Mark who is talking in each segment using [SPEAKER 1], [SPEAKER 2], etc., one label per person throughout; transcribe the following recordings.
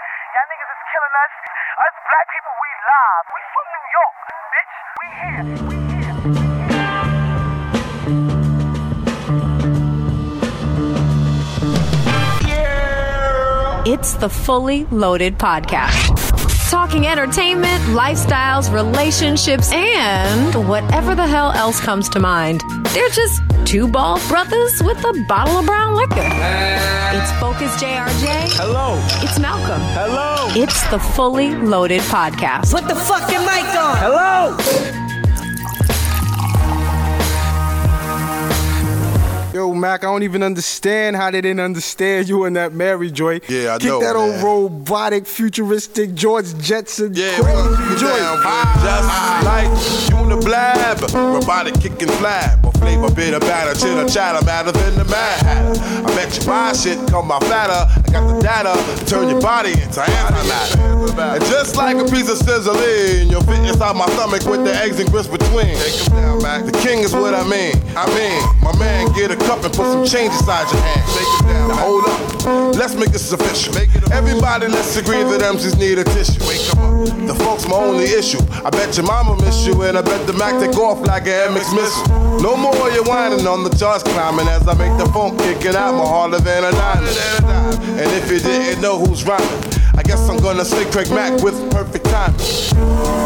[SPEAKER 1] Y'all niggas is killing us. Us black people, we live. We from New York, bitch. We here. We here.
[SPEAKER 2] It's the Fully Loaded Podcast. Talking entertainment, lifestyles, relationships, and whatever the hell else comes to mind. They're just two bald brothers with a bottle of brown liquor. It's Focus JRJ.
[SPEAKER 3] Hello.
[SPEAKER 2] It's Malcolm.
[SPEAKER 3] Hello.
[SPEAKER 2] It's the Fully Loaded Podcast.
[SPEAKER 4] Put the fucking mic on.
[SPEAKER 3] Hello. Yo, Mac, I don't even understand how they didn't understand you in that Mary Joy.
[SPEAKER 5] Yeah, I
[SPEAKER 3] Kick
[SPEAKER 5] know,
[SPEAKER 3] that old
[SPEAKER 5] man.
[SPEAKER 3] robotic, futuristic George Jetson
[SPEAKER 5] Yeah, we
[SPEAKER 3] crazy
[SPEAKER 5] gonna keep it
[SPEAKER 3] joint.
[SPEAKER 5] down, bro. Ah. Just like Uniblab, robotic kick and flab. A flavor, bit of batter, chitter chatter, madder than the Mad Hatter. I bet you buy shit, come my fatter. I got the data to turn your body into antimatter. And just like a piece of sizzling, you'll fit inside my stomach with the eggs and grits between. Take 'em down, Mac. The king is what I mean. I mean, my man, get a cup and put some change inside your hand. Take it down. Now hold up. Let's make this official. Everybody, let's agree that MCs need a tissue. Wake up. The folks my only issue. I bet your mama miss you, and I bet the Mac take off like an MX missile. No more you whining on the charts climbing as I make the phone kicking out my harder than a nine. And if you didn't know who's rhyming, I guess I'm gonna say Craig Mack with perfect timing.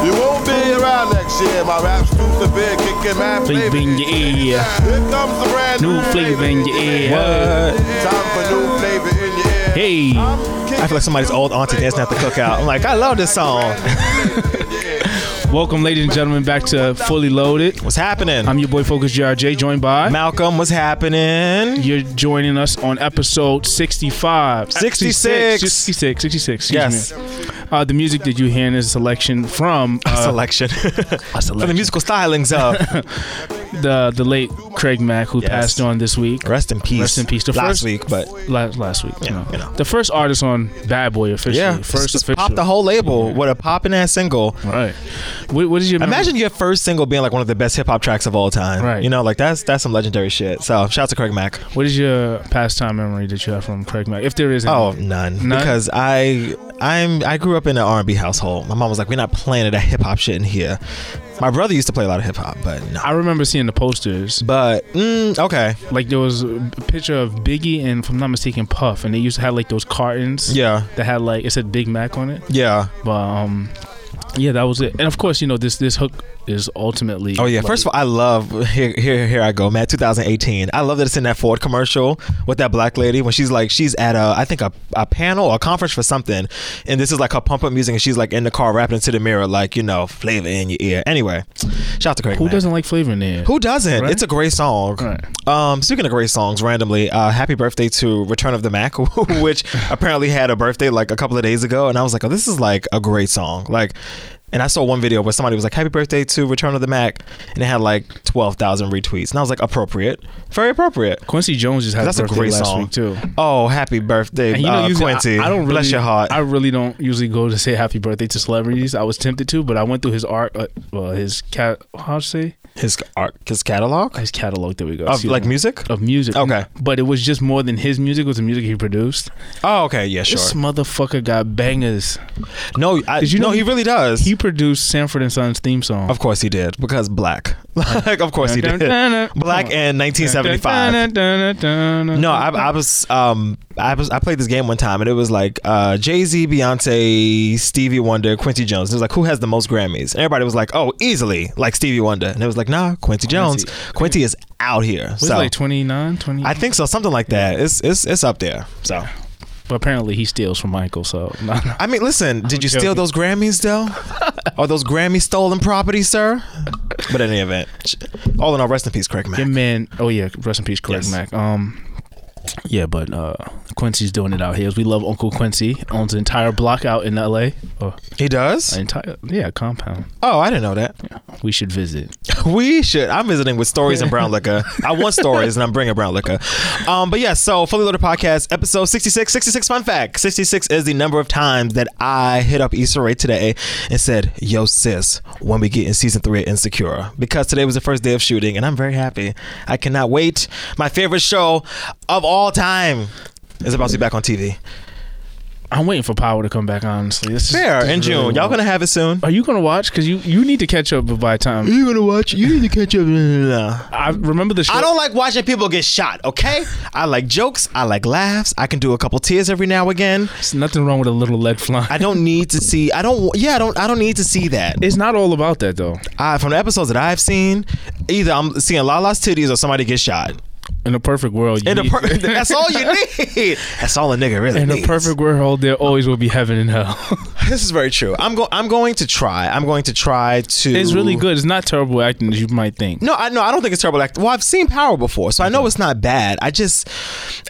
[SPEAKER 5] You won't be around next year. My rap's too severe, kicking mad
[SPEAKER 6] Flavor
[SPEAKER 5] flavor.
[SPEAKER 6] in your ear.
[SPEAKER 5] Here comes the brand
[SPEAKER 6] New flavor in your ear.
[SPEAKER 5] Time for new flavor in your ear.
[SPEAKER 6] Hey.
[SPEAKER 5] I
[SPEAKER 7] I feel like somebody's old auntie dancing at the cookout. Oh. I'm like, I love this song.
[SPEAKER 6] Welcome, ladies and gentlemen, back to Fully Loaded.
[SPEAKER 7] What's happening?
[SPEAKER 6] I'm your boy Focus JRJ, joined by
[SPEAKER 7] Malcolm, what's happening?
[SPEAKER 6] You're joining us on episode 65.
[SPEAKER 7] 66.
[SPEAKER 6] 66, 66, excuse
[SPEAKER 7] Yes.
[SPEAKER 6] me. Uh, the music that you hear in this selection from uh,
[SPEAKER 7] selection. For the musical stylings of.
[SPEAKER 6] the, the late Craig Mack, who
[SPEAKER 7] Yes.
[SPEAKER 6] passed on this week.
[SPEAKER 7] Rest in peace.
[SPEAKER 6] Rest in peace. The
[SPEAKER 7] Last
[SPEAKER 6] first-
[SPEAKER 7] week, but.
[SPEAKER 6] Last, last week.
[SPEAKER 7] Yeah, you know.
[SPEAKER 6] The first artist on Bad Boy officially.
[SPEAKER 7] Yeah,
[SPEAKER 6] First
[SPEAKER 7] just
[SPEAKER 6] official. Mm-hmm.
[SPEAKER 7] pop the whole label with a popping ass single.
[SPEAKER 6] Right. What, what is your memory-
[SPEAKER 7] Imagine your first single being like one of the best hip hop tracks of all time.
[SPEAKER 6] Right.
[SPEAKER 7] You know, like that's that's some legendary shit. So shout out to Craig Mack.
[SPEAKER 6] What is your pastime memory that you have from Craig Mack? If there is any.
[SPEAKER 7] Oh, none.
[SPEAKER 6] None?
[SPEAKER 7] Because I I'm I grew up in an R and B household. My mom was like, We're not playing that hip hop shit in here. My brother used to play a lot of hip hop, but no.
[SPEAKER 6] I remember seeing the posters.
[SPEAKER 7] But mm, okay.
[SPEAKER 6] Like there was a picture of Biggie and, if I'm not mistaken, Puff, and they used to have like those cartons.
[SPEAKER 7] Yeah.
[SPEAKER 6] That had like it said Big Mac on it.
[SPEAKER 7] Yeah.
[SPEAKER 6] But um, yeah, that was it. And of course, you know this this hook is ultimately.
[SPEAKER 7] Oh yeah.
[SPEAKER 6] like-
[SPEAKER 7] First of all, I love here here here I go, Matt. 2018. I love that it's in that Ford commercial with that black lady when she's like she's at a I think a, a panel or a conference for something, and this is like her pump up music and she's like in the car rapping into the mirror like you know flavor in your ear. Anyway, shout out to Craig.
[SPEAKER 6] who
[SPEAKER 7] Mack.
[SPEAKER 6] doesn't like flavor in there?
[SPEAKER 7] Who doesn't?
[SPEAKER 6] Right?
[SPEAKER 7] It's a great song.
[SPEAKER 6] Right.
[SPEAKER 7] Um, speaking of great songs, randomly, uh, happy birthday to Return of the Mac, which apparently had a birthday like a couple of days ago, and I was like, oh, this is like a great song. Like, and I saw one video where somebody was like, happy birthday to Return of the Mac, and it had like twelve thousand retweets, and I was like, appropriate, very appropriate.
[SPEAKER 6] Quincy Jones just had
[SPEAKER 7] That's
[SPEAKER 6] a
[SPEAKER 7] a
[SPEAKER 6] birthday
[SPEAKER 7] great
[SPEAKER 6] last
[SPEAKER 7] song
[SPEAKER 6] week too.
[SPEAKER 7] Oh, happy birthday,
[SPEAKER 6] And you know,
[SPEAKER 7] uh,
[SPEAKER 6] usually
[SPEAKER 7] Quincy.
[SPEAKER 6] I, I don't really,
[SPEAKER 7] bless your heart.
[SPEAKER 6] I really don't usually go to say happy birthday to celebrities. I was tempted to, but I went through his art, uh, well, his cat, how'd you say
[SPEAKER 7] his art, his catalog
[SPEAKER 6] his catalog. There we go.
[SPEAKER 7] of
[SPEAKER 6] Excuse
[SPEAKER 7] like
[SPEAKER 6] me.
[SPEAKER 7] music.
[SPEAKER 6] of music.
[SPEAKER 7] Okay.
[SPEAKER 6] But it was just more than his music, it was the music he produced.
[SPEAKER 7] Oh, okay, yeah, sure.
[SPEAKER 6] This motherfucker got bangers.
[SPEAKER 7] no, I,
[SPEAKER 6] Did you know
[SPEAKER 7] no, he,
[SPEAKER 6] he-
[SPEAKER 7] really does.
[SPEAKER 6] He produced Sanford and Son's theme song.
[SPEAKER 7] Of course he did, because black. like, of course he did. Black and 1975. No, I, I was um I was I played this game one time and it was like uh Jay Z, Beyonce, Stevie Wonder, Quincy Jones. It was like who has the most Grammys? And everybody was like, oh, easily like Stevie Wonder. And it was like, nah, Quincy Jones. Quincy, is out here.
[SPEAKER 6] was
[SPEAKER 7] so
[SPEAKER 6] like 29, 20.
[SPEAKER 7] I think so, something like that. It's it's it's up there. So
[SPEAKER 6] but apparently he steals from Michael, so no, no.
[SPEAKER 7] I mean, listen, did you steal
[SPEAKER 6] joking.
[SPEAKER 7] those Grammys though? Are those Grammy stolen property, sir? But in any event, all in all, rest in peace, Craig Mack.
[SPEAKER 6] Your man, oh yeah, rest in peace, Craig
[SPEAKER 7] Yes.
[SPEAKER 6] Mack. Um, yeah, but uh, Quincy's doing it out here. We love Uncle Quincy. Owns an entire block out in L.A. Oh,
[SPEAKER 7] He does?
[SPEAKER 6] entire, yeah, compound.
[SPEAKER 7] Oh, I didn't know that.
[SPEAKER 6] We should visit.
[SPEAKER 7] We should. I'm visiting with stories and brown liquor. I want stories and I'm bringing brown liquor. Um, but yeah, so Fully Loaded Podcast, episode 66. 66 fun fact. 66 is the number of times that I hit up Issa Rae today and said, Yo, sis, when we get in season three of Insecure. Because today was the first day of shooting and I'm very happy. I cannot wait. My favorite show of all time is about to be back on TV.
[SPEAKER 6] I'm waiting for Power to come back. Honestly, this is
[SPEAKER 7] Fair
[SPEAKER 6] this
[SPEAKER 7] in
[SPEAKER 6] is really
[SPEAKER 7] June. Y'all gonna have it soon.
[SPEAKER 6] Are you gonna watch? Because you you need to catch up by time.
[SPEAKER 7] You gonna watch? You need to catch up.
[SPEAKER 6] I remember the show.
[SPEAKER 7] Mm-hmm. I don't like watching people get shot. Okay, I like jokes. I like laughs. I can do a couple tears every now again.
[SPEAKER 6] There's nothing wrong with a little lead flying.
[SPEAKER 7] I don't need to see. I don't. Yeah, I don't. I don't need to see that.
[SPEAKER 6] it's not all about that though.
[SPEAKER 7] I, from the episodes that I've seen, either I'm seeing Lala's titties or somebody get shot.
[SPEAKER 6] In a perfect world, you
[SPEAKER 7] In a
[SPEAKER 6] need-
[SPEAKER 7] per- that's all you need. That's all a nigga really
[SPEAKER 6] in a
[SPEAKER 7] needs.
[SPEAKER 6] perfect world, there always will be heaven and hell.
[SPEAKER 7] This is very true. I'm go. I'm going to try. I'm going to try to.
[SPEAKER 6] it's really good. It's not terrible acting as you might think.
[SPEAKER 7] No, I no, I don't think it's terrible. Like, well, I've seen Power before, so I know it's not bad. I just,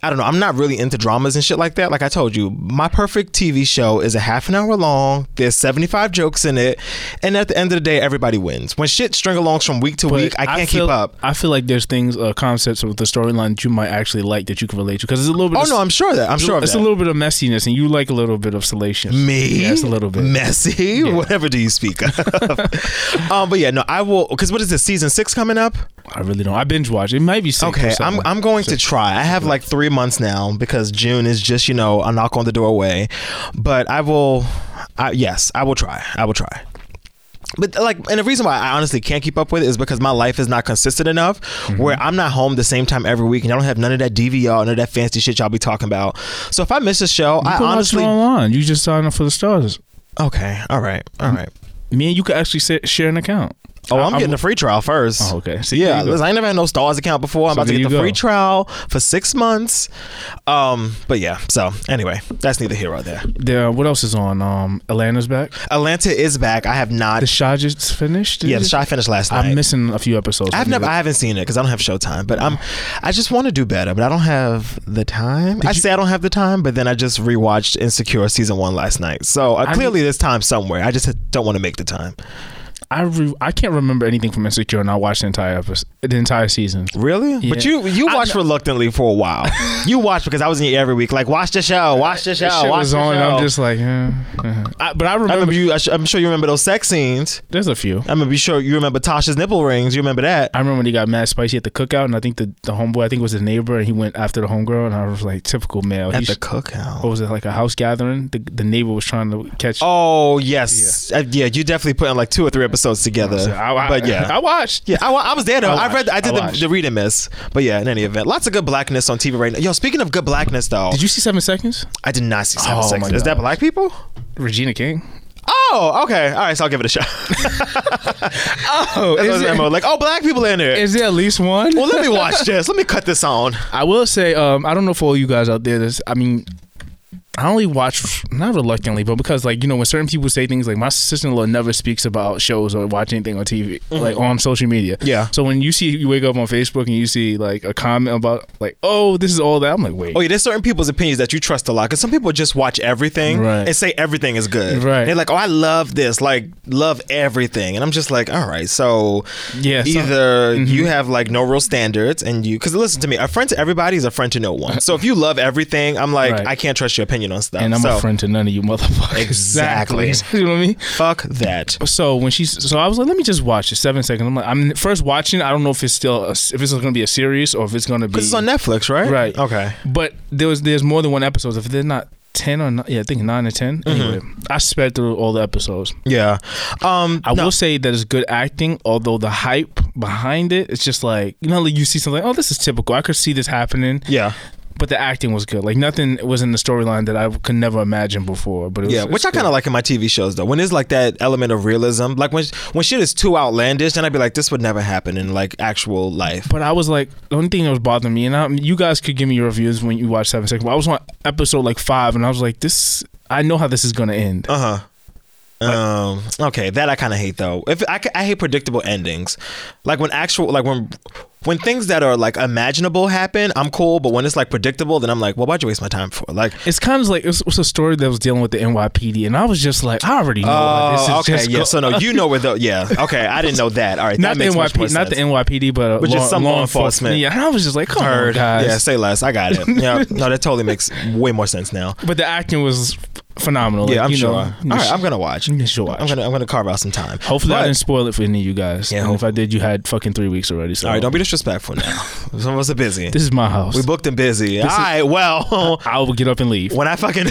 [SPEAKER 7] I don't know. I'm not really into dramas and shit like that. Like I told you, my perfect TV show is a half an hour long. There's 75 jokes in it, and at the end of the day, everybody wins. When shit string alongs from week to
[SPEAKER 6] But
[SPEAKER 7] week, I can't
[SPEAKER 6] feel,
[SPEAKER 7] keep up.
[SPEAKER 6] I feel like there's things, uh, concepts with the storyline that you might actually like that you can relate to because it's a little bit.
[SPEAKER 7] Oh
[SPEAKER 6] of,
[SPEAKER 7] no, I'm sure of that I'm sure of
[SPEAKER 6] it's
[SPEAKER 7] that.
[SPEAKER 6] a little bit of messiness, and you like a little bit of salacious.
[SPEAKER 7] me
[SPEAKER 6] yes, a little bit.
[SPEAKER 7] messy. Whatever do you speak of? um, but yeah, no, I will. Because what is this season six coming up?
[SPEAKER 6] I really don't. I binge watch. It might be six or
[SPEAKER 7] Okay, I'm,
[SPEAKER 6] something.
[SPEAKER 7] I'm going to try. I have like three months now because June is just, you know, a knock on the doorway. But I will, I, yes, I will try. I will try. But like, and the reason why I honestly can't keep up with it is because my life is not consistent enough where I'm not home the same time every week and I don't have none of that DVR, none of that fancy shit y'all be talking about. So if I miss a show,
[SPEAKER 6] You
[SPEAKER 7] I
[SPEAKER 6] can watch it
[SPEAKER 7] honestly.
[SPEAKER 6] online. You just sign up for the stars.
[SPEAKER 7] Okay, all right, all right.
[SPEAKER 6] Me and you could actually sit, share an account.
[SPEAKER 7] Oh,
[SPEAKER 6] I-
[SPEAKER 7] I'm, getting a free trial first.
[SPEAKER 6] Oh, okay. See, there
[SPEAKER 7] yeah,
[SPEAKER 6] you go.
[SPEAKER 7] listen, I ain't never had no stars account before. I'm
[SPEAKER 6] So
[SPEAKER 7] about to
[SPEAKER 6] there
[SPEAKER 7] get the
[SPEAKER 6] you
[SPEAKER 7] free
[SPEAKER 6] go.
[SPEAKER 7] trial for six months. Um, but yeah. So anyway, that's neither here or there.
[SPEAKER 6] There, uh, what else is on? Um, Atlanta's back.
[SPEAKER 7] Atlanta is back. I have not.
[SPEAKER 6] The Shah just finished.
[SPEAKER 7] yeah, the show I finished last night.
[SPEAKER 6] I'm missing a few episodes.
[SPEAKER 7] I've
[SPEAKER 6] need
[SPEAKER 7] never.
[SPEAKER 6] to-
[SPEAKER 7] I haven't seen it because I don't have Showtime. But I'm. I just want to do better, but I don't have the time. I say I don't have the time, but then I just rewatched Insecure season one last night. So uh,
[SPEAKER 6] mean-
[SPEAKER 7] clearly there's time somewhere. I just don't want to make the time.
[SPEAKER 6] I re- I can't remember anything from Insecure, and I watched the entire episode, the entire season.
[SPEAKER 7] Really? But
[SPEAKER 6] Yeah.
[SPEAKER 7] you you
[SPEAKER 6] I
[SPEAKER 7] watched
[SPEAKER 6] kn-
[SPEAKER 7] reluctantly for a while. you watched because I was in here every week. Like, watch the show, watch the show,
[SPEAKER 6] That shit
[SPEAKER 7] watch
[SPEAKER 6] was
[SPEAKER 7] the
[SPEAKER 6] on,
[SPEAKER 7] show.
[SPEAKER 6] and I'm just like, eh, eh. I, but I remember,
[SPEAKER 7] I remember you. I sh- I'm sure you remember those sex scenes.
[SPEAKER 6] There's a few.
[SPEAKER 7] I remember you sure you remember Tasha's nipple rings. You remember that?
[SPEAKER 6] I remember when he got mad spicy at the cookout, and I think the, the homeboy, I think it was his neighbor, and he went after the homegirl, and I was like, typical male.
[SPEAKER 7] At
[SPEAKER 6] He's-
[SPEAKER 7] the cookout.
[SPEAKER 6] what was it like a house gathering? The, the neighbor was trying to catch.
[SPEAKER 7] Oh yes, Uh, yeah. You definitely put in like two or three episodes together.
[SPEAKER 6] So I, I,
[SPEAKER 7] but yeah,
[SPEAKER 6] I watched.
[SPEAKER 7] Yeah, I, wa- I was there though.
[SPEAKER 6] I
[SPEAKER 7] I, read, I
[SPEAKER 6] watched.
[SPEAKER 7] did
[SPEAKER 6] I
[SPEAKER 7] the,
[SPEAKER 6] watched.
[SPEAKER 7] the read and miss. But yeah, in any event, lots of good blackness on TV right now. Yo, speaking of good blackness though,
[SPEAKER 6] Did you see Seven Seconds?
[SPEAKER 7] I did not see seven
[SPEAKER 6] Oh,
[SPEAKER 7] seconds.
[SPEAKER 6] my
[SPEAKER 7] Is that
[SPEAKER 6] God.
[SPEAKER 7] black people?
[SPEAKER 6] Regina King.
[SPEAKER 7] Oh, okay. All right, so I'll give it a shot.
[SPEAKER 6] Oh,
[SPEAKER 7] That's what I was like, oh, black people in here.
[SPEAKER 6] Is there at least one?
[SPEAKER 7] well, let me watch this. Let me cut this on.
[SPEAKER 6] I will say, um, I don't know for all you guys out there. This, I mean, I only watch not reluctantly, but because like you know, when certain people say things like my sister-in-law never speaks about shows or watch anything on TV, like on social media.
[SPEAKER 7] Mm-hmm. Yeah.
[SPEAKER 6] So when you see you wake up on Facebook and you see like a comment about like, oh, this is all that. I'm like, wait.
[SPEAKER 7] Oh, yeah, there's certain people's opinions that you trust a lot. Because some people just watch everything
[SPEAKER 6] Right.
[SPEAKER 7] and say everything is good.
[SPEAKER 6] Right.
[SPEAKER 7] They're like, oh, I love this. Like, love everything. And I'm just like, all right. So
[SPEAKER 6] Yeah, so- Mm-hmm.
[SPEAKER 7] either you have like no real standards and you, because listen to me, a friend to everybody is a friend to no one. So if you love everything, I'm like,
[SPEAKER 6] Right.
[SPEAKER 7] I can't trust your opinion on stuff.
[SPEAKER 6] And I'm
[SPEAKER 7] so,
[SPEAKER 6] a friend to none of you motherfuckers.
[SPEAKER 7] Exactly.
[SPEAKER 6] you know what I mean?
[SPEAKER 7] Fuck that.
[SPEAKER 6] so when she so I was like, let me just watch it. Seven seconds. I'm like, I'm first watching. I don't know if it's still a, if it's going to be a series or if it's going to be.
[SPEAKER 7] This is on Netflix, right?
[SPEAKER 6] Right.
[SPEAKER 7] Okay.
[SPEAKER 6] But there was there's more than one episode. If there's not ten or not, yeah, I think nine or 10
[SPEAKER 7] Mm-hmm.
[SPEAKER 6] Anyway, I sped through all the episodes.
[SPEAKER 7] Yeah. Um,
[SPEAKER 6] I will say that it's good acting, although the hype behind it, it's just like you know, like you see something. Like, oh, this is typical. I could see this happening.
[SPEAKER 7] yeah.
[SPEAKER 6] But the acting was good. Like nothing was in the storyline that I could never imagine before. But it was,
[SPEAKER 7] Yeah, which I kind of
[SPEAKER 6] of
[SPEAKER 7] like in my TV shows though. When there's like that element of realism, like when when shit is too outlandish, then I'd be like, this would never happen in like actual life.
[SPEAKER 6] But I was like, the only thing that was bothering me, and I, you guys could give me your reviews when you watch Seven Seconds. But I was on episode like five, and I was like, this. I know how this is gonna end.
[SPEAKER 7] Uh huh. Um. Okay, that I kind of hate though. If I, ca- I hate predictable endings, like when actual like when when things that are like imaginable happen, I'm cool. But when it's like predictable, then I'm like, well, why'd you waste my time for? Like,
[SPEAKER 6] it's kind of like it's, it's a story that was dealing with the NYPD, and I was just like, I already know. like,
[SPEAKER 7] oh,
[SPEAKER 6] this is
[SPEAKER 7] okay,
[SPEAKER 6] just
[SPEAKER 7] yeah.
[SPEAKER 6] go-
[SPEAKER 7] So no, you know where the yeah. Okay, I didn't know that. All right,
[SPEAKER 6] not
[SPEAKER 7] that makes
[SPEAKER 6] the
[SPEAKER 7] much more
[SPEAKER 6] NYPD, not the
[SPEAKER 7] sense.
[SPEAKER 6] NYPD, but, uh,
[SPEAKER 7] But just
[SPEAKER 6] law,
[SPEAKER 7] some
[SPEAKER 6] law
[SPEAKER 7] law
[SPEAKER 6] enforcement.
[SPEAKER 7] enforcement.
[SPEAKER 6] Yeah, and I was just like, come on,
[SPEAKER 7] Heard.
[SPEAKER 6] guys.
[SPEAKER 7] Yeah, say less. I got it. Yeah, no, that totally makes way more sense now.
[SPEAKER 6] but the acting was phenomenal.
[SPEAKER 7] yeah,
[SPEAKER 6] Like,
[SPEAKER 7] I'm
[SPEAKER 6] you
[SPEAKER 7] sure.
[SPEAKER 6] Know, you
[SPEAKER 7] All right,
[SPEAKER 6] sh-
[SPEAKER 7] I'm gonna watch.
[SPEAKER 6] you should watch.
[SPEAKER 7] I'm gonna I'm gonna carve out some time.
[SPEAKER 6] Hopefully, I
[SPEAKER 7] But-
[SPEAKER 6] didn't spoil it for any of you guys.
[SPEAKER 7] Yeah,
[SPEAKER 6] and if I did, you had fucking three weeks already. So
[SPEAKER 7] All right, don't be disrespectful now. Some of us are busy.
[SPEAKER 6] Oh. This is my house.
[SPEAKER 7] we booked and busy. All right, well,
[SPEAKER 6] I will get up and leave.
[SPEAKER 7] when I fucking,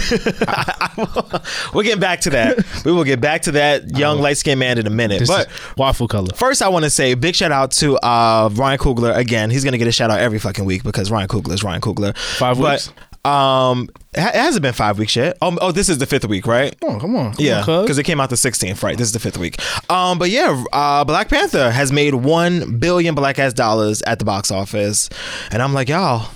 [SPEAKER 7] we're getting back to that. We will get back to that young light skinned man in a minute.
[SPEAKER 6] Oh. This
[SPEAKER 7] but
[SPEAKER 6] is waffle color.
[SPEAKER 7] First, I want to say big shout out to uh, Ryan Coogler again. He's gonna get a shout out every fucking week because Ryan Coogler is Ryan Coogler.
[SPEAKER 6] Five
[SPEAKER 7] but, weeks. Um, it ha- it hasn't been five weeks yet. Oh, oh, this is the fifth week, right?
[SPEAKER 6] Come on, come on. Come
[SPEAKER 7] Yeah,
[SPEAKER 6] on,
[SPEAKER 7] because it came out the 16th, right? This is the fifth week. Um, but yeah, uh, Black Panther has made one billion black ass dollars at the box office, and I'm like, y'all,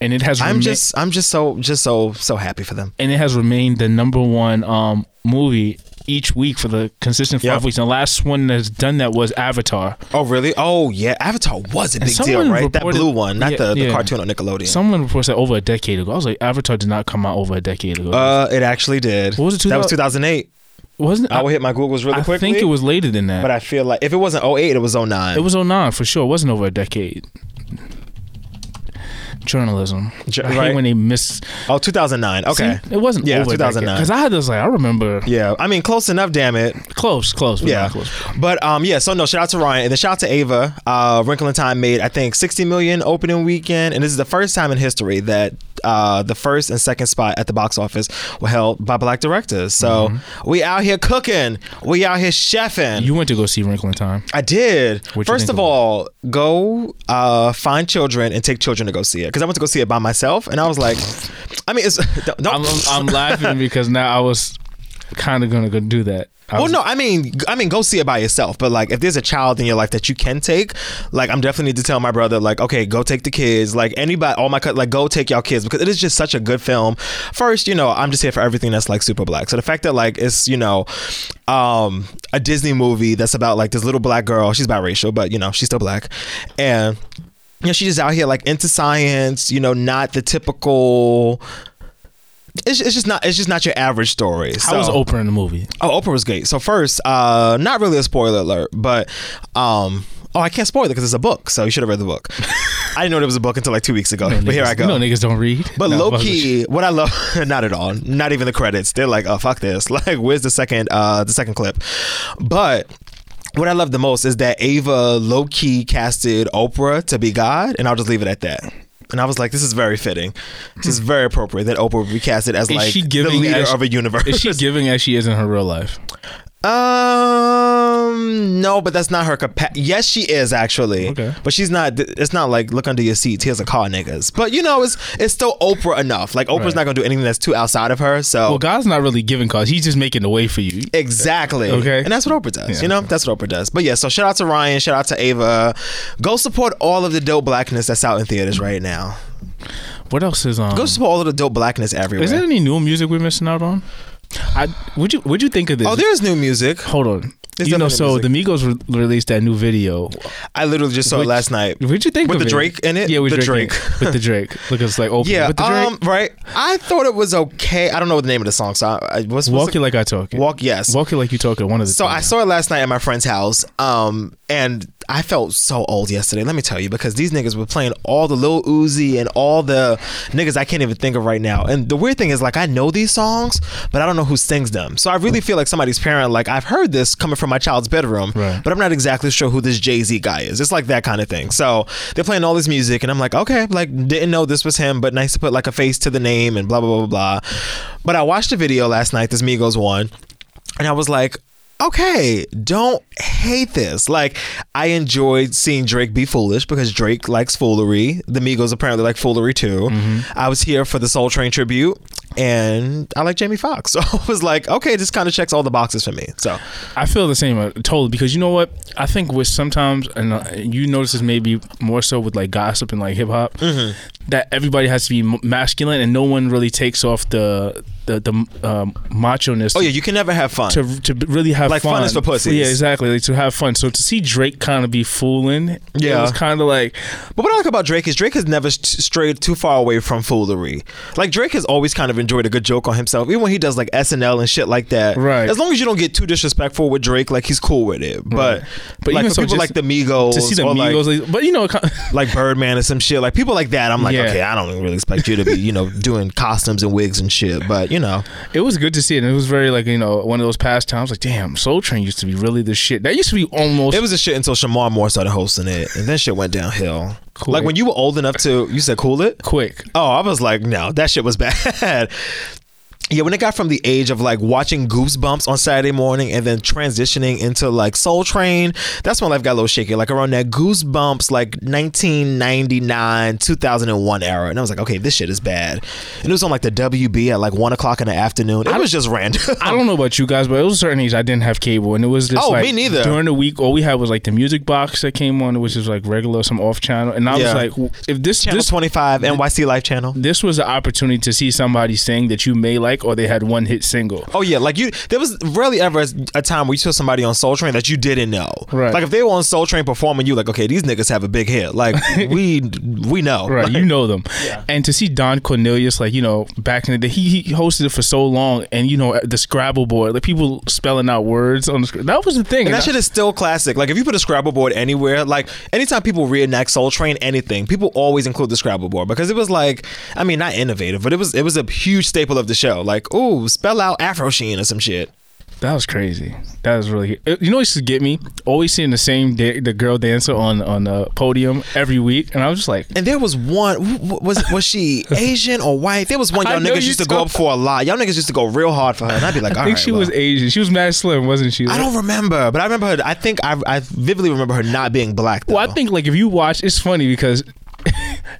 [SPEAKER 6] and it has.
[SPEAKER 7] I'm
[SPEAKER 6] rema-
[SPEAKER 7] just, I'm just so, just so, so happy for them.
[SPEAKER 6] and it has remained the number one um movie each week for the consistent five
[SPEAKER 7] Yep.
[SPEAKER 6] weeks. And the last one that's done that was Avatar.
[SPEAKER 7] Oh really? Oh yeah, Avatar was a
[SPEAKER 6] And
[SPEAKER 7] big deal,
[SPEAKER 6] someone
[SPEAKER 7] right? That
[SPEAKER 6] reported-
[SPEAKER 7] blue one, not
[SPEAKER 6] Yeah,
[SPEAKER 7] the, the
[SPEAKER 6] yeah.
[SPEAKER 7] cartoon on Nickelodeon.
[SPEAKER 6] Someone reports that over a decade ago. I was like, Avatar did not come out over a decade ago.
[SPEAKER 7] uh, it actually did.
[SPEAKER 6] What was it,
[SPEAKER 7] That was
[SPEAKER 6] 2000
[SPEAKER 7] 2008.
[SPEAKER 6] Wasn't
[SPEAKER 7] I will hit my Googles really
[SPEAKER 6] I
[SPEAKER 7] quickly.
[SPEAKER 6] think it was later than that.
[SPEAKER 7] But I feel like if it wasn't 08, it was 09.
[SPEAKER 6] it was 09 for sure. It wasn't over a decade. Journalism.
[SPEAKER 7] Ju-
[SPEAKER 6] I hate
[SPEAKER 7] right.
[SPEAKER 6] when they miss.
[SPEAKER 7] oh 2009. Okay.
[SPEAKER 6] See, it wasn't
[SPEAKER 7] Yeah,
[SPEAKER 6] over
[SPEAKER 7] 2009.
[SPEAKER 6] Because I had this like I remember
[SPEAKER 7] Yeah, I mean close enough. Damn it.
[SPEAKER 6] close, close, but
[SPEAKER 7] Yeah,
[SPEAKER 6] not close.
[SPEAKER 7] but um, yeah. So no, shout out to Ryan and then shout out to Ava. Uh, Wrinkle in Time made I think 60 million opening weekend, and this is the first time in history that uh, the first and second spot at the box office were held by black directors. So we out here cooking, we out here chefing.
[SPEAKER 6] Mm-hmm. You went to go see Wrinkle in Time.
[SPEAKER 7] I did.
[SPEAKER 6] What'd you
[SPEAKER 7] First
[SPEAKER 6] think
[SPEAKER 7] of
[SPEAKER 6] of it?
[SPEAKER 7] all, go uh, find children and take children to go see it because I went to go see it by myself, and I was like, I mean, it's don't.
[SPEAKER 6] I'm, I'm, I'm laughing because now I was kind of gonna go do that. I
[SPEAKER 7] Well,
[SPEAKER 6] was-
[SPEAKER 7] no, I mean, I mean, go see it by yourself. But like, if there's a child in your life that you can take, like, I'm definitely need to tell my brother, like, okay, go take the kids. Like, anybody, all my cut, like, go take y'all kids because it is just such a good film. First, you know, I'm just here for everything that's like super black. So the fact that like it's you know, um, a Disney movie that's about like this little black girl. She's biracial, but you know, she's still black, and you know, she's just out here like into science. You know, not the typical. It's, it's just not it's just not your average story.
[SPEAKER 6] How
[SPEAKER 7] So-
[SPEAKER 6] was Oprah in the movie?
[SPEAKER 7] Oh, Oprah was great. So first, uh, not really a spoiler alert, but um, oh, I can't spoil it because it's a book, so you should have read the book. I didn't know there was a book until like two weeks ago, but here
[SPEAKER 6] Niggas-
[SPEAKER 7] I go.
[SPEAKER 6] No niggas don't read.
[SPEAKER 7] but
[SPEAKER 6] No,
[SPEAKER 7] low
[SPEAKER 6] fuck with you.
[SPEAKER 7] key, what I love, not at all, not even the credits. They're like, oh fuck this. Like, where's the second, uh, the second clip? But what I love the most is that Ava low key casted Oprah to be God, and I'll just leave it at that. And I was like, this is very fitting. This is very appropriate that Oprah would be casted as
[SPEAKER 6] Hmm. Is
[SPEAKER 7] like
[SPEAKER 6] she
[SPEAKER 7] the
[SPEAKER 6] giving
[SPEAKER 7] leader
[SPEAKER 6] as-
[SPEAKER 7] of a universe.
[SPEAKER 6] Is she giving as she is in her real life?
[SPEAKER 7] Um, no, but that's not her capacity. Yes, she is actually.
[SPEAKER 6] Okay.
[SPEAKER 7] But she's not. th- It's not like look under your seats. Here's a car, niggas. But you know, it's it's still Oprah enough. Like Oprah's
[SPEAKER 6] Right.
[SPEAKER 7] not gonna do anything that's too outside of her. So
[SPEAKER 6] Well, God's not really giving cause. He's just making the way for you.
[SPEAKER 7] exactly.
[SPEAKER 6] Okay.
[SPEAKER 7] And that's what Oprah does.
[SPEAKER 6] Yeah.
[SPEAKER 7] You know, that's what Oprah does. But yeah, so shout out to Ryan. Shout out to Ava. Go support all of the dope blackness that's out in theaters right now.
[SPEAKER 6] What else is on?
[SPEAKER 7] Go support all of the dope blackness everywhere.
[SPEAKER 6] Um, Is there any new music we're missing out on? I would you would you think of this?
[SPEAKER 7] oh, there's new music.
[SPEAKER 6] Hold on.
[SPEAKER 7] There's
[SPEAKER 6] you know,
[SPEAKER 7] definitely
[SPEAKER 6] so the Migos re- released that new video.
[SPEAKER 7] I literally just saw it
[SPEAKER 6] Which-
[SPEAKER 7] last night.
[SPEAKER 6] What'd you think
[SPEAKER 7] with
[SPEAKER 6] of
[SPEAKER 7] the
[SPEAKER 6] it?
[SPEAKER 7] Drake in it?
[SPEAKER 6] Yeah, with
[SPEAKER 7] the
[SPEAKER 6] Drake. in it. With the Drake, look, it's like open.
[SPEAKER 7] Yeah,
[SPEAKER 6] with the Drake.
[SPEAKER 7] um, right. I thought it was okay. I don't know the name of the song, so I, I was
[SPEAKER 6] walk it like I talk it.
[SPEAKER 7] Walk- yes.
[SPEAKER 6] Walk it like you talk it. One of the.
[SPEAKER 7] So
[SPEAKER 6] two.
[SPEAKER 7] I saw it last night at my friend's house, um, and I felt so old yesterday. Let me tell you, because these niggas were playing all the Lil Uzi and all the niggas I can't even think of right now. And the weird thing is, like, I know these songs, but I don't know who sings them. So I really feel like somebody's parent. Like, I've heard this coming from my child's bedroom,
[SPEAKER 6] Right.
[SPEAKER 7] but I'm not exactly sure who this Jay Z guy is. It's like that kind of thing. So they're playing all this music, and I'm like, okay, like didn't know this was him, but nice to put like a face to the name and blah blah blah blah. blah. But I watched the video last night, this Migos one, and I was like. Okay, don't hate this. Like, I enjoyed seeing Drake be foolish because Drake likes foolery. The Migos apparently like foolery too.
[SPEAKER 6] Mm-hmm.
[SPEAKER 7] I was here for the Soul Train tribute, and I like Jamie Foxx. So I was like, okay, this kind of checks all the boxes for me. So
[SPEAKER 6] I feel the same uh, totally because you know what I think with sometimes and uh, you notice this maybe more so with like gossip and like hip hop
[SPEAKER 7] Mm-hmm.
[SPEAKER 6] that everybody has to be m- masculine and no one really takes off the the the um, macho-ness
[SPEAKER 7] Oh yeah, you can never have fun.
[SPEAKER 6] to, to really have
[SPEAKER 7] Like,
[SPEAKER 6] fun.
[SPEAKER 7] fun is for pussies.
[SPEAKER 6] Yeah, exactly. Like, to have fun. So to see Drake kind of be fooling,
[SPEAKER 7] Yeah.
[SPEAKER 6] it was kind of like
[SPEAKER 7] but what I like about Drake is Drake has never st- strayed too far away from foolery. Like Drake has always kind of enjoyed a good joke on himself, even when he does like SNL and shit like that.
[SPEAKER 6] Right.
[SPEAKER 7] As long as you don't get too disrespectful with Drake, like he's cool with it. But
[SPEAKER 6] But
[SPEAKER 7] like
[SPEAKER 6] even
[SPEAKER 7] for
[SPEAKER 6] so,
[SPEAKER 7] people
[SPEAKER 6] just
[SPEAKER 7] like the Migos,
[SPEAKER 6] to see the
[SPEAKER 7] or, like-
[SPEAKER 6] Migos. Like, but you know, it kind-
[SPEAKER 7] like Birdman or some shit, like people like that. I'm like,
[SPEAKER 6] Yeah.
[SPEAKER 7] okay, I don't really expect you to be, you know, doing costumes and wigs and shit. But you you know.
[SPEAKER 6] It was good to see it. And it was very like you know one of those past times. Like damn, Soul Train used to be really the shit. That used to be almost.
[SPEAKER 7] It was a shit until Shamar Moore started hosting it, and then shit went downhill.
[SPEAKER 6] Cool.
[SPEAKER 7] Like when you were old enough to, you said cool it.
[SPEAKER 6] quick.
[SPEAKER 7] Oh, I was like, no, that shit was bad. yeah, when it got from the age of like watching Goosebumps on Saturday morning and then transitioning into like Soul Train, that's when life got a little shaky. Like around that Goosebumps, like 1999, 2001 era. And I was like, okay, this shit is bad. And it was on like the WB at like one o'clock in the afternoon. It was just random.
[SPEAKER 6] I don't know about you guys, but it was a certain age I didn't have cable, and it was just
[SPEAKER 7] Oh,
[SPEAKER 6] like
[SPEAKER 7] me neither.
[SPEAKER 6] During the week, all we had was like the music box that came on, which is like regular, some off channel, and I
[SPEAKER 7] Yeah.
[SPEAKER 6] was like, if this
[SPEAKER 7] Channel
[SPEAKER 6] this
[SPEAKER 7] 25, NYC Life Channel.
[SPEAKER 6] this was the opportunity to see somebody sing that you may like, or they had one hit single.
[SPEAKER 7] Oh yeah, like you. There was rarely ever a time where you saw somebody on Soul Train that you didn't know.
[SPEAKER 6] Right.
[SPEAKER 7] Like if they were on Soul Train performing, you like, okay, these niggas have a big hit. Like we we know.
[SPEAKER 6] Right,
[SPEAKER 7] Like,
[SPEAKER 6] you know them, and to see Don Cornelius, like you know, back in the day, he, he hosted it for so long, and you know, the Scrabble board, like people spelling out words on the scr- that was the thing.
[SPEAKER 7] And
[SPEAKER 6] And
[SPEAKER 7] that
[SPEAKER 6] I-
[SPEAKER 7] shit is still classic. Like if you put a Scrabble board anywhere, like anytime people reenact Soul Train, anything, people always include the Scrabble board because it was like, I mean, not innovative, but it was it was a huge staple of the show. Like, ooh, spell out Afro Sheen or some shit.
[SPEAKER 6] That was crazy. That was really. uh, You know, what used to get me always seeing the same da- the girl dancer on on the podium every week, and I was just like,
[SPEAKER 7] And there was one w- w- was was she Asian or white? There was one
[SPEAKER 6] I
[SPEAKER 7] y'all
[SPEAKER 6] know
[SPEAKER 7] niggas
[SPEAKER 6] you
[SPEAKER 7] used to go
[SPEAKER 6] told-
[SPEAKER 7] up for a lot. Y'all niggas used to go real hard for her, and I'd be like,
[SPEAKER 6] I
[SPEAKER 7] all
[SPEAKER 6] think
[SPEAKER 7] right,
[SPEAKER 6] she
[SPEAKER 7] well.
[SPEAKER 6] was Asian. She was mad slim, wasn't she?
[SPEAKER 7] I don't remember, but I remember her. I think I, I vividly remember her not being black. Though.
[SPEAKER 6] Well, I think like if you watch, it's funny because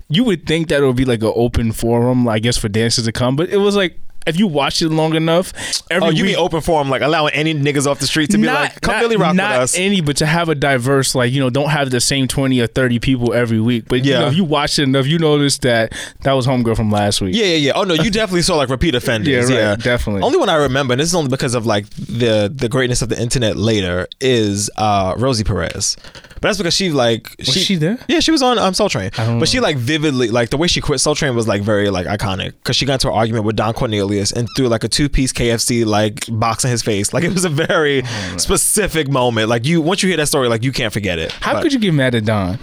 [SPEAKER 6] you would think that it would be like an open forum, I guess, for dancers to come, but it was like if you watch it long enough, every
[SPEAKER 7] Oh, you
[SPEAKER 6] week.
[SPEAKER 7] mean open forum, like allowing any niggas off the street to be like, come really rock
[SPEAKER 6] not
[SPEAKER 7] with us.
[SPEAKER 6] any, but to have a diverse, like you know, don't have the same twenty or thirty people every week. But you
[SPEAKER 7] Yeah.
[SPEAKER 6] know, if you watch it enough, you notice that that was homegirl from last week.
[SPEAKER 7] yeah, yeah, yeah. Oh no, you definitely saw like repeat offenders.
[SPEAKER 6] Yeah,
[SPEAKER 7] Yeah,
[SPEAKER 6] right, definitely.
[SPEAKER 7] Only one I remember, and this is only because of like the the greatness of the internet later, is uh Rosie Perez. But that's because she like she,
[SPEAKER 6] she there?
[SPEAKER 7] Yeah, she was on um, Soul Train. But
[SPEAKER 6] don't
[SPEAKER 7] she like vividly like the way she quit Soul Train was like very like iconic because she got into an argument with Don Cornelius and threw like a two piece KFC like box in his face. Like it was a very
[SPEAKER 6] Oh,
[SPEAKER 7] specific moment. Like you once you hear that story, like you can't forget it.
[SPEAKER 6] How could you get mad at Don?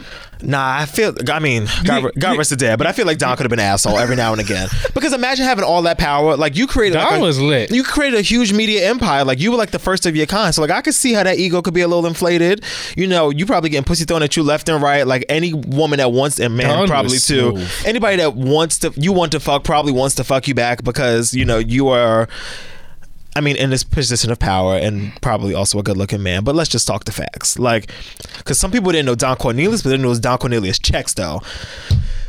[SPEAKER 7] Nah, I feel. I mean, God, God rest the dead, but I feel like Don could have been an asshole every now and again. Because imagine having all that power. Like you created.
[SPEAKER 6] Don
[SPEAKER 7] like, a-
[SPEAKER 6] was lit.
[SPEAKER 7] You created a huge media empire. Like you were like the first of your kind. So like I could see how that ego could be a little inflated. You know, you probably getting pussy thrown at you left and right. Like any woman that wants and man
[SPEAKER 6] Don was
[SPEAKER 7] probably too.
[SPEAKER 6] smooth.
[SPEAKER 7] Anybody that wants to you want to fuck probably wants to fuck you back because you know you are. I mean, in this position of power and probably also a good looking man, but let's just talk the facts. Like, because some people didn't know Don Cornelius, but they knew it was Don Cornelius checks, though.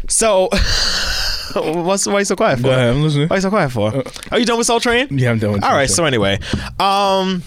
[SPEAKER 7] So, what's, why are you so quiet for?
[SPEAKER 6] Go ahead, I'm listening. Uh,
[SPEAKER 7] Why are you so quiet for? Are you done with Soul Train?
[SPEAKER 6] Yeah, I'm done with
[SPEAKER 7] All
[SPEAKER 6] Soul
[SPEAKER 7] right,
[SPEAKER 6] Train.
[SPEAKER 7] so anyway. Um,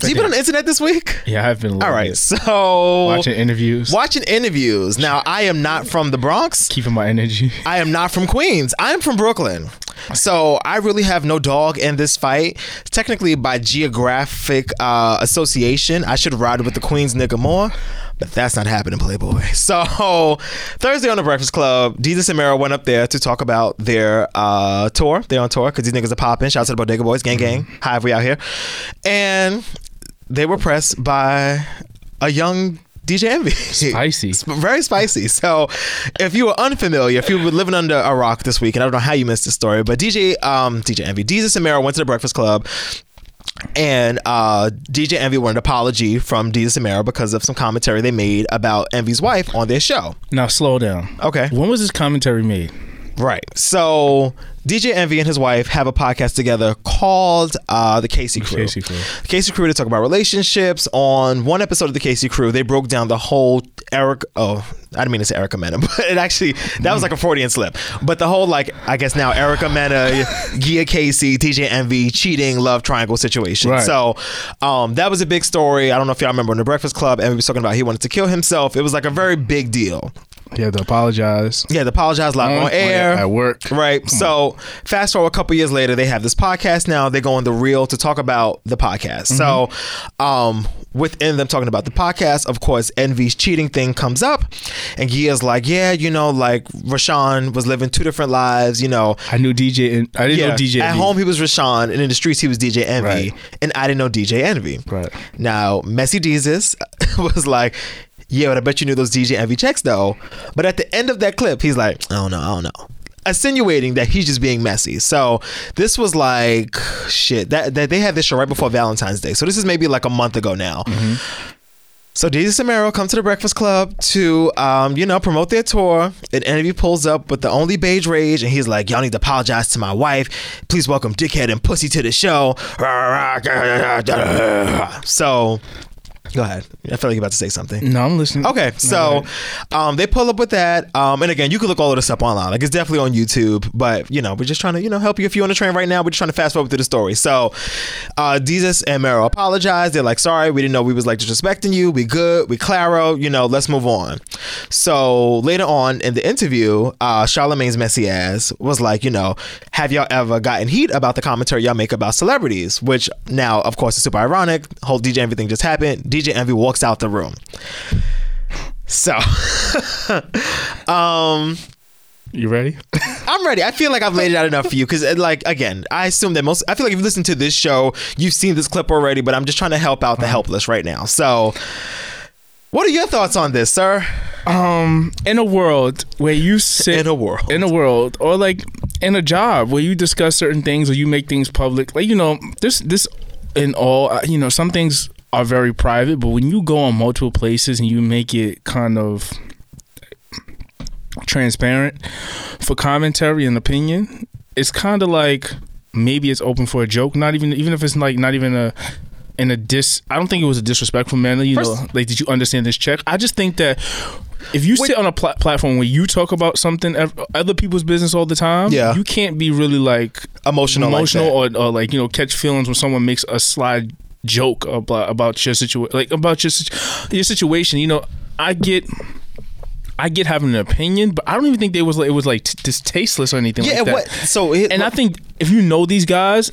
[SPEAKER 7] so, you been on the internet this week?
[SPEAKER 6] Yeah, I've been. a little
[SPEAKER 7] All right,
[SPEAKER 6] bit.
[SPEAKER 7] so.
[SPEAKER 6] watching interviews,
[SPEAKER 7] watching interviews. Now, I am not from the Bronx.
[SPEAKER 6] keeping my energy.
[SPEAKER 7] I am not from Queens. I'm from Brooklyn. So I really have no dog in this fight. Technically, by geographic uh, association, I should ride with the Queens nigga more, but that's not happening, Playboy. So Thursday on the Breakfast Club, Jesus and Mero went up there to talk about their uh, tour. They're on tour because these niggas are popping. Shout out to the Bodega Boys, gang gang. Hi, if we out here. And they were pressed by a young DJ Envy.
[SPEAKER 6] Spicy.
[SPEAKER 7] Sp- very spicy. So, if you were unfamiliar, if you were living under a rock this week, and I don't know how you missed this story, but DJ um, DJ Envy, Jesus and Mero went to the Breakfast Club. And uh, DJ Envy wanted an apology from Jesus and Mero because of some commentary they made about Envy's wife on their show.
[SPEAKER 6] Now slow down.
[SPEAKER 7] Okay.
[SPEAKER 6] When was this commentary made?
[SPEAKER 7] Right. So DJ Envy and his wife have a podcast together called uh, The Casey Crew.
[SPEAKER 6] Casey Crew.
[SPEAKER 7] The Casey Crew, they talk about relationships. On one episode of The Casey Crew, they broke down the whole Eric. Oh, I didn't mean to say Erica Mena, but it actually, that was like a Freudian slip. But the whole, like, I guess now Erica Mena, Gia Casey, DJ Envy, cheating, love triangle situation.
[SPEAKER 6] Right.
[SPEAKER 7] So um, that was a big story. I don't know if y'all remember in The Breakfast Club, Envy was talking about he wanted to kill himself. It was like a very big deal.
[SPEAKER 6] You have to apologize.
[SPEAKER 7] Yeah, they apologize live
[SPEAKER 6] On-
[SPEAKER 7] on air.
[SPEAKER 6] Mm-hmm. Oh, at work.
[SPEAKER 7] Right. so fast forward a couple years later, they have this podcast now. They go on the reel to talk about the podcast. So um within them talking about the podcast, of course, Envy's cheating thing comes up. And Gia's like, Yeah, you know, like Rashawn was living two different lives, you know.
[SPEAKER 6] I knew DJ. And, I didn't know DJ.
[SPEAKER 7] At
[SPEAKER 6] Envy.
[SPEAKER 7] home he was Rashawn, and in the streets he was DJ Envy,
[SPEAKER 6] Right.
[SPEAKER 7] and I didn't know DJ Envy.
[SPEAKER 6] Right.
[SPEAKER 7] Now Messy Jesus was like. Yeah, but I bet you knew those DJ Envy checks though. But at the end of that clip, he's like, I don't know, I don't know. insinuating that he's just being messy. So this was like shit. That that they had this show right before Valentine's Day. So this is maybe like a month ago now. So Daisy Samero come to the Breakfast Club to, um, you know, promote their tour. An interview pulls up with the only beige rage, and he's like, "Y'all need to apologize to my wife. Please welcome Dickhead and Pussy to the show." So, go ahead. I feel like you're about to say something.
[SPEAKER 6] No, I'm listening.
[SPEAKER 7] Okay, so um, they pull up with that, um, and again, you can look all of this up online. Like it's definitely on YouTube, but you know, we're just trying to you know help you if you're on the train right now. We're just trying to fast forward through the story. So, uh, Jesus and Meryl apologize. They're like, sorry, we didn't know we was like disrespecting you. We good. We claro. You know, let's move on. So later on in the interview, uh, Charlemagne's messy ass was like, you know, have y'all ever gotten heat about the commentary y'all make about celebrities? Which now, of course, is super ironic. Whole DJ Envy thing just happened. DJ Envy walks out the room. So
[SPEAKER 6] You ready?
[SPEAKER 7] I'm ready. I feel like I've laid it out enough for you because, like, again, I assume that most. I feel like if you listen to this show, you've seen this clip already. But I'm just trying to help out the helpless right now. So, what are your thoughts on this, sir?
[SPEAKER 6] um in a world where you sit
[SPEAKER 7] In a world.
[SPEAKER 6] in a world or like in a job where you discuss certain things or you make things public like you know this this in all uh, you know some things are very private but when you go on multiple places and you make it kind of transparent for commentary and opinion it's kind of like maybe it's open for a joke not even even if it's like not even a in a dis i don't think it was a disrespectful manner you know like did you understand this check i just think that if you sit on a pla- platform where you talk about something ev- other people's business all the time
[SPEAKER 7] Yeah.
[SPEAKER 6] you can't be really like
[SPEAKER 7] Emotional like
[SPEAKER 6] emotional
[SPEAKER 7] that.
[SPEAKER 6] or, or like you know catch feelings when someone makes a slide joke about about your situation like about your situ- your situation you know i get I get having an opinion, but I don't even think they was like, it was like t- distasteless or anything
[SPEAKER 7] Yeah.
[SPEAKER 6] like that.
[SPEAKER 7] what? So, it,
[SPEAKER 6] And I think if you know these guys,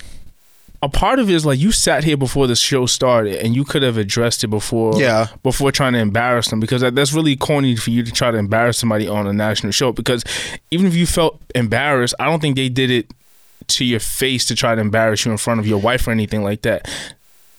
[SPEAKER 6] a part of it is like you sat here before the show started and you could have addressed it before
[SPEAKER 7] Yeah.
[SPEAKER 6] before trying to embarrass them because that, that's really corny for you to try to embarrass somebody on a national show because even if you felt embarrassed, I don't think they did it to your face to try to embarrass you in front of your wife or anything like that.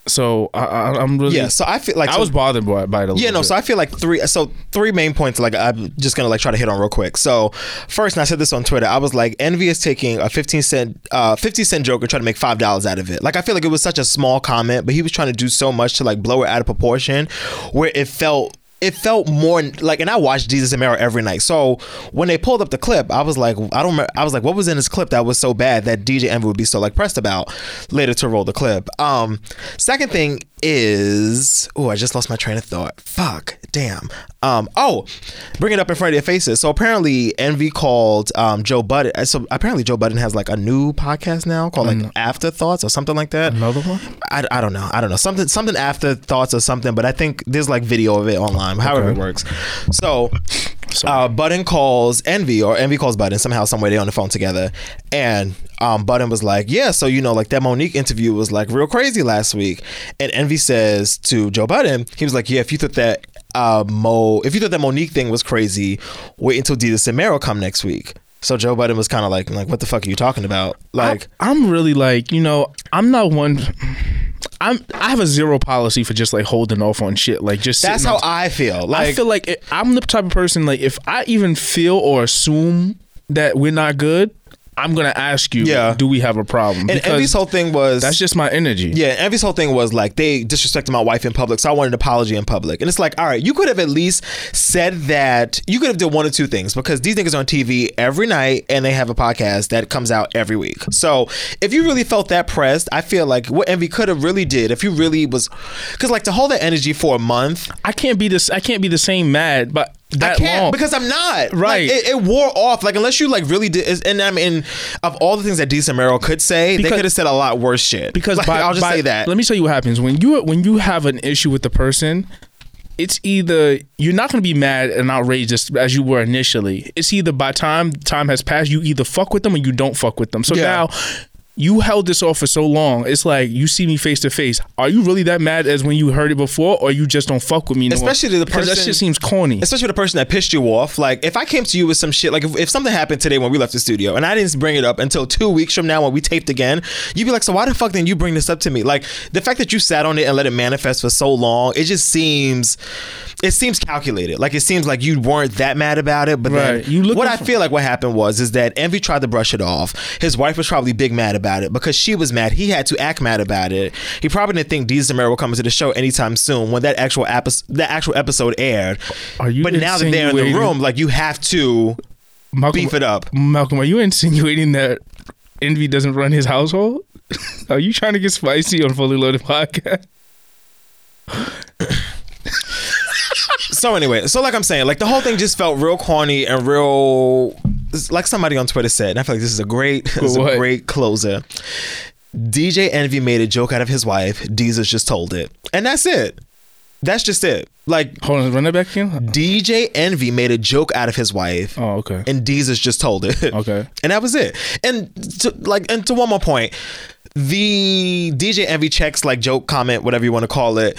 [SPEAKER 6] So I, I, I'm really
[SPEAKER 7] yeah. So I feel like
[SPEAKER 6] I
[SPEAKER 7] so-
[SPEAKER 6] was bothered by, by it.
[SPEAKER 7] Yeah,
[SPEAKER 6] A little
[SPEAKER 7] no.
[SPEAKER 6] bit.
[SPEAKER 7] So I feel like three. So three main points. Like I'm just gonna like try to hit on real quick. So first, and I said this on Twitter. I was like, Envy is taking a 15 cent, uh, 50 cent joke and trying to make five dollars out of it. Like I feel like it was such a small comment, but he was trying to do so much to like blow it out of proportion, where it felt. It felt more like, and I watched Jesus and Mero every night. So when they pulled up the clip, I was like, I don't. Remember, I was like, what was in this clip that was so bad that DJ Envy would be so like pressed about later to roll the clip. Um, second thing is oh i just lost my train of thought fuck damn um oh bring it up in front of their faces so apparently envy called um joe budden uh, so apparently joe budden has like a new podcast now called like afterthoughts or something like that
[SPEAKER 6] Mm. another one.
[SPEAKER 7] I, I don't know i don't know something something afterthoughts or something but i think there's like video of it online however it works so uh, Button calls Envy, or Envy calls Button. Somehow, somewhere, they on the phone together, and um, Button was like, "Yeah, so you know, like that Monique interview was like real crazy last week." And Envy says to Joe Button, he was like, "Yeah, if you thought that uh, Mo, if you thought that Monique thing was crazy, wait until Dita Samero come next week." So Joe Budden was kind of like, "Like, what the fuck are you talking about?" Like,
[SPEAKER 6] I'm really like, you know, I'm not one. I'm I have a zero policy for just like holding off on shit. Like just
[SPEAKER 7] that's
[SPEAKER 6] sitting
[SPEAKER 7] how
[SPEAKER 6] on-
[SPEAKER 7] I feel. Like,
[SPEAKER 6] I feel like it, I'm the type of person like if I even feel or assume that we're not good, I'm gonna ask you,
[SPEAKER 7] Yeah.
[SPEAKER 6] do we have a problem?
[SPEAKER 7] and Envy's whole thing was
[SPEAKER 6] that's just my energy.
[SPEAKER 7] Yeah, Envy's whole thing was like they disrespected my wife in public, so I wanted an apology in public. And it's like, all right, you could have at least said that. You could have did one of two things because these niggas on TV every night, and they have a podcast that comes out every week. So if you really felt that pressed, I feel like what Envy could have really did, if you really was, because like to hold that energy for a month,
[SPEAKER 6] I can't be this. I can't be the same mad, but that
[SPEAKER 7] I can't
[SPEAKER 6] long
[SPEAKER 7] because I'm not Like,
[SPEAKER 6] Right.
[SPEAKER 7] it, it wore off. Like unless you like really did, and I mean, of all the things that Decent Merrill could say,
[SPEAKER 6] Because-
[SPEAKER 7] they could have said a lot worse shit.
[SPEAKER 6] because
[SPEAKER 7] Like,
[SPEAKER 6] by,
[SPEAKER 7] I'll just
[SPEAKER 6] by-
[SPEAKER 7] say that.
[SPEAKER 6] Let me tell you what happens when you when you have an issue with the person. It's either you're not going to be mad and outraged as, as you were initially. It's either by time time has passed, you either fuck with them or you don't fuck with them. So
[SPEAKER 7] Yeah.
[SPEAKER 6] now you held this off for so long. It's like you see me face to face. Are you really that mad as when you heard it before, or you just don't fuck with me? No more?
[SPEAKER 7] Especially to the
[SPEAKER 6] Because that
[SPEAKER 7] person-
[SPEAKER 6] shit seems corny.
[SPEAKER 7] Especially the person that pissed you off. Like, if I came to you with some shit, like if, if something happened today when we left the studio and I didn't bring it up until two weeks from now when we taped again, you'd be like, so why the fuck didn't you bring this up to me? Like, the fact that you sat on it and let it manifest for so long, it just seems, it seems calculated. Like, it seems like you weren't that mad about it, but
[SPEAKER 6] Right.
[SPEAKER 7] then
[SPEAKER 6] You looking
[SPEAKER 7] what I
[SPEAKER 6] for-
[SPEAKER 7] feel like what happened was is that Envy tried to brush it off. His wife was probably big mad about it because she was mad. He had to act mad about it. He probably didn't think Deez Demera would come into the show anytime soon when that actual episode that actual episode aired.
[SPEAKER 6] Are you
[SPEAKER 7] But now that they're in the
[SPEAKER 6] insinuating-
[SPEAKER 7] room, like you have to
[SPEAKER 6] Malcolm,
[SPEAKER 7] beef it up.
[SPEAKER 6] Malcolm, are you insinuating that Envy doesn't run his household? are you trying to get spicy on Fully Loaded Podcast?
[SPEAKER 7] So anyway, so like I'm saying, like the whole thing just felt real corny and real. Like somebody on Twitter said, and I feel like this is a great, this is
[SPEAKER 6] What?
[SPEAKER 7] a great closer. DJ Envy made a joke out of his wife. Deezus just told it, and that's it. That's just it. Like
[SPEAKER 6] Hold on, run that back again.
[SPEAKER 7] DJ Envy made a joke out of his wife.
[SPEAKER 6] Oh, okay.
[SPEAKER 7] And Deezus just told it.
[SPEAKER 6] Okay.
[SPEAKER 7] And that was it. And to, like, and to one more point, the DJ Envy checks like joke comment, whatever you want to call it.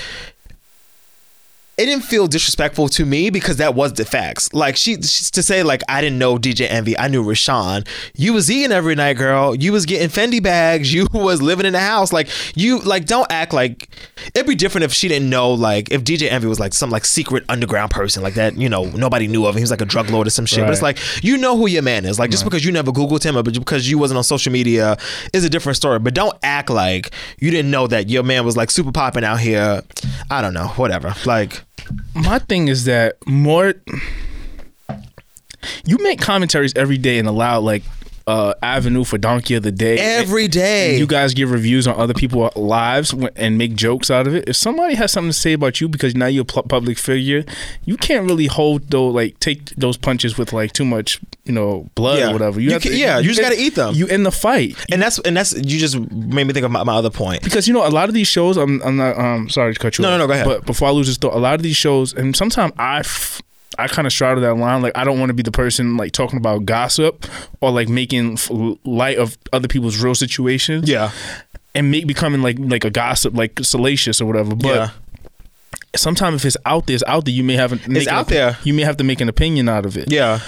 [SPEAKER 7] It didn't feel disrespectful to me because that was the facts. Like she, she's to say like I didn't know DJ Envy, I knew Rashawn. You was eating every night, girl. You was getting Fendi bags. You was living in the house. Like you, like don't act like it'd be different if she didn't know. Like if DJ Envy was like some like secret underground person like that, you know, nobody knew of. him. He was like a drug lord or some shit. But it's
[SPEAKER 6] Right.
[SPEAKER 7] like like you know who your man is. Like just because you never Googled him or because you wasn't on social media is a different story. But don't act like you didn't know that your man was like super popping out here. I don't know, whatever. Like
[SPEAKER 6] my thing is that more you make commentaries every day and allow like uh avenue for donkey of the day
[SPEAKER 7] every day.
[SPEAKER 6] and you guys give reviews on other people's lives w- and make jokes out of it. If somebody has something to say about you because now you're a pu- public figure, you can't really hold though like take those punches with like too much you know blood
[SPEAKER 7] Yeah.
[SPEAKER 6] or whatever.
[SPEAKER 7] You ca- yeah, you just gotta eat them.
[SPEAKER 6] You in the fight
[SPEAKER 7] and that's and that's you just made me think of my, my other point.
[SPEAKER 6] because you know a lot of these shows. I'm I'm not um sorry to cut you.
[SPEAKER 7] No,
[SPEAKER 6] off,
[SPEAKER 7] no, no, go ahead.
[SPEAKER 6] But before I lose this thought, a lot of these shows, and sometimes I. F- I kind of straddle that line. Like, I don't want to be the person like talking about gossip or like making f- light of other people's real situations.
[SPEAKER 7] Yeah.
[SPEAKER 6] and make becoming like like a gossip, like salacious or whatever. But
[SPEAKER 7] Yeah.
[SPEAKER 6] sometimes if it's out there, it's out there. You may have an, make an
[SPEAKER 7] out
[SPEAKER 6] opi-
[SPEAKER 7] there.
[SPEAKER 6] You may have to make an opinion out of it.
[SPEAKER 7] Yeah.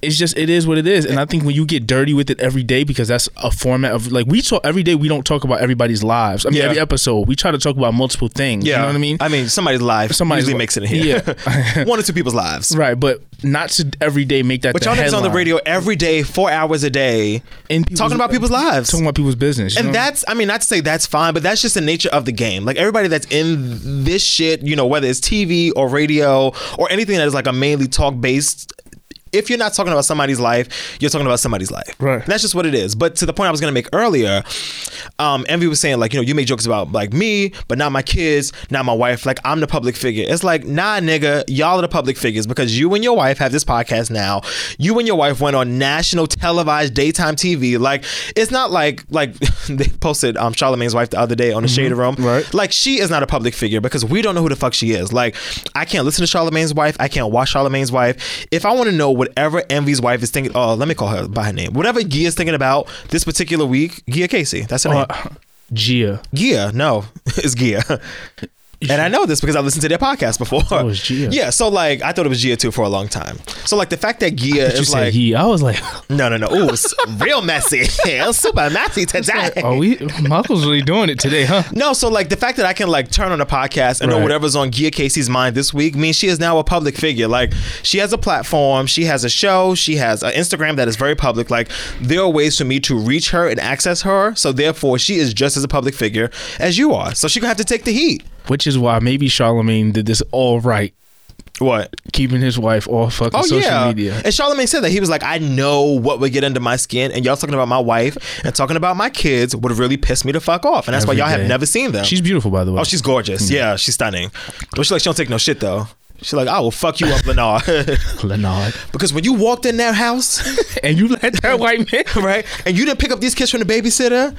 [SPEAKER 6] It's just it is what it is, and I think when you get dirty with it every day, because that's a format of like we talk every day. We don't talk about everybody's lives. I mean,
[SPEAKER 7] Yeah.
[SPEAKER 6] every episode we try to talk about multiple things.
[SPEAKER 7] Yeah.
[SPEAKER 6] you know what I mean.
[SPEAKER 7] I mean somebody's life somebody's
[SPEAKER 6] Somebody's
[SPEAKER 7] usually
[SPEAKER 6] li-
[SPEAKER 7] makes it in here.
[SPEAKER 6] Yeah.
[SPEAKER 7] One or two people's lives.
[SPEAKER 6] Right, but not to every day make that.
[SPEAKER 7] But
[SPEAKER 6] the
[SPEAKER 7] y'all niggas on the
[SPEAKER 6] headline.
[SPEAKER 7] radio every day, four hours a day,
[SPEAKER 6] And
[SPEAKER 7] talking about people's lives.
[SPEAKER 6] talking about people's business, you
[SPEAKER 7] And
[SPEAKER 6] know?
[SPEAKER 7] that's, I mean, not to say that's fine, but that's just the nature of the game. Like everybody that's in this shit, you know, whether it's TV or radio or anything that is like a mainly talk based. If you're not talking about somebody's life, you're talking about somebody's life.
[SPEAKER 6] Right.
[SPEAKER 7] And that's just what it is. But to the point I was gonna make earlier, um, Envy was saying like, you know, you make jokes about like me, but not my kids, not my wife. Like I'm the public figure. It's like, nah, nigga, y'all are the public figures because you and your wife have this podcast now. You and your wife went on national televised daytime TV. Like it's not like like they posted um Charlemagne's wife the other day on the Shade Room.
[SPEAKER 6] Mm-hmm. Right.
[SPEAKER 7] Like she is not a public figure because we don't know who the fuck she is. Like I can't listen to Charlemagne's wife. I can't watch Charlemagne's wife. If I want to know whatever Envy's wife is thinking, oh, let me call her by her name. Whatever Gia's thinking about this particular week, Gia Casey. That's her name.
[SPEAKER 6] Uh, Gia.
[SPEAKER 7] Gia, no, it's Gia. And I know this because I listened to their podcast before.
[SPEAKER 6] it was Gia.
[SPEAKER 7] Yeah, so like I thought it was Gia too for a long time. So like the fact that Gia
[SPEAKER 6] You
[SPEAKER 7] is
[SPEAKER 6] said
[SPEAKER 7] like
[SPEAKER 6] he. I was like,
[SPEAKER 7] no no no, ooh, it's real messy, It's super messy today.
[SPEAKER 6] oh, we Michael's really doing it today, huh?
[SPEAKER 7] No, so like the fact that I can like turn on a podcast and know
[SPEAKER 6] Right.
[SPEAKER 7] whatever's on Gia Casey's mind this week means she is now a public figure. Like she has a platform, she has a show, she has an Instagram that is very public. Like there are ways for me to reach her and access her. So therefore, she is just as a public figure as you are. So she gonna have to take the heat.
[SPEAKER 6] Which is why maybe Charlemagne did this all right,
[SPEAKER 7] What?
[SPEAKER 6] keeping his wife off fucking
[SPEAKER 7] Oh
[SPEAKER 6] social
[SPEAKER 7] yeah.
[SPEAKER 6] media.
[SPEAKER 7] And Charlamagne said that he was like, I know what would get under my skin, and y'all talking about my wife and talking about my kids would really piss me the fuck off, and that's
[SPEAKER 6] Every
[SPEAKER 7] why y'all
[SPEAKER 6] day.
[SPEAKER 7] have never seen them.
[SPEAKER 6] She's beautiful, by the way.
[SPEAKER 7] Oh, she's
[SPEAKER 6] Mm.
[SPEAKER 7] gorgeous. Yeah, she's stunning. But she like she don't take no shit though. She's like, I will fuck you up, Lenard.
[SPEAKER 6] Leonard.
[SPEAKER 7] because when you walked in that house,
[SPEAKER 6] And you let that white man.
[SPEAKER 7] right, and you didn't pick up these kids from the babysitter,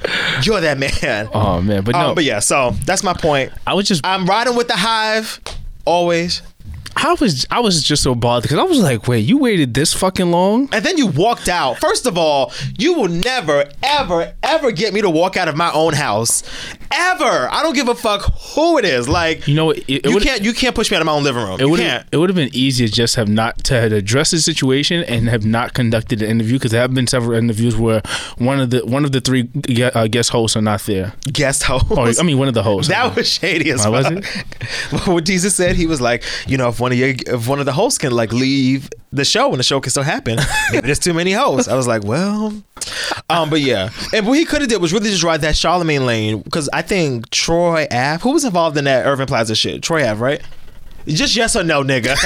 [SPEAKER 7] you're that man. Oh,
[SPEAKER 6] Oh man, but no,
[SPEAKER 7] but yeah, so that's my point.
[SPEAKER 6] I was just
[SPEAKER 7] I'm riding with the hive, always.
[SPEAKER 6] I was I was just so bothered because I was like, wait, you waited this fucking long?
[SPEAKER 7] And then you walked out. First of all, you will never, ever, ever get me to walk out of my own house. Ever. I don't give a fuck who it is. Like
[SPEAKER 6] You know what, it- it
[SPEAKER 7] you
[SPEAKER 6] would-
[SPEAKER 7] can't you can't push me out of my own living room.
[SPEAKER 6] It
[SPEAKER 7] you
[SPEAKER 6] would
[SPEAKER 7] can't.
[SPEAKER 6] it would have been easier just have not to have addressed the situation and have not conducted an interview because there have been several interviews where one of the one of the three gu- uh, guest hosts are not there.
[SPEAKER 7] Guest host.
[SPEAKER 6] Or Oh, I mean, one of the hosts.
[SPEAKER 7] That was shady as
[SPEAKER 6] Why was
[SPEAKER 7] fuck. what Jesus said, he was like, you know, if one of your, if one of the hosts can like leave the show and the show can still happen, maybe there's too many hosts. I was like, well, um, but yeah, and what he could have did was really just ride that Charlemagne lane because I think Troy Ave, who was involved in that Irving Plaza shit, Troy Ave, right? Just yes or no, nigga.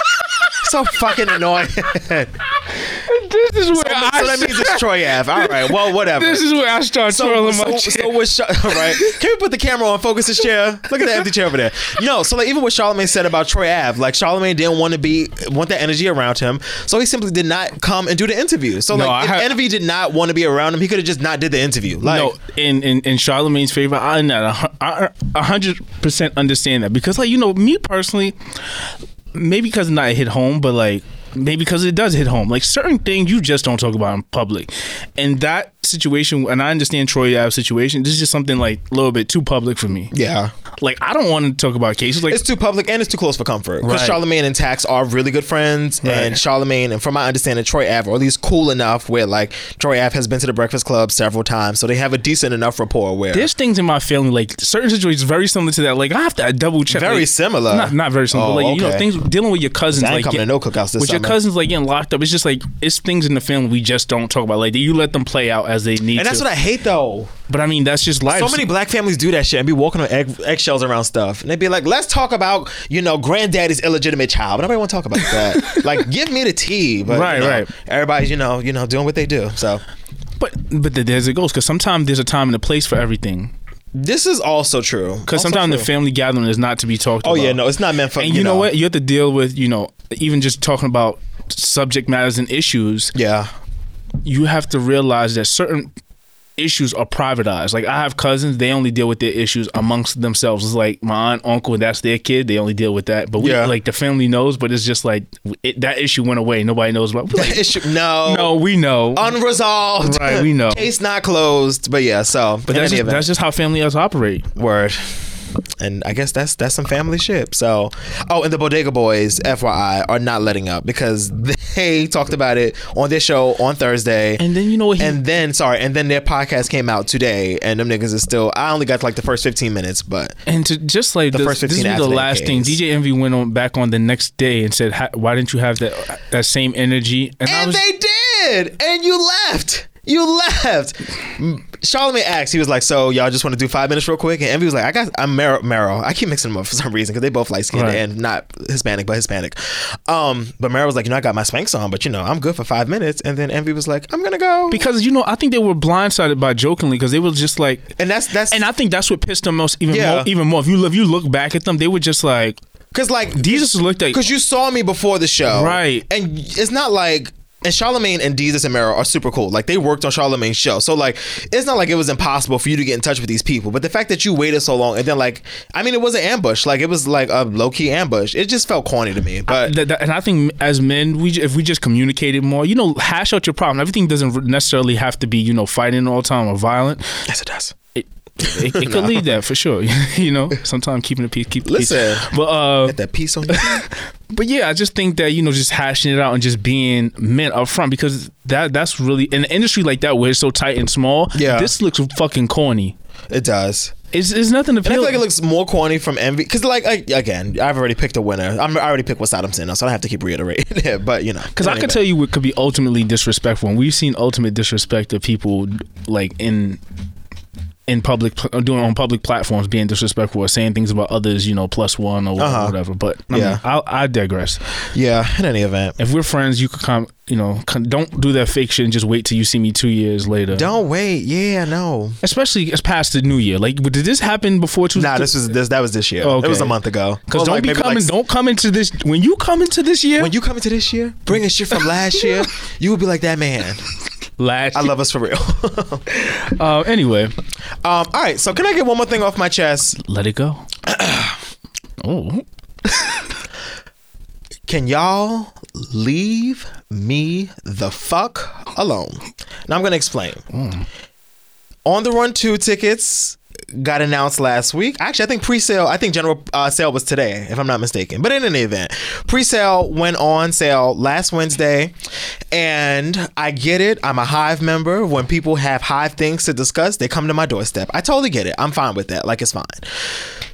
[SPEAKER 7] so fucking annoying. so,
[SPEAKER 6] this is where
[SPEAKER 7] that means it's Troy Ave. All right, well, whatever.
[SPEAKER 6] this is where I start
[SPEAKER 7] So,
[SPEAKER 6] twirling my
[SPEAKER 7] so,
[SPEAKER 6] chair.
[SPEAKER 7] so with Sha- all right? Can we put the camera on? Focus the chair. Look at the empty chair over there. No, so like even what Charlemagne said about Troy Ave, like Charlemagne didn't want to be want that energy around him, so he simply did not come and do the interview. So
[SPEAKER 6] No, I
[SPEAKER 7] like if
[SPEAKER 6] have-
[SPEAKER 7] Envy did not want to be around him, he could have just not did the interview. Like
[SPEAKER 6] no, in in, in Charlemagne's favor, I not a hun- I- a hundred percent understand that because like you know me personally, maybe because not hit home, but like maybe because it does hit home. Like certain things you just don't talk about in public, and that situation, and I understand Troy Ave's situation. This is just something like a little bit too public for me.
[SPEAKER 7] yeah.
[SPEAKER 6] Like I don't want to talk about cases like
[SPEAKER 7] It's too public and it's too close for comfort. Because
[SPEAKER 6] Right.
[SPEAKER 7] Charlemagne and Tax are really good friends, and
[SPEAKER 6] Right.
[SPEAKER 7] Charlemagne, and from my understanding, Troy Ave, or at least cool enough where like Troy Ave has been to the Breakfast Club several times, so they have a decent enough rapport. Where
[SPEAKER 6] there's things in my family like certain situations very similar to that. Like I have to double check.
[SPEAKER 7] Very
[SPEAKER 6] like-
[SPEAKER 7] similar.
[SPEAKER 6] Not, not very similar.
[SPEAKER 7] Oh,
[SPEAKER 6] but like you know
[SPEAKER 7] okay.
[SPEAKER 6] things dealing with your cousins.
[SPEAKER 7] I ain't
[SPEAKER 6] like
[SPEAKER 7] coming
[SPEAKER 6] get-
[SPEAKER 7] to no cookouts this
[SPEAKER 6] With your
[SPEAKER 7] summer.
[SPEAKER 6] cousins like getting locked up, it's just like it's things in the family we just don't talk about. Like you let them play out as they need.
[SPEAKER 7] and that's
[SPEAKER 6] to.
[SPEAKER 7] what I hate though.
[SPEAKER 6] But I mean that's just life.
[SPEAKER 7] So many black families do that shit and be walking on egg, eggshells around stuff. And they'd be like, let's talk about, you know, granddaddy's illegitimate child. But nobody want to talk about that. like, give me the tea. But, you
[SPEAKER 6] Right,
[SPEAKER 7] know,
[SPEAKER 6] right.
[SPEAKER 7] Everybody's, you know, you know, doing what they do. So
[SPEAKER 6] But but th- there's it goes because sometimes there's a time and a place for everything.
[SPEAKER 7] this is also true.
[SPEAKER 6] Because
[SPEAKER 7] Also
[SPEAKER 6] sometimes the
[SPEAKER 7] true.
[SPEAKER 6] family gathering is not to be talked
[SPEAKER 7] Oh,
[SPEAKER 6] about.
[SPEAKER 7] yeah, no, it's not meant for-
[SPEAKER 6] And
[SPEAKER 7] you
[SPEAKER 6] you, know,
[SPEAKER 7] know.
[SPEAKER 6] what? You have to deal with you know even just talking about subject matters and issues.
[SPEAKER 7] Yeah.
[SPEAKER 6] you have to realize that certain issues are privatized. Like I have cousins, they only deal with their issues amongst themselves. It's like my aunt, uncle, that's their kid. They only deal with that. But we
[SPEAKER 7] Yeah.
[SPEAKER 6] like the family knows, but it's just like it, that issue went away. Nobody knows about. We're like,
[SPEAKER 7] Issue, no.
[SPEAKER 6] no, we know.
[SPEAKER 7] Unresolved.
[SPEAKER 6] Right, we know.
[SPEAKER 7] Case not closed. But yeah, so.
[SPEAKER 6] but
[SPEAKER 7] in
[SPEAKER 6] that's
[SPEAKER 7] any
[SPEAKER 6] just,
[SPEAKER 7] event.
[SPEAKER 6] that's just how family us operate.
[SPEAKER 7] Word. And I guess that's that's some family ship. So, oh, and the Bodega Boys, FYI, are not letting up because they talked about it on their show on Thursday.
[SPEAKER 6] And then you know what he-
[SPEAKER 7] and then sorry, and then their podcast came out today, and them niggas is still. I only got to like the first fifteen minutes, but
[SPEAKER 6] And to just like
[SPEAKER 7] The
[SPEAKER 6] this,
[SPEAKER 7] first
[SPEAKER 6] this
[SPEAKER 7] 15
[SPEAKER 6] was the
[SPEAKER 7] athlete
[SPEAKER 6] last thing.
[SPEAKER 7] case.
[SPEAKER 6] DJ Envy went on back on the next day and said, "How- "Why didn't you have that that same energy?" I
[SPEAKER 7] and
[SPEAKER 6] was-
[SPEAKER 7] they did, and you left. You left. Charlemagne asked. He was like, "So y'all just want to do five minutes real quick?" And Envy was like, "I got. I'm Mero. Mero. I keep mixing them up for some reason because they both light skinned
[SPEAKER 6] Right.
[SPEAKER 7] and not Hispanic, but Hispanic." Um, but Mero was like, "You know, I got my spanks on, but you know, I'm good for five minutes." And then Envy was like, "I'm gonna go."
[SPEAKER 6] because you know, I think they were blindsided by jokingly because they were just like,
[SPEAKER 7] and that's that's
[SPEAKER 6] And I think that's what pissed them most even
[SPEAKER 7] Yeah.
[SPEAKER 6] more. Even more, if you if you look back at them, they were just like
[SPEAKER 7] because like
[SPEAKER 6] these just looked like
[SPEAKER 7] because you saw me before the show,
[SPEAKER 6] Right.
[SPEAKER 7] And it's not like. And Charlemagne and Jesus and Mero are super cool. Like they worked on Charlemagne's show, so like it's not like it was impossible for you to get in touch with these people. But the fact that you waited so long and then like, I mean, it was an ambush. Like it was like a low key ambush. It just felt corny to me. But
[SPEAKER 6] That- that- and I think as men, we ju- if we just communicated more, you know, hash out your problem. Everything doesn't necessarily have to be you know fighting all the time or violent.
[SPEAKER 7] yes, it does.
[SPEAKER 6] It it, it could lead that for sure. you know, sometimes keeping the peace, keep the
[SPEAKER 7] Listen.
[SPEAKER 6] peace. But uh,
[SPEAKER 7] That piece on you.
[SPEAKER 6] but yeah, I just think that you know, just hashing it out and just being men up front because that that's really in an industry like that where it's so tight and small.
[SPEAKER 7] Yeah.
[SPEAKER 6] this looks fucking corny.
[SPEAKER 7] it does.
[SPEAKER 6] It's, it's nothing
[SPEAKER 7] And I
[SPEAKER 6] appealing.
[SPEAKER 7] feel like it looks more corny from envy because, like, I, again, I've already picked a winner. I'm, I already picked what side I'm sitting on, so I don't have to keep reiterating it. But you know,
[SPEAKER 6] Because I
[SPEAKER 7] anyway.
[SPEAKER 6] could tell you what could be ultimately disrespectful, and we've seen ultimate disrespect of people like in in public pl- uh, doing on public platforms being disrespectful or saying things about others, you know, plus one or whatever. whatever. But I
[SPEAKER 7] Uh-huh. Yeah.
[SPEAKER 6] mean, I'll, I digress.
[SPEAKER 7] Yeah. In any event,
[SPEAKER 6] If we're friends, you could come, you know, con- don't do that fake shit and just wait till you see me two years later.
[SPEAKER 7] don't wait. Yeah, no.
[SPEAKER 6] especially as past the new year. Like, did this happen before? Two-
[SPEAKER 7] Nah, this was this that was this year.
[SPEAKER 6] Okay.
[SPEAKER 7] It was a month ago.
[SPEAKER 6] Because
[SPEAKER 7] Well,
[SPEAKER 6] don't
[SPEAKER 7] like,
[SPEAKER 6] be
[SPEAKER 7] maybe
[SPEAKER 6] coming.
[SPEAKER 7] like-
[SPEAKER 6] don't come into this when you come into this year.
[SPEAKER 7] When you come into this year, bringing shit from last year, you would be like that man.
[SPEAKER 6] last.
[SPEAKER 7] I love us for real.
[SPEAKER 6] Uh, anyway,
[SPEAKER 7] um, all right, so can I get one more thing off my chest?
[SPEAKER 6] let it go. oh.
[SPEAKER 7] Can y'all leave me the fuck alone? And I'm going to explain. On the Run 2 tickets got announced last week. Actually, I think pre-sale, I think general uh, sale was today, if I'm not mistaken. But in any event, pre-sale went on sale last Wednesday, and I get it. I'm a Hive member. When people have Hive things to discuss, they come to my doorstep. I totally get it. I'm fine with that. Like it's fine.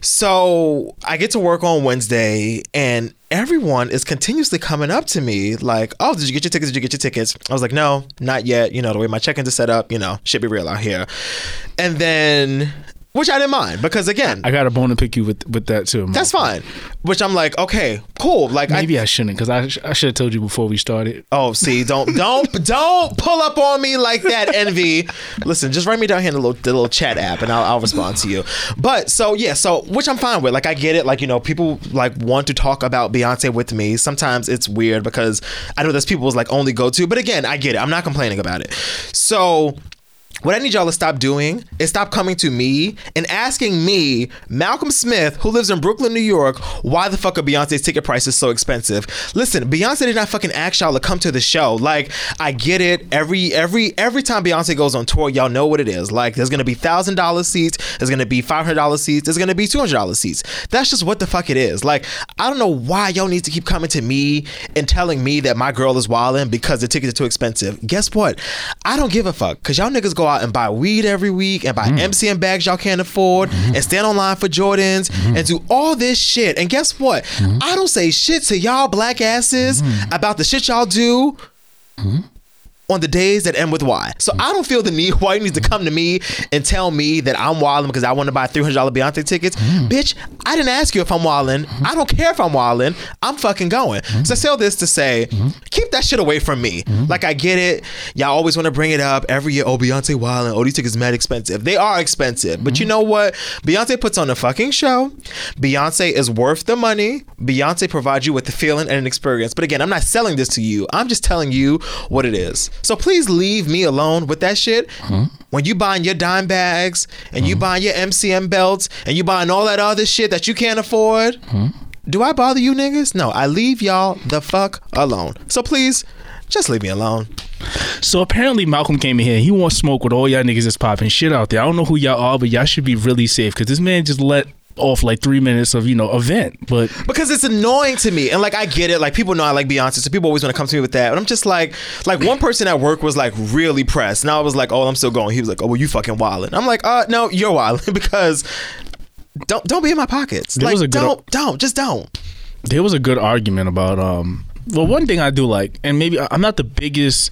[SPEAKER 7] So I get to work on Wednesday, and everyone is continuously coming up to me like, "Oh, did you get your tickets? Did you get your tickets?" I was like, "No, not yet." You know, the way my check-ins are set up, you know, should be real out here. And then, which I didn't mind because again,
[SPEAKER 6] I got a bone to pick you with with that too. man.
[SPEAKER 7] that's fine. Which I'm like, okay, cool. Like,
[SPEAKER 6] Maybe
[SPEAKER 7] I,
[SPEAKER 6] I shouldn't because I sh- I should have told you before we started.
[SPEAKER 7] oh, see, don't, don't, don't pull up on me like that, envy. Listen, just write me down here in the little, the little chat app, and I'll, I'll respond to you. But so yeah, so which I'm fine with. Like, I get it. Like, you know, people like want to talk about Beyonce with me. Sometimes it's weird because I know there's people's like only go to. But again, I get it. I'm not complaining about it. So what I need y'all to stop doing is stop coming to me and asking me, Malcolm Smith, who lives in Brooklyn, New York, why the fuck are Beyonce's ticket prices so expensive? Listen, Beyonce did not fucking ask y'all to come to the show. Like, I get it. Every every every time Beyonce goes on tour, y'all know what it is. Like, there's gonna be thousand dollar seats, there's gonna be five hundred dollar seats, there's gonna be two hundred dollar seats. That's just what the fuck it is. Like, I don't know why y'all need to keep coming to me and telling me that my girl is wildin' because the tickets are too expensive. Guess what? I don't give a fuck because y'all niggas go out and buy weed every week and buy MCM bags y'all can't afford and stand online for Jordans and do all this shit. And guess what? I don't say shit to y'all black asses about the shit y'all do on the days that end with Y. So I don't feel the need why you need to come to me and tell me that I'm wilding because I want to buy $300 Beyonce tickets. Bitch, I didn't ask you if I'm wilding. I don't care if I'm wilding. I'm fucking going. So I say all this to say, keep that shit away from me. Like I get it. Y'all always want to bring it up every year. Oh, Beyonce wilding. Oh, these tickets mad expensive. They are expensive. But you know what? Beyonce puts on a fucking show. Beyonce is worth the money. Beyonce provides you with the feeling and an experience. But again, I'm not selling this to you. I'm just telling you what it is. So please leave me alone with that shit. When you buying your dime bags and you buying your MCM belts and you buying all that other shit that you can't afford, do I bother you niggas? No, I leave y'all the fuck alone. So please, just leave me alone.
[SPEAKER 6] So apparently Malcolm came in here. He wants smoke with all y'all niggas that's popping shit out there. I don't know who y'all are, but y'all should be really safe because this man just let off like three minutes of you know event. But
[SPEAKER 7] because it's annoying to me. And like I get it, like people know I like Beyonce, so people always want to come to me with that. But I'm just like, like one person at work was like really pressed, and I was like, oh, I'm still going. He was like, oh, well, you fucking wildin'. I'm like, uh, no, you're wildin' because don't don't be in my pockets.
[SPEAKER 6] There
[SPEAKER 7] like
[SPEAKER 6] was a good-
[SPEAKER 7] don't don't just don't.
[SPEAKER 6] there was a good argument about um. Well, one thing I do like, and maybe I- I'm not the biggest.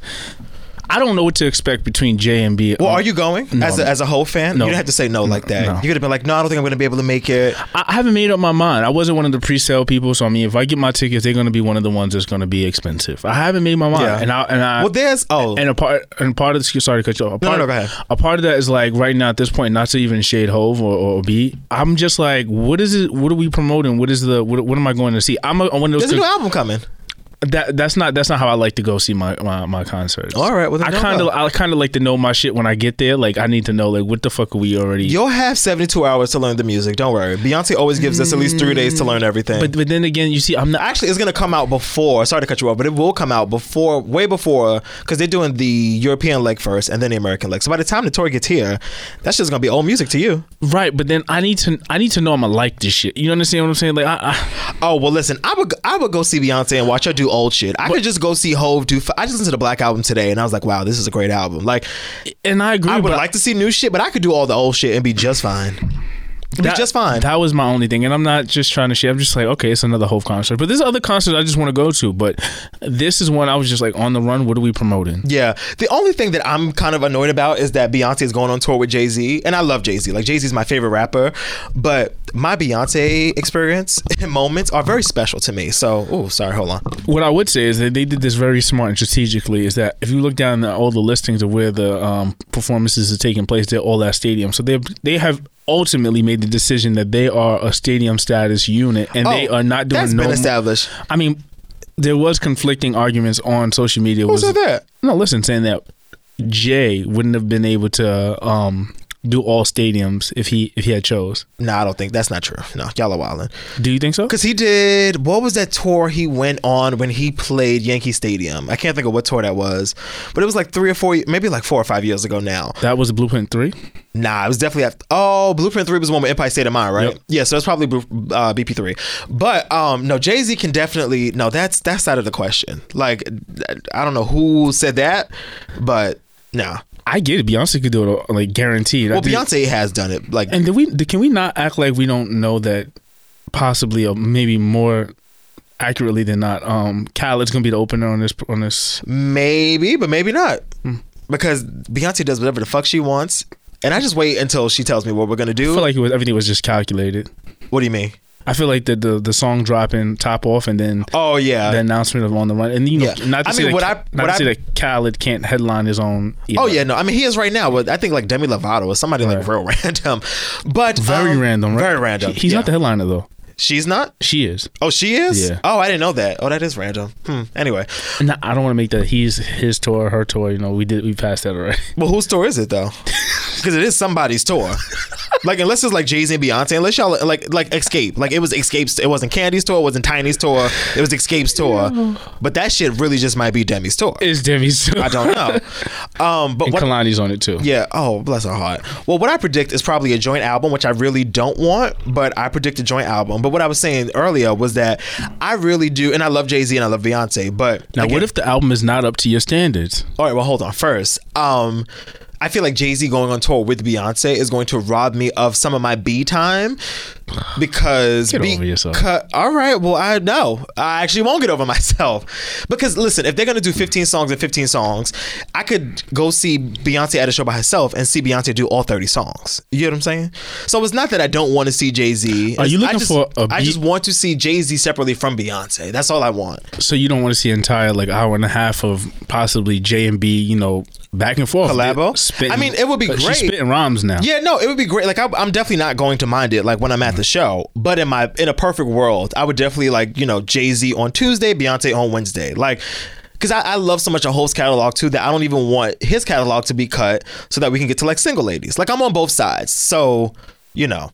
[SPEAKER 6] I don't know what to expect between J and B.
[SPEAKER 7] Well,
[SPEAKER 6] Um,
[SPEAKER 7] are you going
[SPEAKER 6] no,
[SPEAKER 7] as a,
[SPEAKER 6] I'm-
[SPEAKER 7] as a whole fan?
[SPEAKER 6] No.
[SPEAKER 7] You didn't have to say no like that.
[SPEAKER 6] No.
[SPEAKER 7] You could have been like, no, I don't think I'm gonna be able to make it.
[SPEAKER 6] I I haven't made up my mind. I wasn't one of the pre-sale people, so I mean, if I get my tickets, they're going to be one of the ones that's going to be expensive. I haven't made my mind,
[SPEAKER 7] Yeah.
[SPEAKER 6] and I and I
[SPEAKER 7] Well, there's oh,
[SPEAKER 6] and a part and part of the sorry to cut you off. A
[SPEAKER 7] No,
[SPEAKER 6] part,
[SPEAKER 7] no, go ahead.
[SPEAKER 6] A part of that is like right now at this point, not to even shade Hove or, or B. I'm just like, what is it? What are we promoting? What is the? What, what am I going to see? I'm a, I'm one of those.
[SPEAKER 7] there's a new
[SPEAKER 6] cons-
[SPEAKER 7] album coming.
[SPEAKER 6] that that's not that's not how I like to go see my my, my concerts.
[SPEAKER 7] All right, well, then
[SPEAKER 6] I
[SPEAKER 7] don't
[SPEAKER 6] kind of
[SPEAKER 7] go.
[SPEAKER 6] I kind of like to know my shit when I get there. Like I need to know like what the fuck are we already.
[SPEAKER 7] You'll have 72 hours to learn the music. Don't worry. Beyonce always gives us at least three days to learn everything.
[SPEAKER 6] but but then again, you see, I'm not.
[SPEAKER 7] actually it's going to come out before sorry to cut you off but it will come out before way before because they're doing the european leg first and then the american leg so by the time the tour gets here that's just going to be old music to you
[SPEAKER 6] Right, but then I need to I need to know I'm gonna like this shit. You understand what I'm saying? Like I, I
[SPEAKER 7] oh well listen i would i would go see beyonce and watch her do old shit i could just go see hove do i just listened to the black album today and i was like wow this is a great album like
[SPEAKER 6] and I agree.
[SPEAKER 7] i would
[SPEAKER 6] but
[SPEAKER 7] like to see new shit but i could do all the old shit and be just fine be
[SPEAKER 6] that-
[SPEAKER 7] just fine
[SPEAKER 6] That was my only thing, and I'm not just trying to shit. I'm just like, okay, it's another Hope concert, but there's other concerts I just want to go to. But this is one I was just like on the run. What are we promoting?
[SPEAKER 7] Yeah. The only thing that I'm kind of annoyed about is that Beyonce is going on tour with Jay Z, and I love Jay Z. Like Jay Z is my favorite rapper, but my Beyonce experience and moments are very special to me. So, oh, sorry, hold on.
[SPEAKER 6] What I would say is that they did this very smart and strategically. Is that if you look down at all the listings of where the um, performances are taking place, they're all at stadium. So they they have ultimately made the decision that they are a stadium status unit, and they
[SPEAKER 7] Oh,
[SPEAKER 6] are not doing
[SPEAKER 7] That's
[SPEAKER 6] no.
[SPEAKER 7] been
[SPEAKER 6] mo-
[SPEAKER 7] established.
[SPEAKER 6] I mean, there was conflicting arguments on social media.
[SPEAKER 7] Who
[SPEAKER 6] was
[SPEAKER 7] said that?
[SPEAKER 6] No, listen, saying that Jay wouldn't have been able to um, do all stadiums if he if he had chose.
[SPEAKER 7] No, I don't think that's not true. No, y'all are wildin'.
[SPEAKER 6] Do you think so?
[SPEAKER 7] Cause he did. What was that tour he went on when he played Yankee Stadium? I can't think of what tour that was, but it was like three or four, maybe like four or five years ago now.
[SPEAKER 6] That was Blueprint Three.
[SPEAKER 7] Nah, it was definitely after. Oh, Blueprint Three was the one with Empire State of Mind, right? Yeah, so that's probably Blu- uh, BP Three. But um, no, Jay Z can definitely. No, that's that's out of the question. Like, I don't know who said that, but nah.
[SPEAKER 6] I get it. Beyonce could do it like guaranteed.
[SPEAKER 7] Well,
[SPEAKER 6] I think-
[SPEAKER 7] Beyonce has done it. Like,
[SPEAKER 6] And did we did- can we not act like we don't know that possibly or maybe more accurately than not um Khaled's going to be the opener on this on this
[SPEAKER 7] Maybe, but maybe not.
[SPEAKER 6] Hmm.
[SPEAKER 7] Because Beyonce does whatever the fuck she wants. And I just wait until she tells me what we're gonna
[SPEAKER 6] I
[SPEAKER 7] do.
[SPEAKER 6] feel like it was everything was just calculated.
[SPEAKER 7] what do you mean?
[SPEAKER 6] I feel like the the, the song dropping top off and then
[SPEAKER 7] Oh yeah.
[SPEAKER 6] the announcement of on the run and you know
[SPEAKER 7] Yeah.
[SPEAKER 6] not to
[SPEAKER 7] I
[SPEAKER 6] say
[SPEAKER 7] mean,
[SPEAKER 6] that,
[SPEAKER 7] what
[SPEAKER 6] Ka-
[SPEAKER 7] I-
[SPEAKER 6] not
[SPEAKER 7] what
[SPEAKER 6] to
[SPEAKER 7] I-
[SPEAKER 6] say that Khaled can't headline his own
[SPEAKER 7] oh
[SPEAKER 6] either.
[SPEAKER 7] yeah, no. I mean he is right now, but I think like Demi Lovato or somebody like real random. But
[SPEAKER 6] very
[SPEAKER 7] um,
[SPEAKER 6] random right?
[SPEAKER 7] Very random.
[SPEAKER 6] He- he's
[SPEAKER 7] Yeah.
[SPEAKER 6] not the headliner though
[SPEAKER 7] She's not?
[SPEAKER 6] she is
[SPEAKER 7] Oh, she is?
[SPEAKER 6] Yeah.
[SPEAKER 7] Oh, I didn't know that. Oh, that is random. Hmm. Anyway.
[SPEAKER 6] and I- I don't want to make that he's his tour her tour you know we did we passed that already
[SPEAKER 7] Well, whose tour is it though? Because it is somebody's tour. like unless it's like Jay Z and Beyonce, unless y'all like like Escape. Like it was Escape's. It wasn't Candy's tour. It wasn't Tiny's tour. It was Escape's tour. But that shit really just might be Demi's tour.
[SPEAKER 6] is Demi's tour
[SPEAKER 7] I don't know. Um, but
[SPEAKER 6] and
[SPEAKER 7] what?
[SPEAKER 6] Kalani's on it too
[SPEAKER 7] Yeah. Oh, bless her heart. Well, what I predict is probably a joint album, which I really don't want, but I predict a joint album. But what I was saying earlier was that I really do, and I love Jay Z and I love Beyonce, but
[SPEAKER 6] now
[SPEAKER 7] again-
[SPEAKER 6] what if the album is not up to your standards
[SPEAKER 7] all right, well, hold on. First, um, I feel like Jay Z going on tour with Beyonce is going to rob me of some of my B time because
[SPEAKER 6] Get over yourself.
[SPEAKER 7] beca- all right, well, I know I actually won't get over myself because listen, if they're gonna do 15 songs and 15 songs, I could go see Beyonce at a show by herself and see Beyonce do all 30 songs. You know what I'm saying? So it's not that I don't want to see Jay Z.
[SPEAKER 6] Are you looking
[SPEAKER 7] I just,
[SPEAKER 6] for a
[SPEAKER 7] I
[SPEAKER 6] beat-
[SPEAKER 7] just want to see Jay Z separately from Beyonce. That's all I want.
[SPEAKER 6] So you don't want to see an entire like hour and a half of possibly J and B, you know, back and forth
[SPEAKER 7] Collabo?
[SPEAKER 6] Spitting-
[SPEAKER 7] I mean, it would be
[SPEAKER 6] but
[SPEAKER 7] great.
[SPEAKER 6] She's spitting rhymes now.
[SPEAKER 7] Yeah, no, it would be great. Like I, I'm definitely not going to mind it. Like when I'm at the show, but in my in a perfect world, I would definitely like you know Jay Z on Tuesday, Beyonce on Wednesday, like. Cause I, I love so much a host catalog too that I don't even want his catalog to be cut so that we can get to like single ladies. Like I'm on both sides, so you know.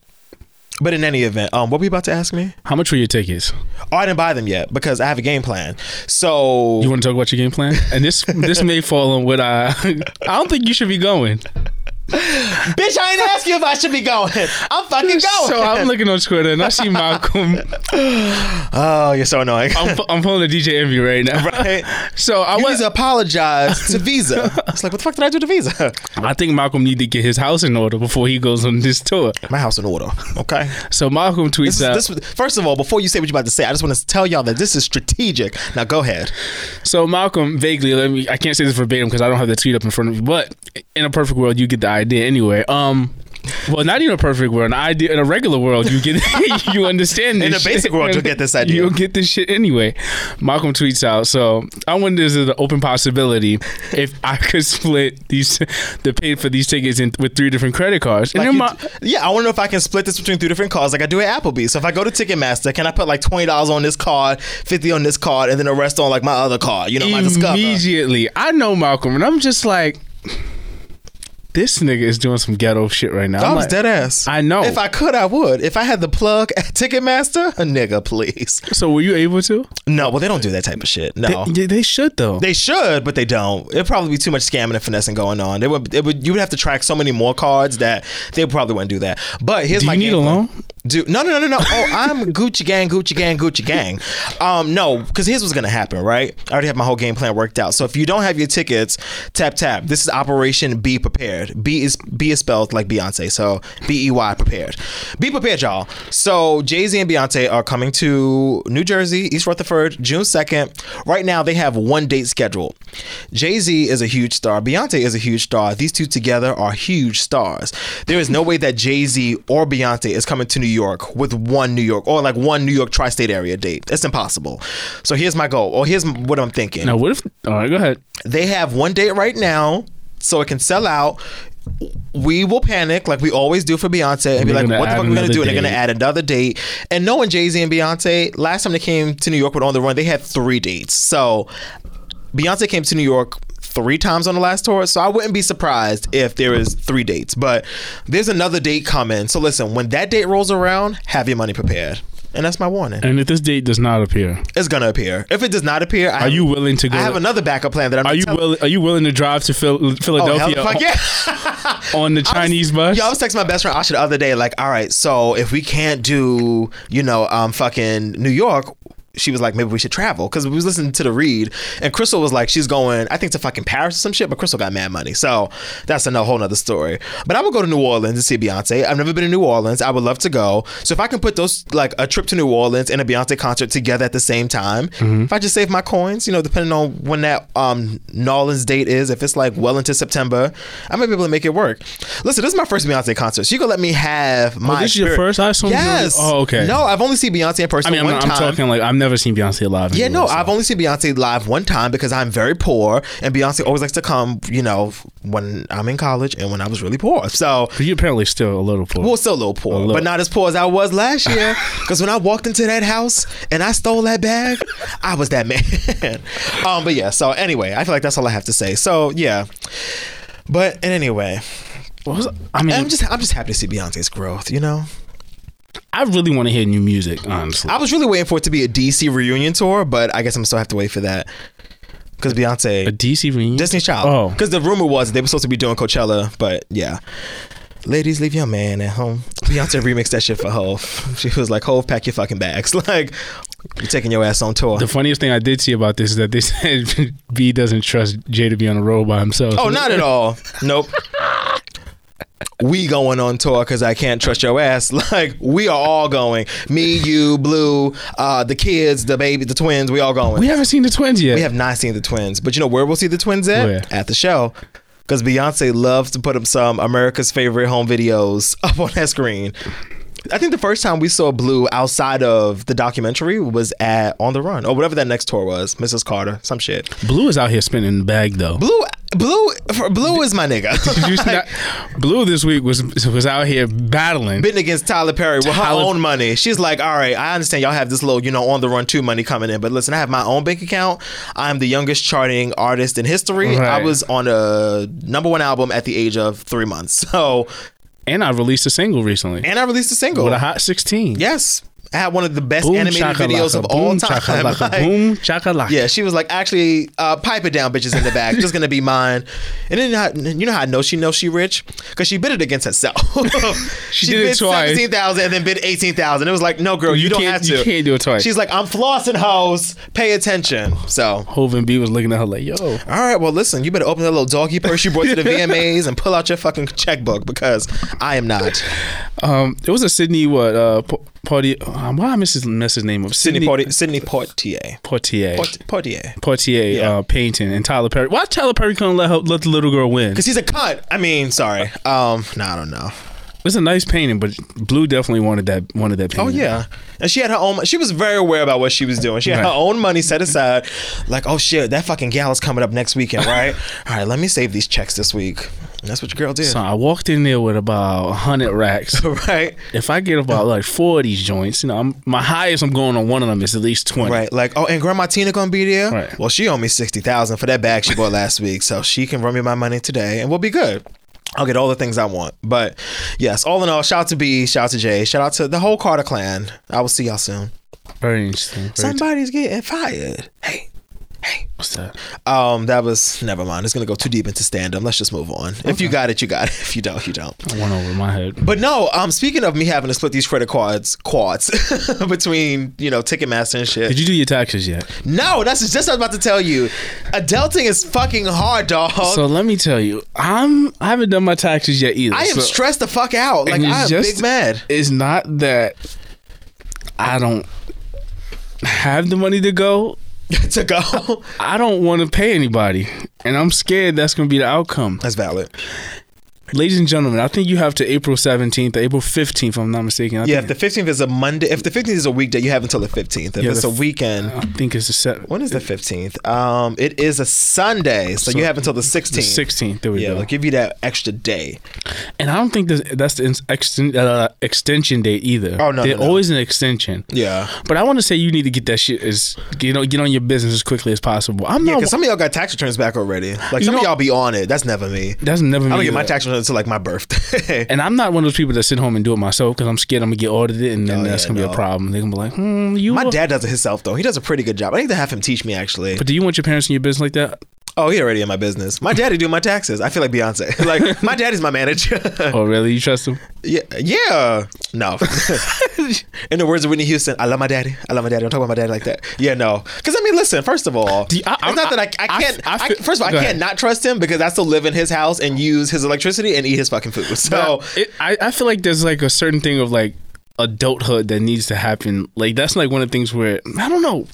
[SPEAKER 7] But in any event, um, what were you about to ask me?
[SPEAKER 6] How much were your tickets?
[SPEAKER 7] Oh, I didn't buy them yet because I have a game plan. So
[SPEAKER 6] You want to talk about your game plan? And this this may fall on what I I don't think you should be going.
[SPEAKER 7] bitch, I ain't ask you if I should be going. I'm fucking going.
[SPEAKER 6] So I'm looking on Twitter and I see Malcolm.
[SPEAKER 7] oh, you're so annoying.
[SPEAKER 6] I'm, I'm pulling the DJ Envy right now.
[SPEAKER 7] Right.
[SPEAKER 6] So I
[SPEAKER 7] I
[SPEAKER 6] was.
[SPEAKER 7] need to apologize to Visa. It's like, what the fuck did I do to Visa?
[SPEAKER 6] I think Malcolm need to get his house in order before he goes on this tour.
[SPEAKER 7] My house in order. Okay.
[SPEAKER 6] So Malcolm tweets
[SPEAKER 7] This
[SPEAKER 6] out.
[SPEAKER 7] is, this, first of all, before you say what you're about to say, I just want to tell y'all that this is strategic. Now go ahead.
[SPEAKER 6] So Malcolm, vaguely, let me. I can't say this verbatim because I don't have the tweet up in front of me. But in a perfect world, you get the idea anyway. Um, well, not even a perfect world. An idea in a regular world, you get you understand. This
[SPEAKER 7] In a
[SPEAKER 6] shit.
[SPEAKER 7] basic world, you'll get this idea.
[SPEAKER 6] You'll get this shit anyway. Malcolm tweets out. So I wonder is it an open possibility if I could split these the pay for these tickets in, with three different credit cards? And
[SPEAKER 7] Like
[SPEAKER 6] then
[SPEAKER 7] you-
[SPEAKER 6] Ma-
[SPEAKER 7] yeah, I want to know if I can split this between three different cards, like I do at Applebee's. So if I go to Ticketmaster, can I put like twenty dollars on this card, fifty on this card, and then the rest on like my other card? You know, my Discover.
[SPEAKER 6] immediately. I know Malcolm, and I'm just like, this nigga is doing some ghetto shit right now.
[SPEAKER 7] I
[SPEAKER 6] I'm
[SPEAKER 7] was
[SPEAKER 6] like-
[SPEAKER 7] dead ass.
[SPEAKER 6] I know.
[SPEAKER 7] If I could, I would. If I had the plug at Ticketmaster, nigga, please.
[SPEAKER 6] So were you able to?
[SPEAKER 7] No, well, they don't do that type of shit. No,
[SPEAKER 6] They, they should though.
[SPEAKER 7] They should, but they don't. It'd probably be too much scamming and finessing going on. They would, it would, you would have to track so many more cards that they probably wouldn't do that. But here's
[SPEAKER 6] Do
[SPEAKER 7] my
[SPEAKER 6] you need
[SPEAKER 7] game
[SPEAKER 6] a
[SPEAKER 7] plan.
[SPEAKER 6] loan?
[SPEAKER 7] Do no, no, no, no, no. Oh, I'm Gucci gang, Gucci gang, Gucci gang. Um, no, because here's what's gonna happen, right? I already have my whole game plan worked out. So if you don't have your tickets, tap tap. This is Operation Be Prepared. B is B is spelled like Beyonce, so B E Y prepared. Be prepared, y'all. So Jay Z and Beyonce are coming to New Jersey, East Rutherford, June second. Right now they have one date scheduled. Jay Z is a huge star. Beyonce is a huge star. These two together are huge stars. There is no way that Jay Z or Beyonce is coming to New York with one New York or like one New York tri state area date. It's impossible. So here's my goal, or here's what I'm thinking
[SPEAKER 6] now what if? All right, go ahead.
[SPEAKER 7] they have one date right now so it can sell out we will panic like we always do for Beyonce and be
[SPEAKER 6] They're
[SPEAKER 7] like,
[SPEAKER 6] gonna
[SPEAKER 7] what the
[SPEAKER 6] add
[SPEAKER 7] fuck are we gonna
[SPEAKER 6] another
[SPEAKER 7] do? And they're gonna
[SPEAKER 6] date.
[SPEAKER 7] add another date. And knowing Jay Z and Beyonce, last time they came to New York with On the Run, they had three dates. So Beyonce came to New York three times on the last tour, so I wouldn't be surprised if there is three dates. But there's another date coming. So listen, when that date rolls around, have your money prepared. And that's my warning.
[SPEAKER 6] And if this date does not appear,
[SPEAKER 7] It's gonna appear. If it does not appear, I
[SPEAKER 6] Are you willing to go
[SPEAKER 7] I have
[SPEAKER 6] to-
[SPEAKER 7] another backup plan that I'm.
[SPEAKER 6] are
[SPEAKER 7] not
[SPEAKER 6] you
[SPEAKER 7] telling-
[SPEAKER 6] will, are you willing to drive to Phil,
[SPEAKER 7] Oh, hell
[SPEAKER 6] Philadelphia
[SPEAKER 7] the fuck yeah!
[SPEAKER 6] on, on the Chinese bus?
[SPEAKER 7] Yo, I was texting my best friend Asha the other day, like, all right, so if we can't do, you know, um, fucking New York, she was like, maybe we should travel because we was listening to the read, and Crystal was like, she's going, I think to fucking Paris or some shit, but Crystal got mad money, so that's a no- whole nother story. But I would go to New Orleans and see Beyonce. I've never been to New Orleans. I would love to go. So if I can put those like a trip to New Orleans and a Beyonce concert together at the same time,
[SPEAKER 6] Mm-hmm.
[SPEAKER 7] if I just save my coins, you know, depending on when that um New Orleans date is, if it's like well into September, I might be able to make it work. Listen, this is my first Beyonce concert. So you gonna let me have my.
[SPEAKER 6] Oh, this is your
[SPEAKER 7] experience.
[SPEAKER 6] first? I assume you-
[SPEAKER 7] Yes.
[SPEAKER 6] oh, okay.
[SPEAKER 7] No, I've only seen Beyonce in person
[SPEAKER 6] I mean, I'm,
[SPEAKER 7] one
[SPEAKER 6] not-
[SPEAKER 7] time.
[SPEAKER 6] I'm talking like I've never seen Beyonce live.
[SPEAKER 7] Yeah,
[SPEAKER 6] anyway,
[SPEAKER 7] no,
[SPEAKER 6] so-
[SPEAKER 7] I've only seen Beyonce live one time because I'm very poor, and Beyonce always likes to come, you know, when I'm in college and when I was really poor. So
[SPEAKER 6] But you're apparently still a little poor.
[SPEAKER 7] well, still a little poor,
[SPEAKER 6] little.
[SPEAKER 7] but not as poor as I was last year. Because when I walked into that house and I stole that bag, I was that man. um, but yeah. So anyway, I feel like that's all I have to say. So yeah. But and anyway,
[SPEAKER 6] What was- I mean,
[SPEAKER 7] I'm just I'm just happy to see Beyonce's growth. You know,
[SPEAKER 6] I really want to hear new music. Honestly,
[SPEAKER 7] I was really waiting for it to be a DC reunion tour, but I guess I'm still have to wait for that because
[SPEAKER 6] a
[SPEAKER 7] Beyonce
[SPEAKER 6] DC reunion.
[SPEAKER 7] Disney Child.
[SPEAKER 6] Oh.
[SPEAKER 7] because the rumor was they were supposed to be doing Coachella, but yeah. Ladies, leave your man at home. Beyonce remixed that shit for Hove. She was like, Hove, pack your fucking bags. Like, you're taking your ass on tour.
[SPEAKER 6] The funniest thing I did see about this is that they said B doesn't trust Jay to be on the road by himself.
[SPEAKER 7] oh, not at all. Nope. We going on tour because I can't trust your ass. Like, we are all going. Me, you, Blue, uh, the kids, the baby, the twins, we all going.
[SPEAKER 6] We haven't seen the twins yet.
[SPEAKER 7] We have not seen the twins, but you know where we'll see the twins at?
[SPEAKER 6] Where?
[SPEAKER 7] At the show. Because Beyonce loves to put up some America's favorite home videos up on that screen. I think the first time we saw Blue outside of the documentary was at On the Run or whatever that next tour was, Mrs. Carter, some shit.
[SPEAKER 6] Blue is out here spinning the bag though.
[SPEAKER 7] Blue, Blue, for Blue is my nigga.
[SPEAKER 6] Did you see that? Blue this week was was out here battling.
[SPEAKER 7] Been against Tyler Perry with
[SPEAKER 6] Tyler-
[SPEAKER 7] her own money. She's like, all right, I understand y'all have this little, you know, on the run two money coming in, but listen, I have my own bank account. I'm the youngest charting artist in history. I
[SPEAKER 6] Right.
[SPEAKER 7] was on a number one album at the age of three months. So,
[SPEAKER 6] and I released a single recently
[SPEAKER 7] and I released a single.
[SPEAKER 6] with a hot sixteen.
[SPEAKER 7] yes, I had one of the best
[SPEAKER 6] Boom
[SPEAKER 7] Oh. animated
[SPEAKER 6] chakalaka,
[SPEAKER 7] videos of
[SPEAKER 6] boom,
[SPEAKER 7] all time.
[SPEAKER 6] chakalaka,
[SPEAKER 7] Like,
[SPEAKER 6] boom chakalaka.
[SPEAKER 7] Yeah, she was like, actually, uh, pipe it down, bitches in the back. Just gonna be mine. And then I- you know how I know she knows she rich because she bid it against herself.
[SPEAKER 6] She did it twice.
[SPEAKER 7] Seventeen thousand and then bid eighteen thousand. It was like, no, girl, you,
[SPEAKER 6] You
[SPEAKER 7] don't
[SPEAKER 6] can't-
[SPEAKER 7] have to.
[SPEAKER 6] you can't do it twice.
[SPEAKER 7] She's like, I'm flossing, hoes. Pay attention. So.
[SPEAKER 6] Hov and B was looking at her like, "Yo,
[SPEAKER 7] All right, well, listen, you better open that little doggy purse you brought to the VMAs and pull out your fucking checkbook because I am not.
[SPEAKER 6] um, it was a Sydney what uh P- party? Uh, why I miss his, miss his name of
[SPEAKER 7] Sydney, Porti- Sydney Portier.
[SPEAKER 6] Portier."
[SPEAKER 7] Port- Portier.
[SPEAKER 6] Portier
[SPEAKER 7] Yeah.
[SPEAKER 6] uh, painting and Tyler Perry. Why Tyler Perry couldn't let her, let the little girl win?
[SPEAKER 7] Because he's a cunt. I mean, sorry. Um, no, I don't know.
[SPEAKER 6] It's a nice painting, but Blue definitely wanted that wanted that painting.
[SPEAKER 7] Oh yeah, and she had her own. She was very aware about what she was doing. She had her
[SPEAKER 6] Right.
[SPEAKER 7] own money set aside. Like, oh shit, that fucking gala's coming up next weekend, right? All right, let me save these checks this week. And that's what your girl did,
[SPEAKER 6] So I walked in there with about hundred racks.
[SPEAKER 7] right?
[SPEAKER 6] if I get about like four of these joints, you know, I'm, my highest I'm going on one of them is at least twenty.
[SPEAKER 7] Right, like, oh, and Grandma Tina gonna be there.
[SPEAKER 6] Right.
[SPEAKER 7] Well, she owe me sixty thousand for that bag she bought last week, so she can run me my money today, and we'll be good. I'll get all the things I want. But yes, all in all, shout out to B, shout out to Jay, shout out to the whole Carter clan. I will see y'all soon.
[SPEAKER 6] Very interesting. Very
[SPEAKER 7] Somebody's getting fired. Hey.
[SPEAKER 6] what's that?
[SPEAKER 7] Um, that was never mind. It's gonna go too deep into stand up. Let's just move on. If you got it, you got it. If you don't, you don't.
[SPEAKER 6] One over my head.
[SPEAKER 7] But no, um, speaking of me having to split these credit cards, quads between you know Ticketmaster and shit.
[SPEAKER 6] Did you do your taxes yet?
[SPEAKER 7] no, that's just what I was about to tell you. Adulting is fucking hard, dog.
[SPEAKER 6] So let me tell you, I'm I haven't done my taxes yet either.
[SPEAKER 7] I am
[SPEAKER 6] so,
[SPEAKER 7] stressed the fuck out. Like
[SPEAKER 6] and it's
[SPEAKER 7] I'm
[SPEAKER 6] just-
[SPEAKER 7] big mad.
[SPEAKER 6] It's not that I don't have the money to go.
[SPEAKER 7] to go.
[SPEAKER 6] I don't want to pay anybody, and I'm scared that's going to be the outcome.
[SPEAKER 7] that's valid.
[SPEAKER 6] Ladies and gentlemen, I think you have to April 17th, April 15th, if I'm not mistaken. I
[SPEAKER 7] Yeah, if
[SPEAKER 6] think,
[SPEAKER 7] the 15th is a Monday, if the 15th is a weekday, you have until the 15th. If
[SPEAKER 6] Yeah,
[SPEAKER 7] it's
[SPEAKER 6] the
[SPEAKER 7] a
[SPEAKER 6] f-
[SPEAKER 7] weekend,
[SPEAKER 6] I think it's the set.
[SPEAKER 7] when is the 15th? Um, it is a Sunday, so, you have until the 16th.
[SPEAKER 6] The 16th. There we
[SPEAKER 7] Yeah,
[SPEAKER 6] go.
[SPEAKER 7] they'll give you that extra day.
[SPEAKER 6] and I don't think that's, that's the ins- exten- uh, extension date either.
[SPEAKER 7] Oh, no,
[SPEAKER 6] There's
[SPEAKER 7] no, no.
[SPEAKER 6] always an extension.
[SPEAKER 7] Yeah.
[SPEAKER 6] But I want to say you need to get that shit as you know get on your business as quickly as possible. I'm
[SPEAKER 7] Yeah,
[SPEAKER 6] not.
[SPEAKER 7] because some of y'all got tax returns back already. Like
[SPEAKER 6] You
[SPEAKER 7] some of
[SPEAKER 6] know-
[SPEAKER 7] y'all be on it. That's never me.
[SPEAKER 6] that's never.
[SPEAKER 7] I
[SPEAKER 6] me
[SPEAKER 7] don't get my
[SPEAKER 6] either.
[SPEAKER 7] tax return until like my birthday.
[SPEAKER 6] And I'm not one of those people that sit home and do it myself because I'm scared I'm gonna get audited and then
[SPEAKER 7] Oh,
[SPEAKER 6] that's
[SPEAKER 7] yeah,
[SPEAKER 6] gonna be
[SPEAKER 7] no.
[SPEAKER 6] a problem. They're gonna be like, hmm, you.
[SPEAKER 7] my
[SPEAKER 6] wa-
[SPEAKER 7] dad does it himself though. He does a pretty good job. I need to have him teach me actually.
[SPEAKER 6] But do you want your parents in your business like that?
[SPEAKER 7] Oh, he already in my business. My daddy do my taxes. I feel like Beyonce. like my daddy's my manager.
[SPEAKER 6] Oh, really? You trust them?
[SPEAKER 7] yeah, yeah. No. in the words of Whitney Houston, I love my daddy. I love my daddy. Don't talk about my daddy like that. Yeah, no. Because I mean, listen. First of all,
[SPEAKER 6] Do you- I- I-
[SPEAKER 7] it's not that I,
[SPEAKER 6] I-
[SPEAKER 7] I can't.
[SPEAKER 6] I-
[SPEAKER 7] I,
[SPEAKER 6] I feel-
[SPEAKER 7] first of all, I
[SPEAKER 6] go
[SPEAKER 7] can't
[SPEAKER 6] ahead.
[SPEAKER 7] not trust him because I still live in his house and use his electricity and eat his fucking food. So.
[SPEAKER 6] it, I, I feel like there's like a certain thing of like adulthood that needs to happen. Like that's like one of the things where I don't know.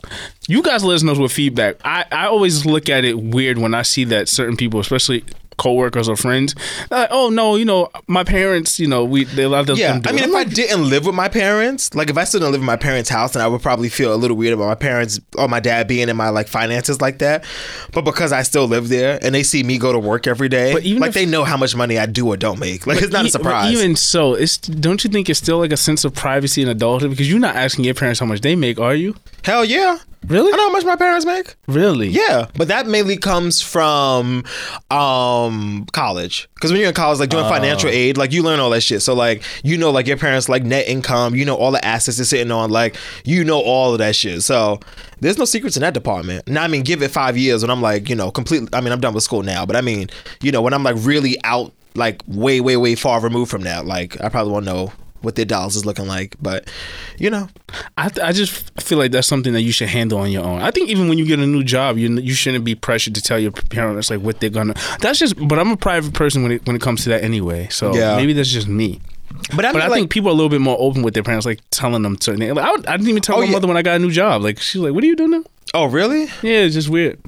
[SPEAKER 6] You guys let us know with feedback. I I always look at it weird when I see that certain people, especially coworkers or friends, they're like, oh no, you know, my parents, you know, we they allowed them.
[SPEAKER 7] Yeah,
[SPEAKER 6] them to
[SPEAKER 7] I
[SPEAKER 6] do
[SPEAKER 7] mean,
[SPEAKER 6] it."
[SPEAKER 7] if I didn't live with my parents, like if I still didn't live in my parents' house, then I would probably feel a little weird about my parents or my dad being in my like finances like that. But because I still live there and they see me go to work every day,
[SPEAKER 6] But even
[SPEAKER 7] like
[SPEAKER 6] if-
[SPEAKER 7] they know how much money I do or don't make. Like it's not
[SPEAKER 6] E-
[SPEAKER 7] a surprise.
[SPEAKER 6] but Even so, it's don't you think it's still like a sense of privacy and adulthood because you're not asking your parents how much they make, are you?
[SPEAKER 7] Hell yeah.
[SPEAKER 6] Really?
[SPEAKER 7] I know how much my parents make.
[SPEAKER 6] Really?
[SPEAKER 7] Yeah, but that mainly comes from um college. Because when you're in college, like doing financial aid, like you learn all that shit. So like you know, like your parents like net income, you know all the assets they're sitting on, like you know all of that shit. So there's no secrets in that department. Now I mean, give it five years when I'm like you know completely. I mean, I'm done with school now, but I mean, you know, when I'm like really out, like way, way, way far removed from that, like I probably won't know what their dollars is looking like. But you know,
[SPEAKER 6] I, th- I just feel like that's something that you should handle on your own. I think even when you get a new job, you you shouldn't be pressured to tell your parents like what they're gonna. That's just. But I'm a private person when it when it comes to that anyway. So
[SPEAKER 7] Yeah.
[SPEAKER 6] maybe that's just me.
[SPEAKER 7] but I, mean,
[SPEAKER 6] But I
[SPEAKER 7] like,
[SPEAKER 6] think people are a little bit more open with their parents, like telling them certain things. Like, I, would- I didn't even tell
[SPEAKER 7] Oh,
[SPEAKER 6] my
[SPEAKER 7] yeah.
[SPEAKER 6] mother when I got a new job. Like she's like, "What are you doing now?"
[SPEAKER 7] oh really?
[SPEAKER 6] Yeah, it's just weird.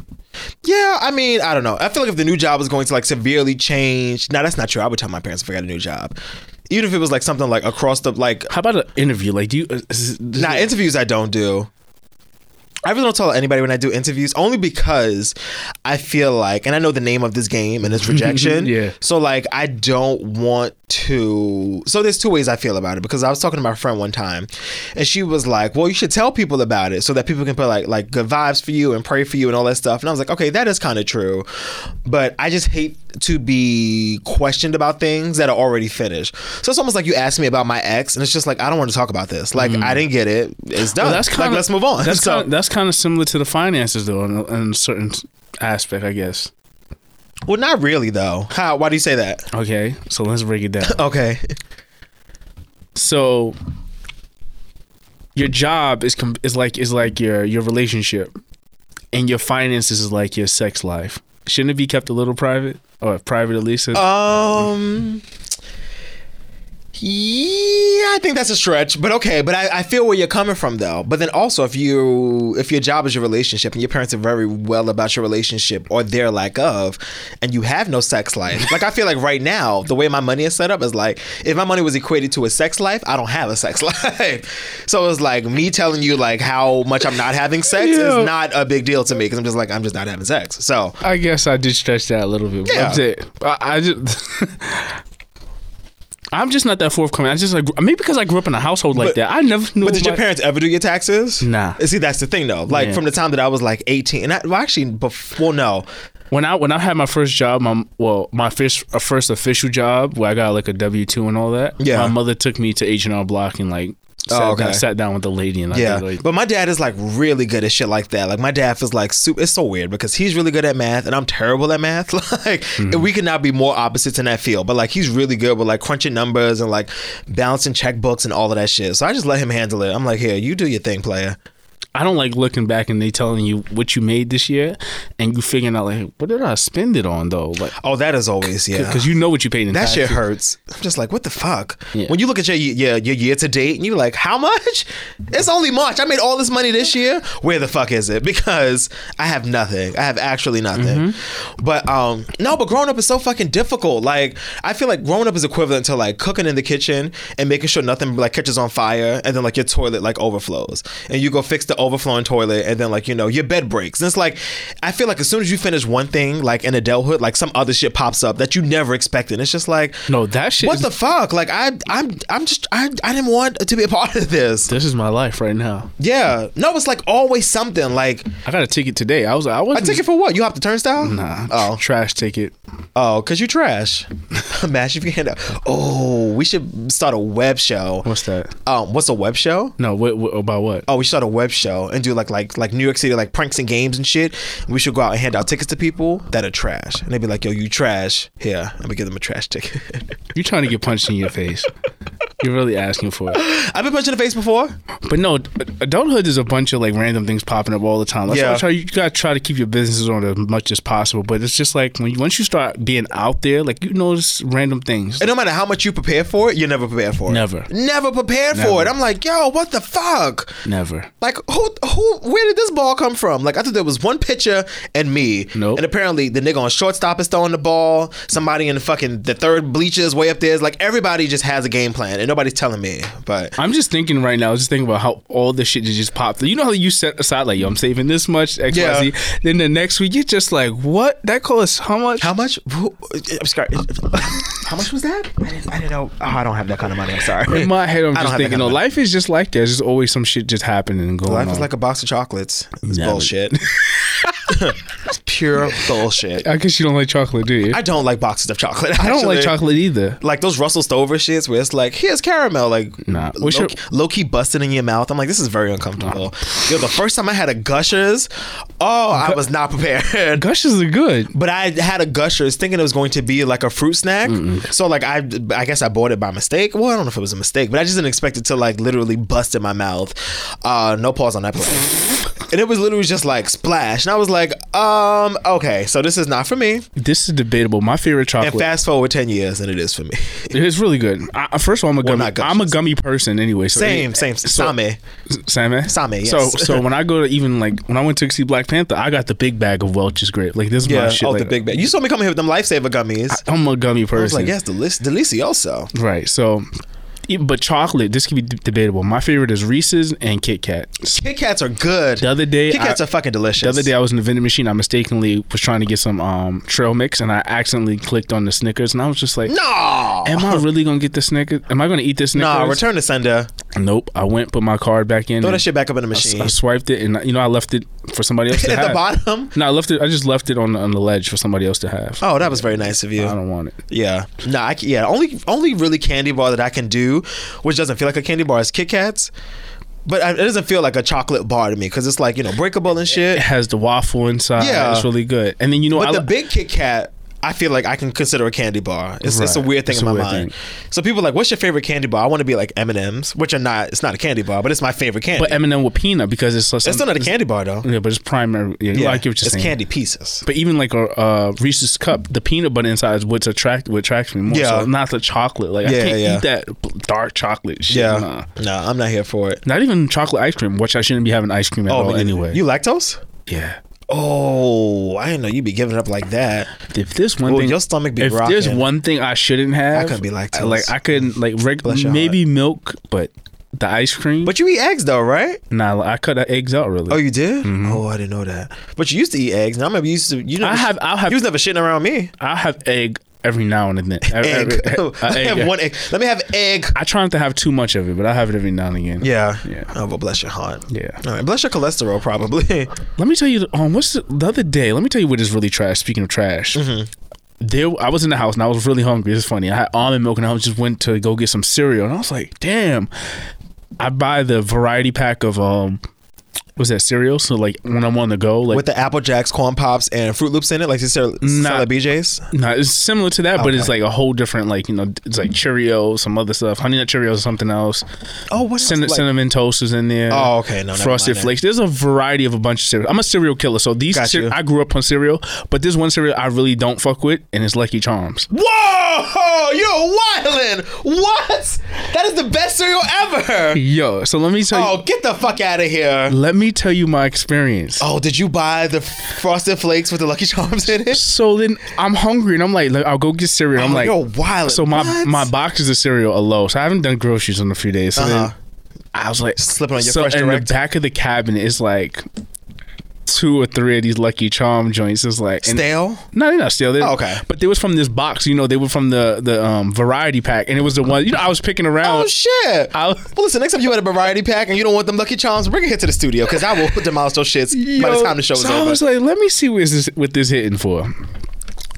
[SPEAKER 7] Yeah, I mean, I don't know. I feel like if the new job was going to like severely change, now that's not true. I would tell my parents if I got a new job, even if it was like something like across the like.
[SPEAKER 6] How about an interview? Like, do you? Is, is-
[SPEAKER 7] Nah, interviews I don't do. I really don't tell anybody when I do interviews, only because I feel like, and I know the name of this game and it's rejection.
[SPEAKER 6] Yeah.
[SPEAKER 7] So like, I don't want to. So there's two ways I feel about it because I was talking to my friend one time, and she was like, "Well, you should tell people about it so that people can put like like good vibes for you and pray for you and all that stuff." And I was like, "Okay, that is kind of true," but I just hate to be questioned about things that are already finished. So it's almost like you asked me about my ex, and it's just like I don't want to talk about this. Like I didn't get it. It's done.
[SPEAKER 6] Mm. Well, that's
[SPEAKER 7] Like,
[SPEAKER 6] kind of
[SPEAKER 7] let's move on.
[SPEAKER 6] That's
[SPEAKER 7] So-
[SPEAKER 6] kind that's kind of similar to the finances though, in, a- in a certain aspect, I guess.
[SPEAKER 7] Well, not really though. How? Why do you say that?
[SPEAKER 6] Okay, so let's break it down.
[SPEAKER 7] Okay.
[SPEAKER 6] so your job is com- is like is like your your relationship, and your finances is like your sex life. Shouldn't it be kept a little private or private at least?
[SPEAKER 7] Um. Yeah, I think that's a stretch, but okay. But I, I feel where you're coming from though. But then also, if you if your job is your relationship and your parents are very well about your relationship or their lack of, and you have no sex life, like I feel like right now the way my money is set up is like if my money was equated to a sex life, I don't have a sex life. so it's like me telling you like how much I'm not having sex
[SPEAKER 6] Yeah.
[SPEAKER 7] is not a big deal to me because I'm just like I'm just not having sex. So
[SPEAKER 6] I guess I did stretch that a little bit. But
[SPEAKER 7] Yeah.
[SPEAKER 6] I'm saying- I, I just. I'm just not that forthcoming. I just like maybe because I grew up in a household like
[SPEAKER 7] But-
[SPEAKER 6] that. I never knew.
[SPEAKER 7] But did your
[SPEAKER 6] my-
[SPEAKER 7] parents ever do your taxes?
[SPEAKER 6] Nah.
[SPEAKER 7] See, that's the thing though. Like
[SPEAKER 6] Yeah.
[SPEAKER 7] from the time that I was like 18, and I, well, actually, before no,
[SPEAKER 6] when I when I had my first job, my well, my first uh, first official job where I got like a W two and all that.
[SPEAKER 7] Yeah.
[SPEAKER 6] my mother took me to H and R Block and like sat,
[SPEAKER 7] Oh, okay.
[SPEAKER 6] down, sat down with the lady and I
[SPEAKER 7] yeah.
[SPEAKER 6] did like.
[SPEAKER 7] but my dad is like really good at shit like that. Like my dad is like super. It's so weird because he's really good at math and I'm terrible at math. Like
[SPEAKER 6] Hmm.
[SPEAKER 7] and we could not be more opposites in that field. But like he's really good with like crunching numbers and like balancing checkbooks and all of that shit. So I just let him handle it. I'm like, here, you do your thing, player.
[SPEAKER 6] I don't like looking back and they telling you what you made this year, and you figuring out like what did I spend it on though? Like
[SPEAKER 7] Oh, that is always yeah.
[SPEAKER 6] because you know what you paid in
[SPEAKER 7] that
[SPEAKER 6] taxes.
[SPEAKER 7] shit hurts. I'm just like, what the fuck?
[SPEAKER 6] Yeah.
[SPEAKER 7] When you look at your your, your year to date and you're like, how much? It's only March. I made all this money this year. Where the fuck is it? Because I have nothing. I have actually nothing.
[SPEAKER 6] Mm-hmm.
[SPEAKER 7] But um, no. But growing up is so fucking difficult. Like I feel like growing up is equivalent to like cooking in the kitchen and making sure nothing like catches on fire and then like your toilet like overflows and you go fix the overflowing toilet and then like you know your bed breaks. And it's like I feel like as soon as you finish one thing like in adulthood, like some other shit pops up that you never expected. It's just like
[SPEAKER 6] No, that shit.
[SPEAKER 7] what
[SPEAKER 6] is-
[SPEAKER 7] the fuck? Like I, I'm, I'm just, I, I didn't want to be a part of this.
[SPEAKER 6] This is my life right now.
[SPEAKER 7] Yeah, no, it's like always something. Like
[SPEAKER 6] I got a ticket today. I was I
[SPEAKER 7] a
[SPEAKER 6] wasn't
[SPEAKER 7] ticket for what? You have the turnstile?
[SPEAKER 6] Nah,
[SPEAKER 7] Oh,
[SPEAKER 6] trash ticket.
[SPEAKER 7] oh, cause you trash. Mash if you hand out. Oh, we should start a web show.
[SPEAKER 6] What's that?
[SPEAKER 7] Um, what's a web show?
[SPEAKER 6] No, what, what about what?
[SPEAKER 7] Oh, we should start a web show and do like like like New York City like pranks and games and shit. We should go out and hand out tickets to people that are trash, and they'd be like, "Yo, you trash." Here, I'm gonna give them a trash ticket.
[SPEAKER 6] You're trying to get punched in your face. You're really asking for it.
[SPEAKER 7] I've been punched in the face before.
[SPEAKER 6] But no, adulthood is a bunch of like random things popping up all the time. That's why
[SPEAKER 7] Yeah.
[SPEAKER 6] I try, you gotta try to keep your businesses on as much as possible. But it's just like when you, once you start being out there, like you notice random things.
[SPEAKER 7] It no matter how much you prepare for it, you're never prepared for it.
[SPEAKER 6] Never.
[SPEAKER 7] Never prepared for
[SPEAKER 6] Never.
[SPEAKER 7] it. I'm like, yo, what the fuck?
[SPEAKER 6] Never.
[SPEAKER 7] Like who who where did this ball come from? Like I thought there was one pitcher and me.
[SPEAKER 6] Nope.
[SPEAKER 7] And apparently the nigga on shortstop is throwing the ball. Somebody in the fucking the third bleachers way up there is like everybody just has a game plan and nobody's telling me. But
[SPEAKER 6] I'm just thinking right now. Just thinking about how all this shit just just popped. You know how you set aside like, yo, I'm saving this much X Y Z.
[SPEAKER 7] Yeah.
[SPEAKER 6] Then the next week, you're just like, what? That cost how much?
[SPEAKER 7] how much? Who, I'm sorry. How much was that? I didn't, I didn't know. Oh, I don't have that kind of money. I'm sorry.
[SPEAKER 6] In my head, I'm
[SPEAKER 7] I don't
[SPEAKER 6] just
[SPEAKER 7] have that
[SPEAKER 6] thinking,
[SPEAKER 7] kind
[SPEAKER 6] no,
[SPEAKER 7] of money.
[SPEAKER 6] life is just like that. There's just always some shit just happening and going
[SPEAKER 7] Life
[SPEAKER 6] on.
[SPEAKER 7] is like a box of chocolates. It's
[SPEAKER 6] Never.
[SPEAKER 7] bullshit. it's pure bullshit.
[SPEAKER 6] I guess you don't like chocolate, do you?
[SPEAKER 7] I don't like boxes of chocolate.
[SPEAKER 6] I don't like
[SPEAKER 7] actually.
[SPEAKER 6] chocolate either.
[SPEAKER 7] Like those Russell Stover shits where it's like, here's caramel. Like,
[SPEAKER 6] Nah.
[SPEAKER 7] low,
[SPEAKER 6] We should-
[SPEAKER 7] low key busting in your mouth. I'm like, this is very uncomfortable. Yo, the first time I had a Gushers, oh, I was not prepared.
[SPEAKER 6] Gushes are good.
[SPEAKER 7] But I had a Gushers thinking it was going to be like a fruit snack. So, like, I I guess I bought it by mistake. Well, I don't know if it was a mistake, but I just didn't expect it to, like, literally bust in my mouth. Uh, no pause on that play. And it was literally just like splash. And I was like, um, okay, so this is not for me.
[SPEAKER 6] This is debatable. My favorite chocolate.
[SPEAKER 7] And fast forward 10 years, and it is for me.
[SPEAKER 6] It's really good. I, first of all, I'm a gummy.
[SPEAKER 7] not gushes.
[SPEAKER 6] I'm a gummy person anyway. So
[SPEAKER 7] Same,
[SPEAKER 6] it-
[SPEAKER 7] same,
[SPEAKER 6] so-
[SPEAKER 7] same.
[SPEAKER 6] Same, eh?
[SPEAKER 7] Same, yes.
[SPEAKER 6] So, so when I go to even like when I went to see Black Panther, I got the big bag of Welch's grape. Like this is
[SPEAKER 7] Yeah,
[SPEAKER 6] my shit.
[SPEAKER 7] oh,
[SPEAKER 6] like,
[SPEAKER 7] the big bag. You saw me coming here with them lifesaver gummies. I,
[SPEAKER 6] I'm a gummy person.
[SPEAKER 7] was like, yes, delic- delicioso.
[SPEAKER 6] Right. So, e- but chocolate. This could be d- debatable. My favorite is Reese's and Kit Kat.
[SPEAKER 7] Kit Kats are good.
[SPEAKER 6] The other day,
[SPEAKER 7] Kit Kats
[SPEAKER 6] I-
[SPEAKER 7] are fucking delicious.
[SPEAKER 6] The other day, I was in the vending machine. I mistakenly was trying to get some um, trail mix, and I accidentally clicked on the Snickers, and I was just like,
[SPEAKER 7] no,
[SPEAKER 6] Am I really gonna get the Snickers? Am I gonna eat this Snickers?
[SPEAKER 7] no, return to sender.
[SPEAKER 6] Nope. I went, put my card back in.
[SPEAKER 7] Throw
[SPEAKER 6] and
[SPEAKER 7] that shit back up in the
[SPEAKER 6] I s-
[SPEAKER 7] machine.
[SPEAKER 6] I swiped it, and you know I left it for somebody else to
[SPEAKER 7] At
[SPEAKER 6] have.
[SPEAKER 7] the bottom.
[SPEAKER 6] No, I left it. I just left it on on the ledge for somebody else to have.
[SPEAKER 7] Oh, that was very nice of
[SPEAKER 6] I
[SPEAKER 7] you.
[SPEAKER 6] don't want it.
[SPEAKER 7] Yeah. No, I, c- yeah. Only, only really candy bar that I can do, which doesn't feel like a candy bar, is Kit Kats. But I, it doesn't feel like a chocolate bar to me because it's like you know breakable and shit.
[SPEAKER 6] It has the waffle inside.
[SPEAKER 7] Yeah.
[SPEAKER 6] it's really good. And then you know,
[SPEAKER 7] But
[SPEAKER 6] I,
[SPEAKER 7] the
[SPEAKER 6] li-
[SPEAKER 7] big Kit Kat, I feel like I can consider a candy bar. It's, it's a
[SPEAKER 6] Right.
[SPEAKER 7] weird thing
[SPEAKER 6] It's
[SPEAKER 7] in
[SPEAKER 6] a
[SPEAKER 7] my
[SPEAKER 6] weird
[SPEAKER 7] mind.
[SPEAKER 6] thing.
[SPEAKER 7] So people are like, what's your favorite candy bar? I want to be like M and M's, which are not. It's not a candy bar, but it's my favorite candy.
[SPEAKER 6] but M and m with peanut because it's
[SPEAKER 7] it's still not a candy bar though.
[SPEAKER 6] Yeah, but it's primary. Yeah, I get what you're
[SPEAKER 7] it's
[SPEAKER 6] saying.
[SPEAKER 7] candy pieces.
[SPEAKER 6] But even like a uh, Reese's cup, the peanut butter inside is what's attract what attracts me more.
[SPEAKER 7] Yeah.
[SPEAKER 6] So not the chocolate. Like I
[SPEAKER 7] Yeah,
[SPEAKER 6] can't
[SPEAKER 7] yeah.
[SPEAKER 6] eat that b- dark chocolate shit.
[SPEAKER 7] Yeah,
[SPEAKER 6] nah.
[SPEAKER 7] no, I'm not here for it.
[SPEAKER 6] Not even chocolate ice cream, which I shouldn't be having ice cream at
[SPEAKER 7] Oh,
[SPEAKER 6] all
[SPEAKER 7] man, you-
[SPEAKER 6] anyway.
[SPEAKER 7] you lactose?
[SPEAKER 6] yeah.
[SPEAKER 7] Oh, I didn't know you'd be giving up like that.
[SPEAKER 6] If there's one
[SPEAKER 7] Ooh,
[SPEAKER 6] thing
[SPEAKER 7] your stomach be
[SPEAKER 6] If there's
[SPEAKER 7] rocking.
[SPEAKER 6] one thing I shouldn't have,
[SPEAKER 7] couldn't be lactose.
[SPEAKER 6] Like I couldn't like reg-
[SPEAKER 7] Bless your
[SPEAKER 6] maybe milk, but the ice cream.
[SPEAKER 7] But you eat eggs though, right?
[SPEAKER 6] nah, I cut the eggs out really.
[SPEAKER 7] Oh, you did? Oh, I didn't know that. But you used to eat eggs. Now I remember you used to. You never,
[SPEAKER 6] Mm-hmm. I have- I'll have-
[SPEAKER 7] You was never shitting around me.
[SPEAKER 6] I have egg every now and then. Every-
[SPEAKER 7] Egg.
[SPEAKER 6] every- a
[SPEAKER 7] Let me
[SPEAKER 6] egg.
[SPEAKER 7] have one egg. Let me have egg.
[SPEAKER 6] I try not to have too much of it, but I have it every now and again.
[SPEAKER 7] Yeah.
[SPEAKER 6] Yeah.
[SPEAKER 7] Oh, well, bless your heart.
[SPEAKER 6] Yeah.
[SPEAKER 7] All right. Bless your cholesterol, probably.
[SPEAKER 6] Let me tell you, um, what's the, the other day? Let me tell you what is really trash. Speaking of trash,
[SPEAKER 7] Mm-hmm.
[SPEAKER 6] there I was in the house and I was really hungry. It's funny. I had almond milk and I was just went to go get some cereal and I was like, damn. I buy the variety pack of um was that cereal? So like when I'm on the go, like
[SPEAKER 7] with the Apple Jacks, Corn Pops, and Fruit Loops in it, like you sell, sell
[SPEAKER 6] Nah.
[SPEAKER 7] at BJ's.
[SPEAKER 6] No, it's similar to that, but it's
[SPEAKER 7] Okay.
[SPEAKER 6] like a whole different, like you know, it's like Cheerios, some other stuff, Honey Nut Cheerios, or something else.
[SPEAKER 7] Oh, what else?
[SPEAKER 6] Cin-
[SPEAKER 7] Like-
[SPEAKER 6] cinnamon toast is in there.
[SPEAKER 7] Oh, okay. No, never mind
[SPEAKER 6] Frosted
[SPEAKER 7] that.
[SPEAKER 6] Flakes. There's a variety of a bunch of cereal. I'm a cereal killer, so these
[SPEAKER 7] Got
[SPEAKER 6] cere-
[SPEAKER 7] you.
[SPEAKER 6] I grew up on cereal, but there's one cereal I really don't fuck with, and it's Lucky Charms.
[SPEAKER 7] Whoa, you're wildin'. What? That is the best cereal ever.
[SPEAKER 6] Yo, so let me tell you.
[SPEAKER 7] Oh, get the fuck out of here.
[SPEAKER 6] Let me tell you my experience.
[SPEAKER 7] Oh, did you buy the Frosted Flakes with the Lucky Charms in it?
[SPEAKER 6] So then I'm hungry and I'm like, look, I'll go get cereal. I'm
[SPEAKER 7] Oh,
[SPEAKER 6] like,
[SPEAKER 7] you're wildin'.
[SPEAKER 6] So my
[SPEAKER 7] What?
[SPEAKER 6] my boxes of cereal are low, so I haven't done groceries in a few days. So
[SPEAKER 7] Uh-huh.
[SPEAKER 6] then I was like,
[SPEAKER 7] Slip it on your
[SPEAKER 6] so
[SPEAKER 7] Fresh
[SPEAKER 6] in
[SPEAKER 7] Direct.
[SPEAKER 6] the back of the cabinet is like two or three of these Lucky Charm joints. Is like and-
[SPEAKER 7] Stale?
[SPEAKER 6] No, they're not stale. They're,
[SPEAKER 7] Oh, okay.
[SPEAKER 6] but they was from this box. You know, they were from the the um, variety pack, and it was the one. You know, I was picking around.
[SPEAKER 7] Oh shit!
[SPEAKER 6] I'll-
[SPEAKER 7] well, listen. Next time you at a variety pack and you don't want them Lucky Charms, bring it here to the studio because I will demolish those shits by the
[SPEAKER 6] Yo,
[SPEAKER 7] time the show is
[SPEAKER 6] so I
[SPEAKER 7] over.
[SPEAKER 6] was like, let me see what this what this hitting for.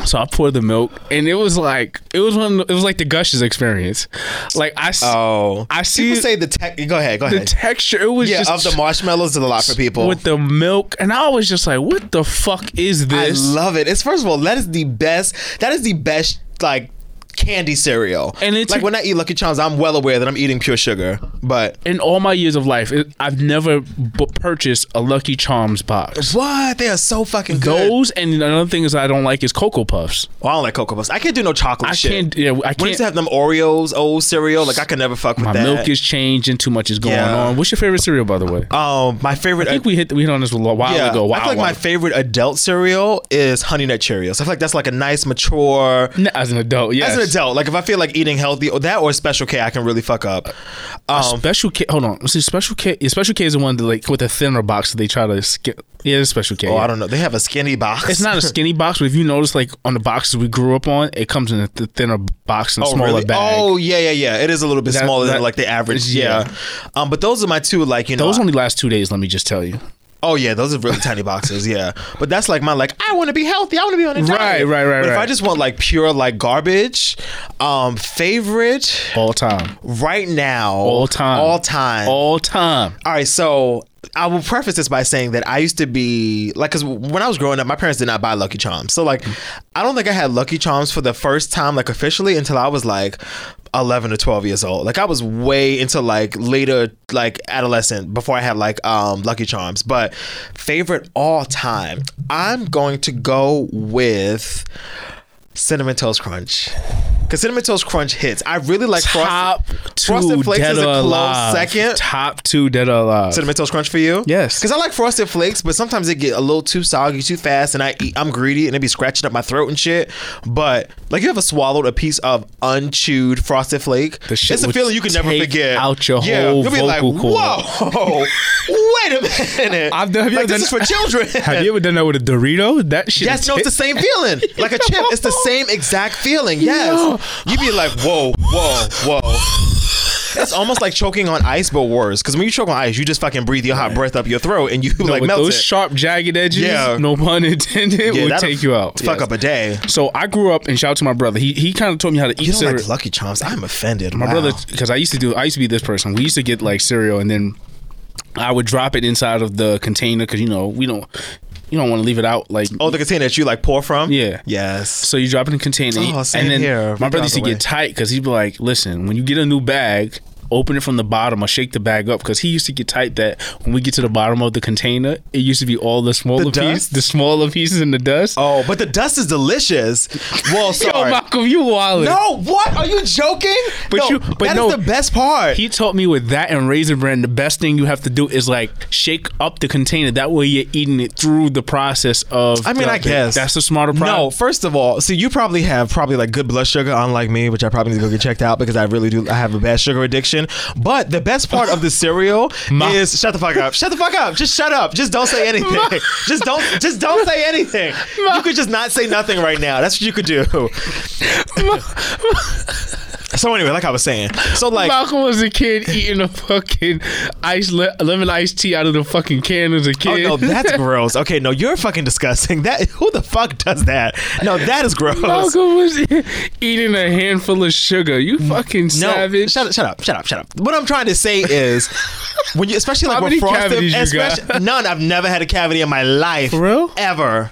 [SPEAKER 6] So I poured the milk, and it was like it was one. Of the, it was like the gushes experience. Like I, s-
[SPEAKER 7] oh,
[SPEAKER 6] I see
[SPEAKER 7] People say the tech. Go ahead. Go
[SPEAKER 6] the
[SPEAKER 7] ahead.
[SPEAKER 6] texture. It was
[SPEAKER 7] yeah,
[SPEAKER 6] just
[SPEAKER 7] of the marshmallows is a lot for people.
[SPEAKER 6] with the milk, and I was just like, what the fuck is
[SPEAKER 7] I
[SPEAKER 6] this?
[SPEAKER 7] love it. It's first of all that is the best. That is the best like candy cereal.
[SPEAKER 6] And it's
[SPEAKER 7] like
[SPEAKER 6] a-
[SPEAKER 7] when I eat Lucky Charms, I'm well aware that I'm eating pure sugar. But
[SPEAKER 6] in all my years of life, it, I've never b- purchased a Lucky Charms box.
[SPEAKER 7] what? They are so fucking good.
[SPEAKER 6] Those and another thing is I don't like is Cocoa Puffs.
[SPEAKER 7] Oh, I don't like Cocoa Puffs. I can't do no chocolate
[SPEAKER 6] I
[SPEAKER 7] shit.
[SPEAKER 6] can't- yeah, I
[SPEAKER 7] When I
[SPEAKER 6] can't-
[SPEAKER 7] used to have them Oreos, old cereal, like I could never fuck with
[SPEAKER 6] My
[SPEAKER 7] that.
[SPEAKER 6] milk is changing. Too much is going
[SPEAKER 7] Yeah.
[SPEAKER 6] on. What's your favorite cereal, by the way?
[SPEAKER 7] Um, my favorite.
[SPEAKER 6] I think we hit we hit on this a while
[SPEAKER 7] yeah,
[SPEAKER 6] ago. a
[SPEAKER 7] I
[SPEAKER 6] while-
[SPEAKER 7] feel like my
[SPEAKER 6] while-
[SPEAKER 7] favorite adult cereal is Honey Nut Cheerios. I feel like that's like a nice, mature.
[SPEAKER 6] Nah, as an adult, yes.
[SPEAKER 7] As an adult, like if I feel like eating healthy, or that or Special K, I can really fuck up. Um,
[SPEAKER 6] Special K, hold on. See, Special K, yeah, Special K is the one that like with a thinner box that they try to skip. Yeah, it's Special K.
[SPEAKER 7] oh,
[SPEAKER 6] yeah.
[SPEAKER 7] I don't know. They have a skinny box.
[SPEAKER 6] It's not a skinny box, but if you notice, like on the boxes we grew up on, it comes in a th- thinner box and
[SPEAKER 7] Oh,
[SPEAKER 6] smaller
[SPEAKER 7] really?
[SPEAKER 6] bag.
[SPEAKER 7] Oh, yeah, yeah, yeah. It is a little bit
[SPEAKER 6] That-
[SPEAKER 7] smaller
[SPEAKER 6] that-
[SPEAKER 7] than like the average.
[SPEAKER 6] Yeah.
[SPEAKER 7] Yeah. Um, but those are my two, like you know.
[SPEAKER 6] Those only last two days. Let me just tell you.
[SPEAKER 7] Oh yeah, those are really tiny boxes. Yeah, but that's like my like I want to be healthy. I want to be on a diet.
[SPEAKER 6] Right, right, right,
[SPEAKER 7] But if
[SPEAKER 6] right.
[SPEAKER 7] I just want like pure like garbage, um, favorite
[SPEAKER 6] All time.
[SPEAKER 7] right now,
[SPEAKER 6] All time.
[SPEAKER 7] all time,
[SPEAKER 6] All time.
[SPEAKER 7] all right, so I will preface this by saying that I used to be like, because when I was growing up, my parents did not buy Lucky Charms. So, like, I don't think I had Lucky Charms for the first time, like, officially until I was like 11 or 12 years old. Like, I was way into like later, like, adolescent before I had like um, Lucky Charms. But favorite all time, I'm going to go with Cinnamon Toast Crunch. Because Cinnamon Toast Crunch hits. I really like Frosted-
[SPEAKER 6] Top two
[SPEAKER 7] Frosted Flakes
[SPEAKER 6] dead
[SPEAKER 7] is a
[SPEAKER 6] or
[SPEAKER 7] close
[SPEAKER 6] alive.
[SPEAKER 7] second.
[SPEAKER 6] Top two dead or alive.
[SPEAKER 7] Cinnamon Toast Crunch for you?
[SPEAKER 6] Yes.
[SPEAKER 7] Because I like Frosted Flakes, but sometimes they get a little too soggy, too fast, and I eat, I'm greedy and it be scratching up my throat and shit. But like you ever swallowed a piece of unchewed Frosted Flake?
[SPEAKER 6] The shit
[SPEAKER 7] it's a
[SPEAKER 6] would
[SPEAKER 7] feeling you can never
[SPEAKER 6] take
[SPEAKER 7] forget.
[SPEAKER 6] out your
[SPEAKER 7] you'll
[SPEAKER 6] whole
[SPEAKER 7] be
[SPEAKER 6] vocal
[SPEAKER 7] like,
[SPEAKER 6] cord.
[SPEAKER 7] Whoa, wait a minute.
[SPEAKER 6] I've done- have you
[SPEAKER 7] like,
[SPEAKER 6] ever
[SPEAKER 7] this is
[SPEAKER 6] done-
[SPEAKER 7] for children.
[SPEAKER 6] Have you ever done that with a Dorito? That shit.
[SPEAKER 7] Yes,
[SPEAKER 6] is
[SPEAKER 7] no, it's the same
[SPEAKER 6] hit-
[SPEAKER 7] feeling. Like a chip, it's the same exact feeling. Yes. You be like, whoa, whoa, whoa. It's almost like choking on ice, but worse. Because when you choke on ice, you just fucking breathe your hot breath up your throat and you
[SPEAKER 6] No,
[SPEAKER 7] like
[SPEAKER 6] with
[SPEAKER 7] melt
[SPEAKER 6] those
[SPEAKER 7] it.
[SPEAKER 6] sharp jagged edges.
[SPEAKER 7] Yeah.
[SPEAKER 6] No pun intended.
[SPEAKER 7] Yeah,
[SPEAKER 6] would
[SPEAKER 7] that'll
[SPEAKER 6] take you out.
[SPEAKER 7] Fuck
[SPEAKER 6] Yes.
[SPEAKER 7] up a day.
[SPEAKER 6] So I grew up and shout out to my brother. He he kind of taught me how to eat
[SPEAKER 7] You don't
[SPEAKER 6] cereal.
[SPEAKER 7] like Lucky Charms? I'm offended.
[SPEAKER 6] my
[SPEAKER 7] Wow.
[SPEAKER 6] brother because I used to do I used to be this person. We used to get like cereal and then I would drop it inside of the container because you know we don't you don't want to leave it out like
[SPEAKER 7] Oh, the container that you like pour from?
[SPEAKER 6] Yeah.
[SPEAKER 7] Yes.
[SPEAKER 6] so you drop it in a container
[SPEAKER 7] Oh,
[SPEAKER 6] and
[SPEAKER 7] same
[SPEAKER 6] then
[SPEAKER 7] here.
[SPEAKER 6] my
[SPEAKER 7] Right
[SPEAKER 6] brother
[SPEAKER 7] down
[SPEAKER 6] used to
[SPEAKER 7] the way.
[SPEAKER 6] get tight because he'd be like, listen, when you get a new bag. Open it from the bottom or shake the bag up because he used to get tight that when we get to the bottom of the container, it used to be all the smaller pieces,
[SPEAKER 7] dust?
[SPEAKER 6] the smaller pieces in the dust.
[SPEAKER 7] Oh, but the dust is delicious. Well,
[SPEAKER 6] Yo,
[SPEAKER 7] sorry.
[SPEAKER 6] Malcolm, you wildin'.
[SPEAKER 7] no, what? Are you joking?
[SPEAKER 6] But
[SPEAKER 7] no,
[SPEAKER 6] you- but
[SPEAKER 7] that is
[SPEAKER 6] no.
[SPEAKER 7] the best part.
[SPEAKER 6] He taught me with that and Raisin Bran, the best thing you have to do is like shake up the container. That way you're eating it through the process of.
[SPEAKER 7] I mean,
[SPEAKER 6] the-
[SPEAKER 7] I guess
[SPEAKER 6] that's the smarter
[SPEAKER 7] No,
[SPEAKER 6] process.
[SPEAKER 7] first of all, so you probably have probably like good blood sugar, unlike me, which I probably need to go get checked out because I really do. I have a bad sugar addiction. But the best part of the cereal
[SPEAKER 6] Ma-
[SPEAKER 7] is shut the fuck up, shut the fuck up, just shut up, just don't say anything, just don't, just don't say anything. You could just not say nothing right now. That's what you could do. so anyway, like I was saying, so like.
[SPEAKER 6] Malcolm was a kid eating a fucking ice le- lemon iced tea out of the fucking can as a
[SPEAKER 7] Oh
[SPEAKER 6] kid.
[SPEAKER 7] no, that's gross. Okay, no, you're fucking disgusting. That who the fuck does that? No, that is gross.
[SPEAKER 6] Malcolm was eating a handful of sugar. You fucking
[SPEAKER 7] No,
[SPEAKER 6] savage.
[SPEAKER 7] shut up, shut up, shut up, shut up. What I'm trying to say is when you, especially like
[SPEAKER 6] How
[SPEAKER 7] when
[SPEAKER 6] many
[SPEAKER 7] frosted,
[SPEAKER 6] cavities you got?
[SPEAKER 7] especially- none. I've never had a cavity in my life,
[SPEAKER 6] For real?
[SPEAKER 7] ever,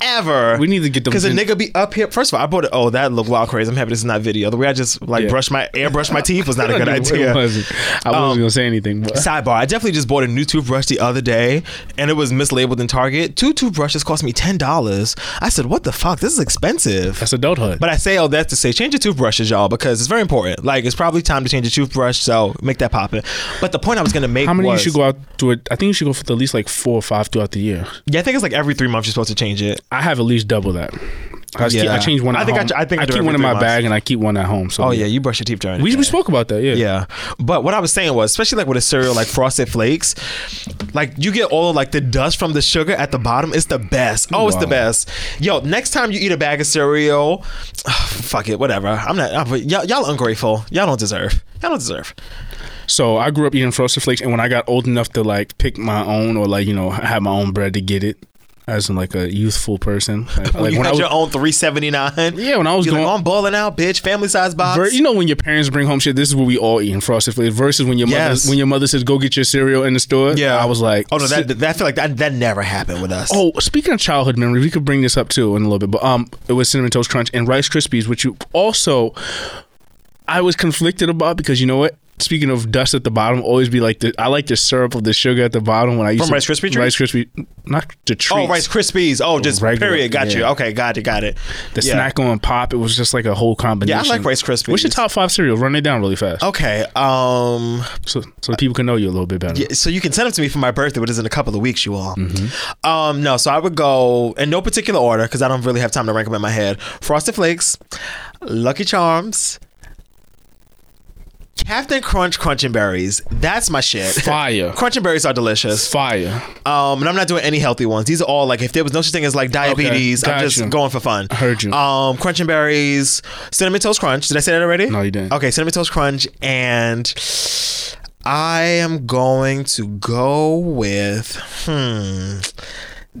[SPEAKER 7] ever.
[SPEAKER 6] We need to get them
[SPEAKER 7] because a
[SPEAKER 6] tin-
[SPEAKER 7] nigga be up here. First of all, I bought it. Oh, that look wild crazy. I'm happy this is not video. The way I just like
[SPEAKER 6] Yeah.
[SPEAKER 7] brush my airbrush my teeth was not a good
[SPEAKER 6] It
[SPEAKER 7] idea.
[SPEAKER 6] wasn't. I wasn't
[SPEAKER 7] Um,
[SPEAKER 6] gonna say anything. But.
[SPEAKER 7] Sidebar: I definitely just bought a new toothbrush the other day, and it was mislabeled in Target. Two toothbrushes cost me ten dollars. I said, "What the fuck? This is expensive."
[SPEAKER 6] That's adulthood.
[SPEAKER 7] But I say all that to say, change your toothbrushes, y'all, because it's very important. Like, it's probably time to change your toothbrush, so make that poppin'. But the point I was gonna make
[SPEAKER 6] How many
[SPEAKER 7] was,
[SPEAKER 6] you should go out to? it? I think you should go for at least like four or five throughout the year.
[SPEAKER 7] Yeah, I think it's like every three months you're supposed to change it.
[SPEAKER 6] I have at least double that. I, just keep, I
[SPEAKER 7] Yeah.
[SPEAKER 6] change one. At
[SPEAKER 7] I think I
[SPEAKER 6] home.
[SPEAKER 7] ch- I think I do
[SPEAKER 6] keep
[SPEAKER 7] every
[SPEAKER 6] one in
[SPEAKER 7] three
[SPEAKER 6] my
[SPEAKER 7] months.
[SPEAKER 6] bag and I keep one at home. So
[SPEAKER 7] Oh yeah, you brush your teeth during.
[SPEAKER 6] we,
[SPEAKER 7] the
[SPEAKER 6] we
[SPEAKER 7] day.
[SPEAKER 6] spoke about that. Yeah,
[SPEAKER 7] Yeah, but what I was saying was, especially like with a cereal like Frosted Flakes, like you get all like the dust from the sugar at the bottom. It's the best. Oh, it's the
[SPEAKER 6] Wow.
[SPEAKER 7] best. Yo, next time you eat a bag of cereal, fuck it, whatever. I'm not. I'm, y'all, y'all ungrateful. Y'all don't deserve. Y'all don't deserve.
[SPEAKER 6] So I grew up eating frosted flakes, and when I got old enough to like pick my own or like you know have my own bread to get it, as in like a youthful person, like,
[SPEAKER 7] When
[SPEAKER 6] like,
[SPEAKER 7] you
[SPEAKER 6] when I
[SPEAKER 7] had
[SPEAKER 6] was,
[SPEAKER 7] your own 379.
[SPEAKER 6] Yeah, when I was
[SPEAKER 7] you're like,
[SPEAKER 6] going-
[SPEAKER 7] "Oh, I'm balling out, bitch. Family size box.
[SPEAKER 6] Ver- you know when your parents bring home shit, this is what we all eat in frosted flakes. Versus when your
[SPEAKER 7] Yes.
[SPEAKER 6] mother when your mother says go get your cereal in the store. I was like,
[SPEAKER 7] oh no, that, that I feel like that that never happened with us.
[SPEAKER 6] Oh, speaking of childhood memories, we could bring this up too in a little bit. But um, it was cinnamon toast crunch and Rice Krispies, which you also, I was conflicted about because you know what. Speaking of dust at the bottom, always be like the I like the syrup of the sugar at the bottom when I used
[SPEAKER 7] From
[SPEAKER 6] to,
[SPEAKER 7] Rice Krispie treats?
[SPEAKER 6] Rice Krispie, not the treats.
[SPEAKER 7] Oh, Rice Krispies. Oh, just
[SPEAKER 6] Regular,
[SPEAKER 7] period. Got you.
[SPEAKER 6] yeah.
[SPEAKER 7] Okay, got it. Got it.
[SPEAKER 6] the
[SPEAKER 7] Yeah.
[SPEAKER 6] snack on pop. It was just like a whole combination.
[SPEAKER 7] Rice Krispies. Oh.
[SPEAKER 6] What's your top five cereal? Run it down really fast,
[SPEAKER 7] Okay. Um.
[SPEAKER 6] so so people can know you a little bit better.
[SPEAKER 7] Yeah, so you can send them to me for my birthday, which is in a couple of weeks, you all. Um, no, so I would go in no particular order because I don't really have time to rank them in my head. Frosted Flakes, Lucky Charms, Captain Crunch Crunchin' Berries. That's my shit.
[SPEAKER 6] Fire.
[SPEAKER 7] Crunchin' Berries are delicious.
[SPEAKER 6] Fire.
[SPEAKER 7] Um, and I'm not doing any healthy ones. These are all like if there was no such thing as like diabetes, I'm
[SPEAKER 6] got
[SPEAKER 7] just
[SPEAKER 6] you.
[SPEAKER 7] going for fun.
[SPEAKER 6] Heard you.
[SPEAKER 7] Um, Crunch and Berries, Cinnamon Toast Crunch. Did I say that already?
[SPEAKER 6] No, you didn't.
[SPEAKER 7] Okay, Cinnamon Toast Crunch, and I am going to go with hmm.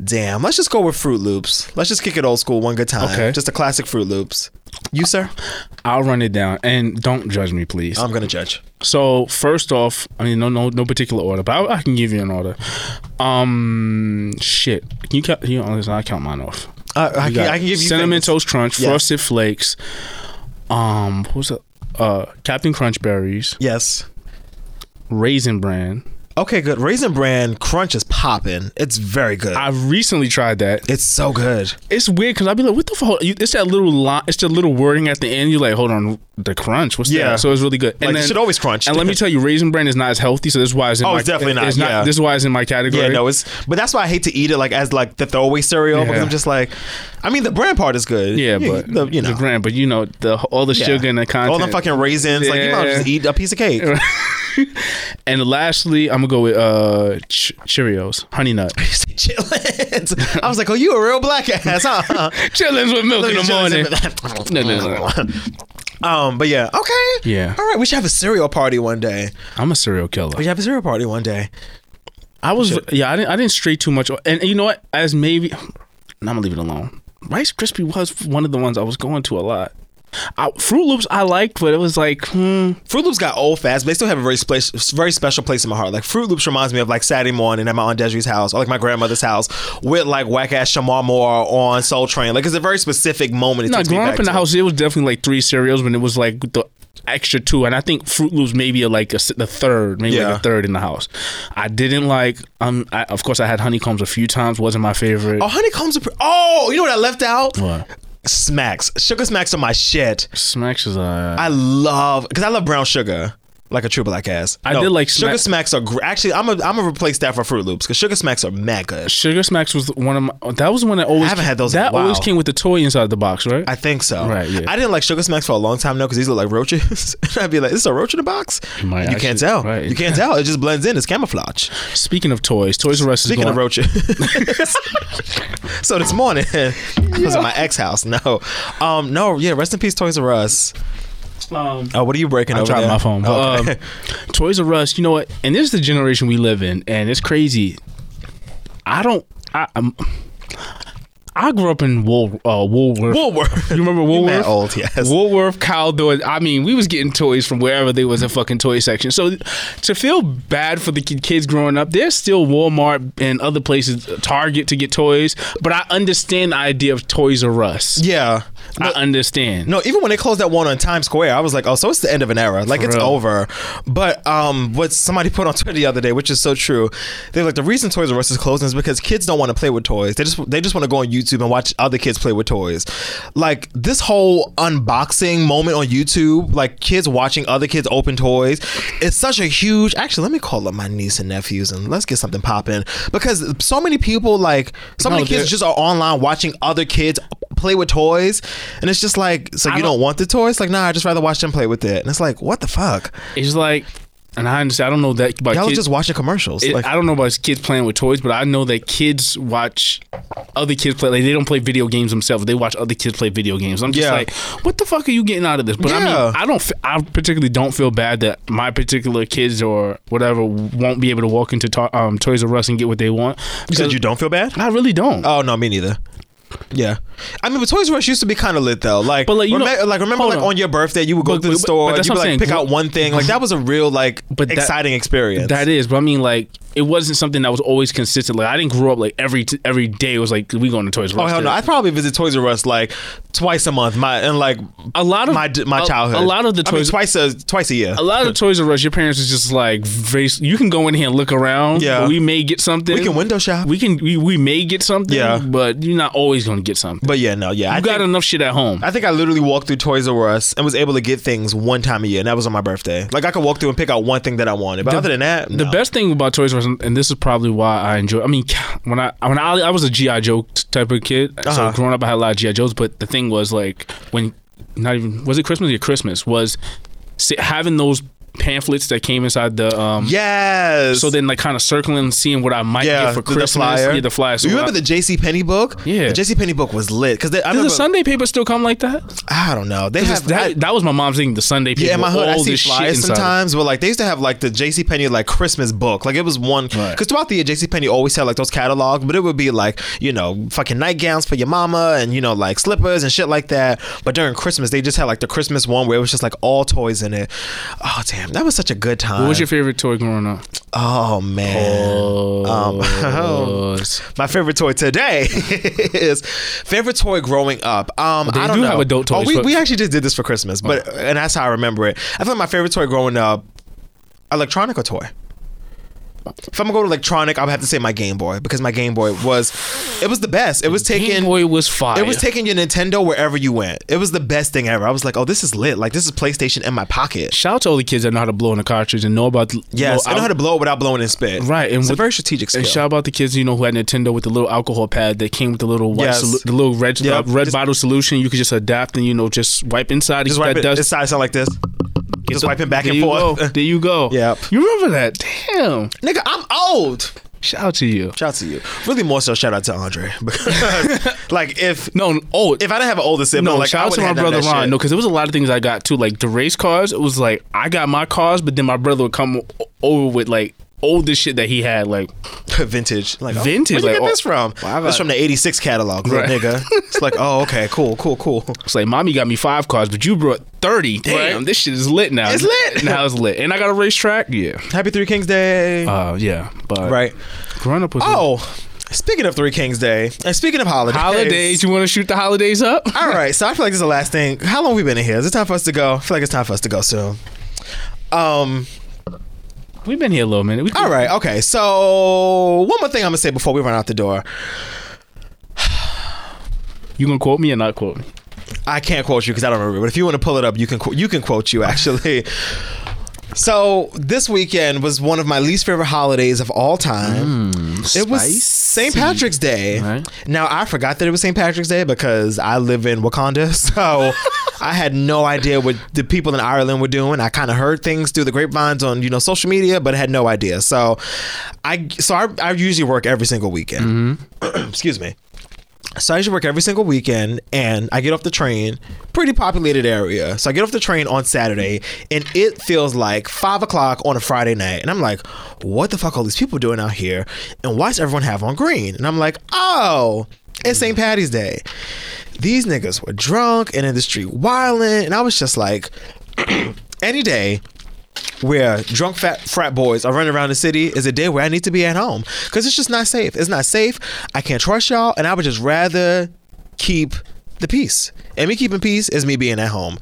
[SPEAKER 7] Damn, let's just go with Fruit Loops. Let's just kick it old school one good time.
[SPEAKER 6] Okay.
[SPEAKER 7] Just a classic Fruit Loops. You sir?
[SPEAKER 6] I'll run it down and don't judge me, please.
[SPEAKER 7] I'm gonna judge.
[SPEAKER 6] So first off, I mean no no no particular order, but I, I can give you an order. Um, shit, can you count? You know, listen, I count mine off.
[SPEAKER 7] Uh, I,
[SPEAKER 6] You
[SPEAKER 7] can,
[SPEAKER 6] got
[SPEAKER 7] I can give you
[SPEAKER 6] cinnamon
[SPEAKER 7] things.
[SPEAKER 6] toast crunch,
[SPEAKER 7] Yes.
[SPEAKER 6] frosted flakes. Um, what was it? Uh, Captain Crunch berries,
[SPEAKER 7] Yes.
[SPEAKER 6] raisin bran.
[SPEAKER 7] Okay, good. Raisin Bran Crunch is popping. It's very good.
[SPEAKER 6] I've recently tried that.
[SPEAKER 7] it's so good.
[SPEAKER 6] It's weird because I'd be like, "What the fuck?" You- It's that little line. It's the little wording at the end. You're like, "Hold on, the crunch." What's
[SPEAKER 7] Yeah.
[SPEAKER 6] that? So it's really good.
[SPEAKER 7] Like, it should always crunch.
[SPEAKER 6] And let me tell you, raisin bran is not as healthy, so this is why it's in
[SPEAKER 7] Oh,
[SPEAKER 6] my,
[SPEAKER 7] it's definitely not, yeah.
[SPEAKER 6] This is why it's in my category.
[SPEAKER 7] Yeah, no, it's but that's why I hate to eat it like as like the throwaway cereal because
[SPEAKER 6] Yeah.
[SPEAKER 7] I'm just like, I mean the brand part is good.
[SPEAKER 6] Yeah,
[SPEAKER 7] You-
[SPEAKER 6] but
[SPEAKER 7] the, you know
[SPEAKER 6] brand, but you know the all the
[SPEAKER 7] yeah.
[SPEAKER 6] sugar and the content,
[SPEAKER 7] all the fucking raisins. Like you might as well
[SPEAKER 6] Yeah.
[SPEAKER 7] just eat a piece of cake.
[SPEAKER 6] And lastly, I'm gonna go with uh Ch- Cheerios, Honey Nut,
[SPEAKER 7] Chillins. I was like, oh, you a real black ass, huh?
[SPEAKER 6] Chillins with milk in the morning. No, no,
[SPEAKER 7] um, but yeah, okay.
[SPEAKER 6] Yeah.
[SPEAKER 7] All right, we should have a cereal party one day.
[SPEAKER 6] I'm a serial
[SPEAKER 7] We
[SPEAKER 6] killer.
[SPEAKER 7] should have a cereal party one day.
[SPEAKER 6] I was yeah, I didn't I didn't stray too much, and you know what? As maybe, I'm gonna leave it alone. Rice Krispie was one of the ones I was going to a lot. I, Fruit Loops I liked, but it was like, hmm,
[SPEAKER 7] Fruit Loops got old fast, but they still have a very, splash, very special place in my heart. Like Fruit Loops reminds me of like Saturday morning at my aunt Desiree's house, or like my grandmother's house, with like whack ass Shamar Moore on Soul Train. Like it's a very specific moment. It
[SPEAKER 6] no.
[SPEAKER 7] takes me
[SPEAKER 6] Growing
[SPEAKER 7] back
[SPEAKER 6] up in the
[SPEAKER 7] to.
[SPEAKER 6] house, it was definitely like three cereals, but it was like the extra two, and I think Fruit Loops maybe are like a, s- the third, maybe
[SPEAKER 7] Yeah.
[SPEAKER 6] like a third in the house. I didn't like, um, I, of course I had honeycombs a few times, wasn't my favorite.
[SPEAKER 7] Oh, honeycombs are. Pre- oh, you know what I left out?
[SPEAKER 6] What?
[SPEAKER 7] Smacks. Sugar smacks are my shit.
[SPEAKER 6] Smacks is uh,
[SPEAKER 7] I love because I love brown sugar. Like a true black ass.
[SPEAKER 6] I did like
[SPEAKER 7] sugar
[SPEAKER 6] Smack-
[SPEAKER 7] smacks are gr- actually. I'm gonna I'm gonna replace that for Fruit Loops because sugar smacks are mad good.
[SPEAKER 6] Sugar Smacks was one of my. That was the one that always.
[SPEAKER 7] I haven't had those in a
[SPEAKER 6] That always
[SPEAKER 7] while.
[SPEAKER 6] came with the toy inside the box, right?
[SPEAKER 7] I think so.
[SPEAKER 6] Right, yeah.
[SPEAKER 7] I didn't like sugar smacks for a long time now because these look like roaches. I'd be like, "This is a roach in a box." You,
[SPEAKER 6] might actually-
[SPEAKER 7] can't tell.
[SPEAKER 6] right.
[SPEAKER 7] You can't tell. It just blends in. It's camouflage.
[SPEAKER 6] Speaking of toys, Toys R Us.
[SPEAKER 7] Speaking
[SPEAKER 6] is
[SPEAKER 7] of
[SPEAKER 6] going,
[SPEAKER 7] roaches, so this morning I was at my ex house. No, um, no, yeah. Rest in peace, Toys R Us.
[SPEAKER 6] um,
[SPEAKER 7] Oh, what are you breaking
[SPEAKER 6] I
[SPEAKER 7] over
[SPEAKER 6] dropped
[SPEAKER 7] there?
[SPEAKER 6] my phone. But,
[SPEAKER 7] Okay.
[SPEAKER 6] um, Toys R Us, you know what? And this is the generation we live in, and it's crazy. I don't. I, I'm, I grew up in Wool, uh, Woolworth.
[SPEAKER 7] Woolworth.
[SPEAKER 6] You remember Woolworth?
[SPEAKER 7] mad old, yes.
[SPEAKER 6] Woolworth, Caldor. I mean, we was getting toys from wherever there was a fucking toy section. So to feel bad for the ki- kids growing up, there's still Walmart and other places, uh, Target to get toys. But I understand the idea of Toys R Us.
[SPEAKER 7] Yeah.
[SPEAKER 6] I understand.
[SPEAKER 7] No, even when they closed that one on Times Square, I was like, oh, so it's the end of an era. Like, it's
[SPEAKER 6] real.
[SPEAKER 7] over. But um, what somebody put on Twitter the other day, which is so true, they're like, the reason Toys R Us is closing is because kids don't want to play with toys. They just they just want to go on YouTube and watch other kids play with toys. Like, this whole unboxing moment on YouTube, like kids watching other kids open toys, it's such a huge. Actually, let me call up my niece and nephews and let's get something popping. Because so many people, like, so many
[SPEAKER 6] No,
[SPEAKER 7] kids
[SPEAKER 6] they're-
[SPEAKER 7] just are online watching other kids play with toys and it's just like so you don't,
[SPEAKER 6] don't-
[SPEAKER 7] want the toys like nah i just rather watch them play with it and it's like what the fuck
[SPEAKER 6] It's like, and I understand. I don't know that about
[SPEAKER 7] y'all are
[SPEAKER 6] kids.
[SPEAKER 7] just watching commercials
[SPEAKER 6] it-
[SPEAKER 7] like
[SPEAKER 6] I don't know about kids playing with toys, but I know that kids watch other kids play. Like they don't play video games themselves; they watch other kids play video games. I'm just
[SPEAKER 7] Yeah.
[SPEAKER 6] like, what the fuck are you getting out of this? But I
[SPEAKER 7] Yeah.
[SPEAKER 6] mean, I don't. f- I particularly don't feel bad that my particular kids or whatever won't be able to walk into to- um, Toys R Us and get what they want.
[SPEAKER 7] you said you don't feel bad
[SPEAKER 6] I really don't.
[SPEAKER 7] oh no me neither yeah i mean but toys r us used to be kind of lit though like
[SPEAKER 6] But, like, you
[SPEAKER 7] remem-
[SPEAKER 6] know-
[SPEAKER 7] like remember
[SPEAKER 6] hold
[SPEAKER 7] like on.
[SPEAKER 6] on.
[SPEAKER 7] your birthday you would go
[SPEAKER 6] But-
[SPEAKER 7] to the
[SPEAKER 6] but- but
[SPEAKER 7] store
[SPEAKER 6] that's
[SPEAKER 7] you'd be
[SPEAKER 6] what I'm
[SPEAKER 7] like
[SPEAKER 6] saying.
[SPEAKER 7] pick out one thing like that was a real like
[SPEAKER 6] But that-
[SPEAKER 7] exciting experience
[SPEAKER 6] That is, but I mean, like, it wasn't something that was always consistent. Like, I didn't grow up like every t- every day was like we going to Toys R
[SPEAKER 7] Oh
[SPEAKER 6] Us.
[SPEAKER 7] hell no!
[SPEAKER 6] today.
[SPEAKER 7] I probably visit Toys R Us like twice a month. My and like
[SPEAKER 6] A lot of-
[SPEAKER 7] my d- my
[SPEAKER 6] a-
[SPEAKER 7] childhood.
[SPEAKER 6] a lot of the
[SPEAKER 7] I mean,
[SPEAKER 6] Toys-
[SPEAKER 7] twice a twice a year.
[SPEAKER 6] a lot of Toys R Us, your parents is just like face. You can go in here and look around.
[SPEAKER 7] Yeah.
[SPEAKER 6] but we may get something.
[SPEAKER 7] We can window shop.
[SPEAKER 6] We can. We, we may get something.
[SPEAKER 7] Yeah.
[SPEAKER 6] but you're not always gonna get something.
[SPEAKER 7] But yeah, no, yeah.
[SPEAKER 6] you
[SPEAKER 7] I
[SPEAKER 6] got
[SPEAKER 7] think-
[SPEAKER 6] enough shit at home.
[SPEAKER 7] I think I literally walked through Toys R Us and was able to get things one time a year, and that was on my birthday. Like I could walk through and pick out one thing that I wanted, but other than that,
[SPEAKER 6] The
[SPEAKER 7] no.
[SPEAKER 6] best thing about Toys R Us, and this is probably why I enjoy. I mean, when I when I, I was a GI Joe type of kid,
[SPEAKER 7] Uh-huh.
[SPEAKER 6] so growing up I had a lot of GI Joes. But the thing was like when not even was it Christmas or Christmas was si- having those pamphlets that came inside the um
[SPEAKER 7] Yes.
[SPEAKER 6] So then, like, kind of circling, and seeing what I might
[SPEAKER 7] yeah,
[SPEAKER 6] get for
[SPEAKER 7] the- the
[SPEAKER 6] Christmas.
[SPEAKER 7] flyer.
[SPEAKER 6] Yeah, the flyer. So
[SPEAKER 7] you
[SPEAKER 6] when
[SPEAKER 7] remember
[SPEAKER 6] I-
[SPEAKER 7] the J.C. Penney book?
[SPEAKER 6] Yeah.
[SPEAKER 7] the J.C. Penney book was lit because I
[SPEAKER 6] Does
[SPEAKER 7] remember.
[SPEAKER 6] the Sunday paper still come like that?
[SPEAKER 7] I don't know. They
[SPEAKER 6] 'Cause
[SPEAKER 7] have
[SPEAKER 6] that,
[SPEAKER 7] I-
[SPEAKER 6] that was my mom's thing. The Sunday paper.
[SPEAKER 7] yeah, in my hood, I
[SPEAKER 6] all
[SPEAKER 7] see
[SPEAKER 6] this shit
[SPEAKER 7] flyers
[SPEAKER 6] inside.
[SPEAKER 7] sometimes, but like they used to have like the J.C. Penney like Christmas book. Like it was one because
[SPEAKER 6] Right.
[SPEAKER 7] throughout the year, J.C. Penney always had like those catalogs, but it would be like you know fucking nightgowns for your mama and you know like slippers and shit like that. But during Christmas, they just had like the Christmas one where it was just like all toys in it. Oh damn, that was such a good time.
[SPEAKER 6] What was your favorite toy growing up?
[SPEAKER 7] oh man. Um,
[SPEAKER 6] Oh,
[SPEAKER 7] My favorite toy today is favorite toy growing up. Um,
[SPEAKER 6] they
[SPEAKER 7] I don't
[SPEAKER 6] do
[SPEAKER 7] know.
[SPEAKER 6] have adult
[SPEAKER 7] Oh,
[SPEAKER 6] toys,
[SPEAKER 7] we,
[SPEAKER 6] but-
[SPEAKER 7] we actually just did this for Christmas, but
[SPEAKER 6] Oh.
[SPEAKER 7] and that's how I remember it. I feel like my favorite toy growing up, electronic or toy. If I'm gonna go to electronic, I would have to say my Game Boy because my Game Boy was, it was the best. It was taking
[SPEAKER 6] Game Boy was fire.
[SPEAKER 7] it was taking your Nintendo wherever you went. It was the best thing ever. I was like, oh, this is lit. Like this is PlayStation in my pocket.
[SPEAKER 6] Shout out to all the kids that know how to blow in a cartridge and know about. The,
[SPEAKER 7] Yes,
[SPEAKER 6] know-
[SPEAKER 7] I know how to blow it without blowing in spit.
[SPEAKER 6] Right,
[SPEAKER 7] and
[SPEAKER 6] and
[SPEAKER 7] it's a
[SPEAKER 6] with-
[SPEAKER 7] very strategic skill.
[SPEAKER 6] And shout about the kids you know who had Nintendo with the little alcohol pad that came with the little white
[SPEAKER 7] Yes.
[SPEAKER 6] solu- the little red
[SPEAKER 7] Yep.
[SPEAKER 6] uh, red
[SPEAKER 7] Just-
[SPEAKER 6] bottle solution. You could just adapt and you know just wipe inside.
[SPEAKER 7] just
[SPEAKER 6] get
[SPEAKER 7] wipe
[SPEAKER 6] that
[SPEAKER 7] it.
[SPEAKER 6] dust.
[SPEAKER 7] It's sound like this. Just wipe it back
[SPEAKER 6] there
[SPEAKER 7] and
[SPEAKER 6] you
[SPEAKER 7] forth.
[SPEAKER 6] Go. There you go.
[SPEAKER 7] Yep.
[SPEAKER 6] You remember that? Damn.
[SPEAKER 7] Nigga, I'm old.
[SPEAKER 6] Shout out to you.
[SPEAKER 7] Shout out to you. Really, more so, shout out to Andre. Because, like, if
[SPEAKER 6] No. Oh,
[SPEAKER 7] if I didn't have an older sibling,
[SPEAKER 6] no,
[SPEAKER 7] like, I
[SPEAKER 6] shout out to
[SPEAKER 7] would've
[SPEAKER 6] my
[SPEAKER 7] had none
[SPEAKER 6] brother
[SPEAKER 7] of that
[SPEAKER 6] Ron.
[SPEAKER 7] shit.
[SPEAKER 6] No, because there was a lot of things I got too. Like the race cars, it was like I got my cars, but then my brother would come o- over with like older shit that he had. Like
[SPEAKER 7] vintage, like oh,
[SPEAKER 6] Vintage,
[SPEAKER 7] Where you
[SPEAKER 6] like,
[SPEAKER 7] get
[SPEAKER 6] oh,
[SPEAKER 7] this from?
[SPEAKER 6] wow,
[SPEAKER 7] it's from the '86 catalog, little
[SPEAKER 6] Right.
[SPEAKER 7] nigga. It's like, oh, okay, cool, cool, cool.
[SPEAKER 6] it's like mommy got me five cars, but you brought thirty. Damn,
[SPEAKER 7] Right.
[SPEAKER 6] this shit is lit now.
[SPEAKER 7] It's lit.
[SPEAKER 6] now. It's lit, and I got a racetrack. Yeah.
[SPEAKER 7] Happy Three Kings Day,
[SPEAKER 6] Uh, yeah, but
[SPEAKER 7] right?
[SPEAKER 6] Growing up with
[SPEAKER 7] Oh, speaking of Three Kings Day, and speaking of holidays,
[SPEAKER 6] holidays. You want to shoot the holidays up?
[SPEAKER 7] All right, so I feel like this is the last thing. How long we been in here? Is it time for us to go? I feel like it's time for us to go soon. Um.
[SPEAKER 6] We've been here a little minute. We can-
[SPEAKER 7] All right. Okay. So one more thing I'm gonna say before we run out the door.
[SPEAKER 6] You gonna quote me or not quote me?
[SPEAKER 7] I can't quote you because I don't remember. But if you want to pull it up, you can qu- you can quote you actually. So this weekend was one of my least favorite holidays of all time. it was St. Patrick's Day.
[SPEAKER 6] Right.
[SPEAKER 7] Now I forgot that it was St. Patrick's Day because I live in Wakanda, so I had no idea what the people in Ireland were doing. I kind of heard things through the grapevines on you know social media, but had no idea. So I so I, I usually work every single weekend. Excuse me. So I used to work every single weekend, and I get off the train, pretty populated area. So I get off the train on Saturday, and it feels like five o'clock on a Friday night, and I'm like, "What the fuck are these people doing out here? And why does everyone have on green?" And I'm like, "Oh, it's St. Patty's Day." These niggas were drunk and in the street wilding, and I was just like, "Any day." where drunk fat frat boys are running around the city is a day where I need to be at home because it's just not safe. It's not safe. I can't trust y'all, and I would just rather keep the peace. And me keeping peace is me being at home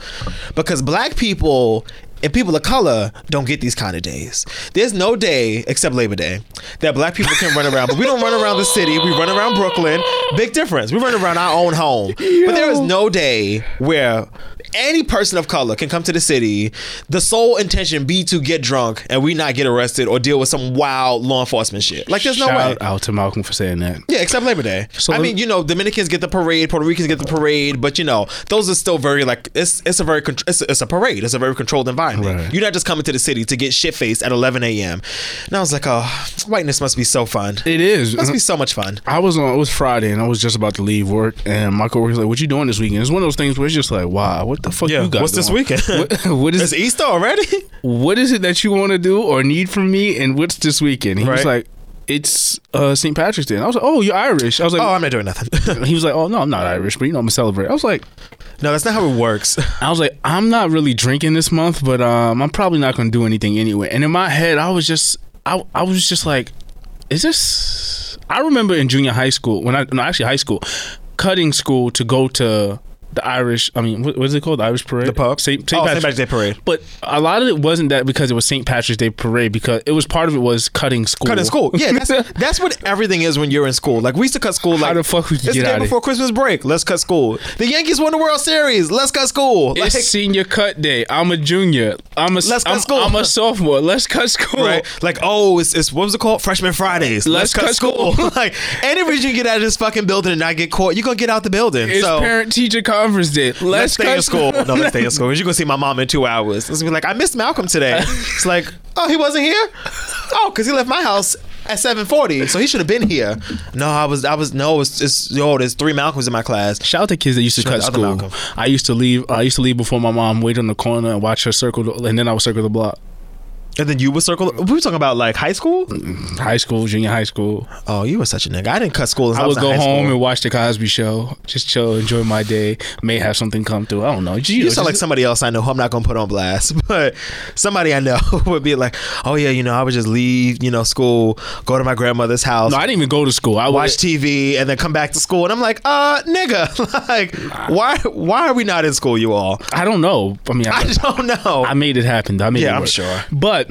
[SPEAKER 7] because black people and people of color don't get these kind of days. There's no day except Labor Day that black people can run around, but we don't run around the city. We run around Brooklyn. Big difference. We run around our own home. But there is no day where any person of color can come to the city, the sole intention be to get drunk and we not get arrested or deal with some wild law enforcement shit. Like there's no
[SPEAKER 6] Shout
[SPEAKER 7] way.
[SPEAKER 6] out to Malcolm for saying that.
[SPEAKER 7] Yeah, except Labor Day.
[SPEAKER 6] So-
[SPEAKER 7] I mean, you know, Dominicans get the parade, Puerto Ricans get the parade, but you know, those are still very like it's it's a very contr- it's a, it's a parade. It's a very controlled environment.
[SPEAKER 6] Right.
[SPEAKER 7] You're not just coming to the city to get shit faced at 11 a.m. And I was like, oh, whiteness must be so fun.
[SPEAKER 6] It is.
[SPEAKER 7] must be so much fun.
[SPEAKER 6] I was on. It was Friday, and I was just about to leave work, and my coworker was like, "What you doing this weekend?" It's one of those things where it's just like, "Wow, what the fuck you got?
[SPEAKER 7] what's this
[SPEAKER 6] going?
[SPEAKER 7] weekend?
[SPEAKER 6] What- what
[SPEAKER 7] It's e-
[SPEAKER 6] is
[SPEAKER 7] Easter already.
[SPEAKER 6] what is it that you want to do or need from me? And what's this weekend?" He was
[SPEAKER 7] Right.
[SPEAKER 6] like, "It's uh, St. Patrick's Day." And I was like, "Oh, you're Irish." I was like,
[SPEAKER 7] Oh, I'm not doing nothing.
[SPEAKER 6] He was like, "Oh no, I'm not Irish, but you know I'm gonna celebrate." I was like,
[SPEAKER 7] no, that's not how it works.
[SPEAKER 6] "I was like, I'm not really drinking this month, but um, I'm probably not gonna do anything anyway." And in my head, I was just, I, I was just like, "Is this?" I remember in junior high school when I, no, actually high school, cutting school to go to the Irish. I mean, what, what is it called? The Irish parade,
[SPEAKER 7] The pub?
[SPEAKER 6] Saint,
[SPEAKER 7] Oh,
[SPEAKER 6] Saint
[SPEAKER 7] St.
[SPEAKER 6] Patrick's
[SPEAKER 7] Patrick's Day parade.
[SPEAKER 6] But a lot of it wasn't that because it was St. Patrick's Day parade because it was part of it was cutting school.
[SPEAKER 7] Cutting school. Yeah, that's, that's what everything is when you're in school. Like we used to cut school. Like
[SPEAKER 6] the fuck would you
[SPEAKER 7] it's
[SPEAKER 6] get
[SPEAKER 7] the day
[SPEAKER 6] outta
[SPEAKER 7] before Christmas break? Let's cut school. The Yankees won the World Series. Let's cut school. Like,
[SPEAKER 6] It's senior cut day. I'm a junior. I'm a
[SPEAKER 7] Let's cut
[SPEAKER 6] I'm,
[SPEAKER 7] school.
[SPEAKER 6] I'm a sophomore. Let's cut school.
[SPEAKER 7] right? Like oh, it's, it's what was it called? Freshman Fridays. Let's,
[SPEAKER 6] Let's
[SPEAKER 7] cut,
[SPEAKER 6] cut
[SPEAKER 7] school.
[SPEAKER 6] school.
[SPEAKER 7] like any reason you get out of this fucking building and not get caught, you're gonna get out the building.
[SPEAKER 6] It's
[SPEAKER 7] so.
[SPEAKER 6] parent teacher conference day. Let's,
[SPEAKER 7] Let's stay
[SPEAKER 6] cut
[SPEAKER 7] in school. No, let's stay in school. Because you're gonna see my mom in two hours. Let's be like, I missed Malcolm today. It's like, oh, he wasn't here. Oh, because he left my house at 7:40, so he should have been here. No, I was, I was, no, it's, it's, yo, there's three Malcolms in my class.
[SPEAKER 6] Shout out to kids that used to
[SPEAKER 7] Shout out
[SPEAKER 6] cut
[SPEAKER 7] to other
[SPEAKER 6] school.
[SPEAKER 7] Malcolm.
[SPEAKER 6] I used to leave. I used to leave before my mom wait on the corner and watch her circle, the- and then I would circle the block.
[SPEAKER 7] And then you would circle. We were talking about like high school.
[SPEAKER 6] High school, junior high school.
[SPEAKER 7] Oh, you were such a nigga. I didn't cut school. Until
[SPEAKER 6] I would
[SPEAKER 7] was in
[SPEAKER 6] go
[SPEAKER 7] high
[SPEAKER 6] home
[SPEAKER 7] school.
[SPEAKER 6] and watch the Cosby Show, just chill, enjoy my day. May have something come through. I don't know.
[SPEAKER 7] You sound like somebody else I know who I'm not gonna put on blast, but somebody I know would be like, "Oh yeah, you know, I would just leave, you know, school, go to my grandmother's house,
[SPEAKER 6] No, I didn't even go to school. I
[SPEAKER 7] watch
[SPEAKER 6] watched.
[SPEAKER 7] TV, and then come back to school." And I'm like, "Uh, nigga, like, why, why are we not in school, you all?
[SPEAKER 6] I don't know. I mean, I,
[SPEAKER 7] I don't know."
[SPEAKER 6] I made it happen. though. I made
[SPEAKER 7] Yeah,
[SPEAKER 6] it
[SPEAKER 7] I'm
[SPEAKER 6] work.
[SPEAKER 7] sure.
[SPEAKER 6] But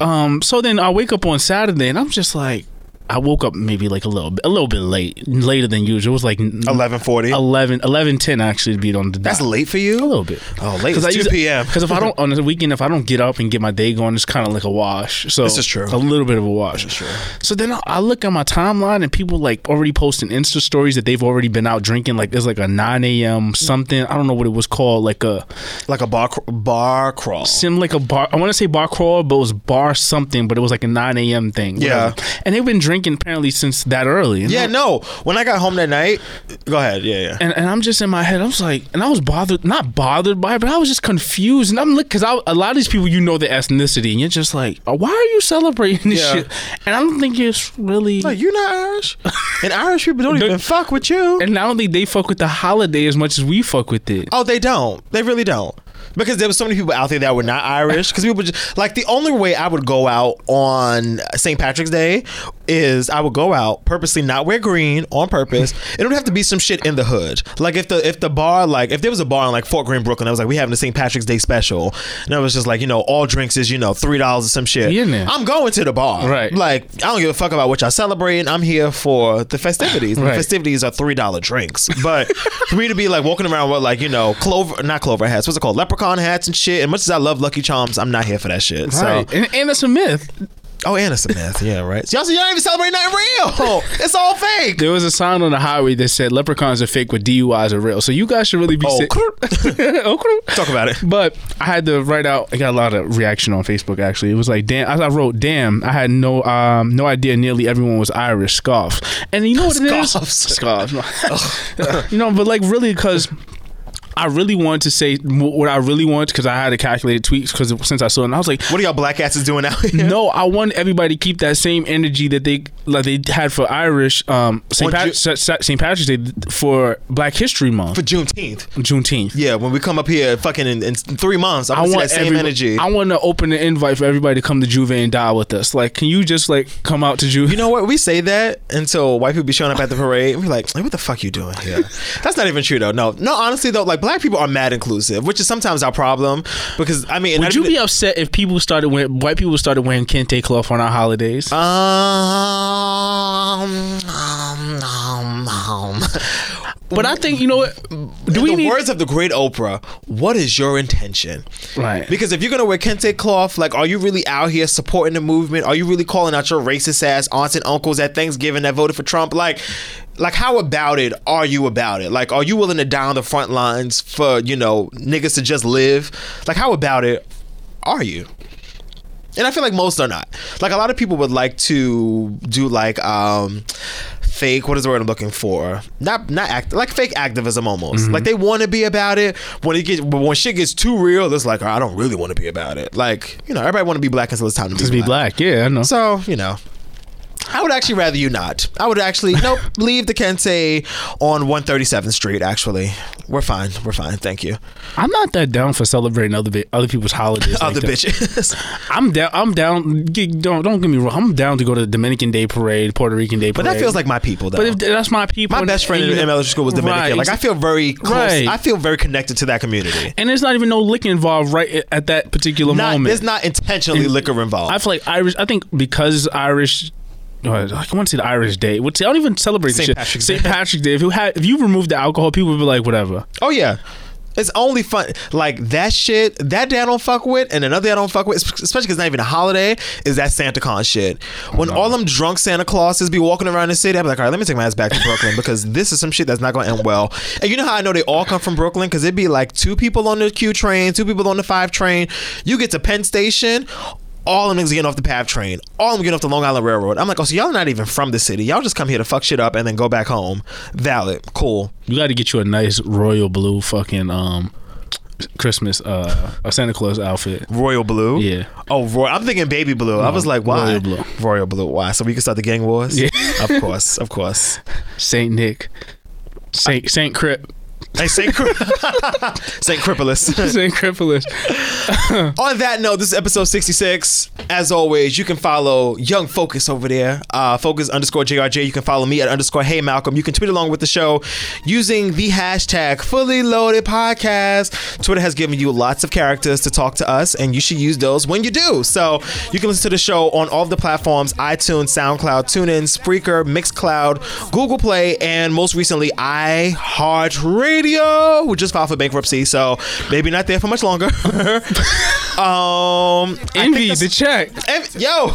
[SPEAKER 6] um, so then I wake up on Saturday and I'm just like, I woke up maybe like a little bit, a little bit late, later than usual. It was like
[SPEAKER 7] 11:40.
[SPEAKER 6] 11, 11 actually to be on the.
[SPEAKER 7] That's
[SPEAKER 6] dot.
[SPEAKER 7] late for
[SPEAKER 6] A
[SPEAKER 7] you.
[SPEAKER 6] little bit.
[SPEAKER 7] Oh, late. It's 2 p.m..
[SPEAKER 6] Because if I don't on the weekend, if I don't get up and get my day going, it's kind of like a wash. So
[SPEAKER 7] This is true.
[SPEAKER 6] A little bit of a wash. So then I, I look at my timeline and people like already posting Insta stories that they've already been out drinking. Like there's like a nine a.m. something. I don't know what it was called. Like a
[SPEAKER 7] Like a bar cr- bar crawl.
[SPEAKER 6] sim like a bar. I want to say bar crawl, but it was bar something. But it was like a nine a.m. thing.
[SPEAKER 7] Yeah.
[SPEAKER 6] whatever. And they've been drinking apparently since that early. And
[SPEAKER 7] Yeah,
[SPEAKER 6] I'm-
[SPEAKER 7] no. When I got home that night, go ahead. Yeah, yeah.
[SPEAKER 6] and, and I'm just in my head. I was like, and I was bothered, not bothered by it, but I was just confused. And I'm like, because a lot of these people, you know their ethnicity, and you're just like, "Oh, why are you celebrating this
[SPEAKER 7] Yeah.
[SPEAKER 6] shit? And I don't think it's really.
[SPEAKER 7] No, you're not Irish, and Irish people don't
[SPEAKER 6] Don't-
[SPEAKER 7] even fuck with you.
[SPEAKER 6] and I don't think they fuck with the holiday as much as we fuck with it.
[SPEAKER 7] Oh, they don't. They really don't. Because there were so many people out there that were not Irish. Because people just like the only way I would go out on St. Patrick's Day is I would go out purposely not wear green on purpose. it would have to be some shit in the hood. Like if the if the bar like if there was a bar in like Fort Greene, Brooklyn, that was like we having the St. Patrick's Day special, and it was just like you know all drinks is you know three dollars or some shit.
[SPEAKER 6] Yeah, man.
[SPEAKER 7] I'm going to the bar.
[SPEAKER 6] Right.
[SPEAKER 7] Like I don't give a fuck about what y'all celebrating. I'm here for the festivities. The
[SPEAKER 6] Right.
[SPEAKER 7] festivities activities are three dollar drinks. But for me to be like walking around with like you know clover, not clover hats, what's it called, leprechaun hats and shit. And much as I love Lucky Charms, I'm not here for that shit.
[SPEAKER 6] Right.
[SPEAKER 7] So
[SPEAKER 6] and, and that's a myth.
[SPEAKER 7] Oh, and a Samantha. yeah, right. So y'all, so y'all don't even celebrate nothing
[SPEAKER 6] Oh.
[SPEAKER 7] real. It's all fake.
[SPEAKER 6] There was a sign on the highway that said leprechauns are fake, but DUIs are real. So you guys should really be
[SPEAKER 7] Oh,
[SPEAKER 6] sick. oh, crap.
[SPEAKER 7] Talk about it.
[SPEAKER 6] But I had to write out. I got a lot of reaction on Facebook. Actually, it was like, "Damn!" As I wrote, "Damn!" I had no, um, no idea. Nearly everyone was Irish. Scoff. And you know what it is?
[SPEAKER 7] Scoffs.
[SPEAKER 6] Scoff.
[SPEAKER 7] Oh.
[SPEAKER 6] you know, but like really, because. I really wanted to say wh- what I really wanted because I had to calculate tweets because since I saw it, and I was like,
[SPEAKER 7] What are y'all black asses doing out here?
[SPEAKER 6] no, I want everybody to keep that same energy that they like they had for Irish um, St.
[SPEAKER 7] On Ju-
[SPEAKER 6] Pat- Sa- Sa- St. Patrick's Day for Black History Month,
[SPEAKER 7] For Juneteenth.
[SPEAKER 6] Juneteenth.
[SPEAKER 7] Yeah, when we come up here, fucking in, in three months, I,
[SPEAKER 6] I
[SPEAKER 7] want
[SPEAKER 6] want
[SPEAKER 7] that same
[SPEAKER 6] every-
[SPEAKER 7] energy.
[SPEAKER 6] I want to open an invite for everybody to come to Juve and die with us. Like, can you just like come out to Juve?
[SPEAKER 7] You know what? We say that until white people be showing up at the parade. And we're like, "Like, what the fuck you doing here? That's not even true though. No, no. Honestly though, like black people are mad inclusive, which is sometimes our problem because I mean, and
[SPEAKER 6] would
[SPEAKER 7] I-
[SPEAKER 6] you be upset if people started wearing white people started wearing kente cloth on our holidays?
[SPEAKER 7] Um, um, um, um.
[SPEAKER 6] but I think you know what. Do we
[SPEAKER 7] the
[SPEAKER 6] need?
[SPEAKER 7] words of the great Oprah, what is your intention?
[SPEAKER 6] Right.
[SPEAKER 7] Because if you're gonna wear kente cloth, like, are you really out here supporting the movement? Are you really calling out your racist ass aunts and uncles at Thanksgiving that voted for Trump? Like, like how about it? Are you about it? Like, are you willing to die on the front lines for you know niggas to just live? Like, how about it? Are you? and I feel like most are not. Like a lot of people would like to do like um fake what is the word I'm looking for? Not not act like fake activism almost.
[SPEAKER 6] Mm-hmm.
[SPEAKER 7] Like they want to be about it. When it gets but when shit gets too real, it's like I don't really want to be about it. Like you know everybody want to be black until it's time to
[SPEAKER 6] Just be black. Yeah, I know.
[SPEAKER 7] so, you know. I would actually rather you not. I would actually nope, leave the Kente on 137th Street actually. We're fine. We're fine. Thank you.
[SPEAKER 6] I'm not that down for celebrating other bi- other people's holidays. like
[SPEAKER 7] Other
[SPEAKER 6] that.
[SPEAKER 7] bitches.
[SPEAKER 6] I'm down. I'm down. g- Don't don't get me wrong. I'm down to go to the Dominican Day Parade, Puerto Rican Day Parade.
[SPEAKER 7] But that feels like my people though.
[SPEAKER 6] But if that's my people.
[SPEAKER 7] My
[SPEAKER 6] and-
[SPEAKER 7] best friend
[SPEAKER 6] and
[SPEAKER 7] in
[SPEAKER 6] you-
[SPEAKER 7] elementary school was Dominican.
[SPEAKER 6] Right,
[SPEAKER 7] Like I feel very close.
[SPEAKER 6] Right.
[SPEAKER 7] I feel very connected to that community.
[SPEAKER 6] and there's not even no liquor involved right a- at that particular
[SPEAKER 7] Not,
[SPEAKER 6] moment.
[SPEAKER 7] there's not intentionally liquor involved.
[SPEAKER 6] I feel like Irish. I think because Irish. oh, I want to say the Irish Day. What's, I don't even celebrate
[SPEAKER 7] St.
[SPEAKER 6] this shit.
[SPEAKER 7] Patrick's
[SPEAKER 6] St. Patrick's Day. If you had, if you removed the alcohol, people would be like, whatever.
[SPEAKER 7] oh yeah. It's only fun like that shit. That day I don't fuck with, and another day I don't fuck with, especially because it's not even a holiday. Is that Santa Claus shit? When all them drunk Santa Clauses be walking around the city, I'm like, all right, let me take my ass back to Brooklyn because this is some shit that's not going to end well. And you know how I know they all come from Brooklyn because it'd be like two people on the Q train, two people on the five train. You get to Penn Station, all them niggas getting off the PAV train. All them getting off the Long Island Railroad. I'm like, oh, so y'all not even from the city. Y'all just come here to fuck shit up and then go back home. Valid. Cool.
[SPEAKER 6] You got to get you a nice royal blue fucking um Christmas uh a Santa Claus outfit.
[SPEAKER 7] Royal Blue.
[SPEAKER 6] Yeah.
[SPEAKER 7] Oh, Roy- I'm thinking Baby Blue. I was like, why?
[SPEAKER 6] Royal Blue.
[SPEAKER 7] Royal Blue. Why? So we can start the gang wars?
[SPEAKER 6] Yeah.
[SPEAKER 7] of course. Of course.
[SPEAKER 6] Saint Nick, Saint Saint Crip,
[SPEAKER 7] Hey, St. Cri- St. Cripolis.
[SPEAKER 6] Saint Cripolis.
[SPEAKER 7] On that note, this is episode 66. As always, you can follow Young Focus over there. Uh, Focus underscore JRJ. You can follow me at underscore Hey Malcolm. You can tweet along with the show using the hashtag Fully Loaded Podcast. Twitter has given you lots of characters to talk to us, and you should use those when you do. So you can listen to the show on all of the platforms iTunes, SoundCloud, TuneIn, Spreaker, Mixcloud, Google Play, and most recently, iHeartRadio, who just filed for bankruptcy. So maybe not there for much longer. Um, I
[SPEAKER 6] Envy
[SPEAKER 7] think
[SPEAKER 6] the
[SPEAKER 7] that's-
[SPEAKER 6] check.
[SPEAKER 7] Envy- yo,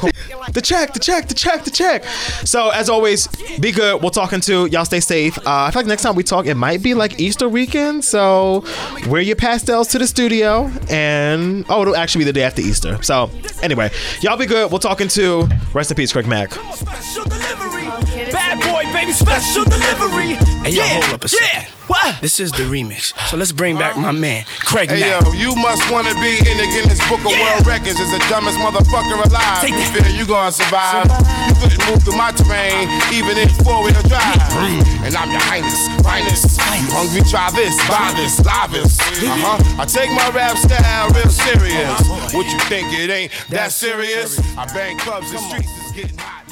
[SPEAKER 7] the check, the check, the check, the check. So as always, be good. We'll talking to y'all. Stay safe. Uh, I feel like next time we talk, it might be like Easter weekend. So wear your pastels to the studio, and oh, it'll actually be the day after Easter. So anyway, y'all be good. We'll talking to rest in peace, Craig Mack.
[SPEAKER 4] Special delivery. Bad boy, baby, special delivery.
[SPEAKER 8] Hey, yo,
[SPEAKER 4] yeah,
[SPEAKER 8] hold up a second.
[SPEAKER 4] yeah. What?
[SPEAKER 8] This is the remix. So let's bring back my man, Craig
[SPEAKER 5] Hey
[SPEAKER 8] Mack.
[SPEAKER 5] yo, you must wanna be in the Guinness Book of
[SPEAKER 4] Yeah.
[SPEAKER 5] World Records as the dumbest motherfucker alive.
[SPEAKER 4] Take
[SPEAKER 5] You
[SPEAKER 4] that.
[SPEAKER 5] feel you gonna survive? You couldn't move through my terrain, even in four-wheel drive. And I'm your highness, finest. You hungry? Try this, buy this, live this. Uh huh. I take my rap style real serious. What you think it ain't that serious? I bang clubs, the streets is getting hot.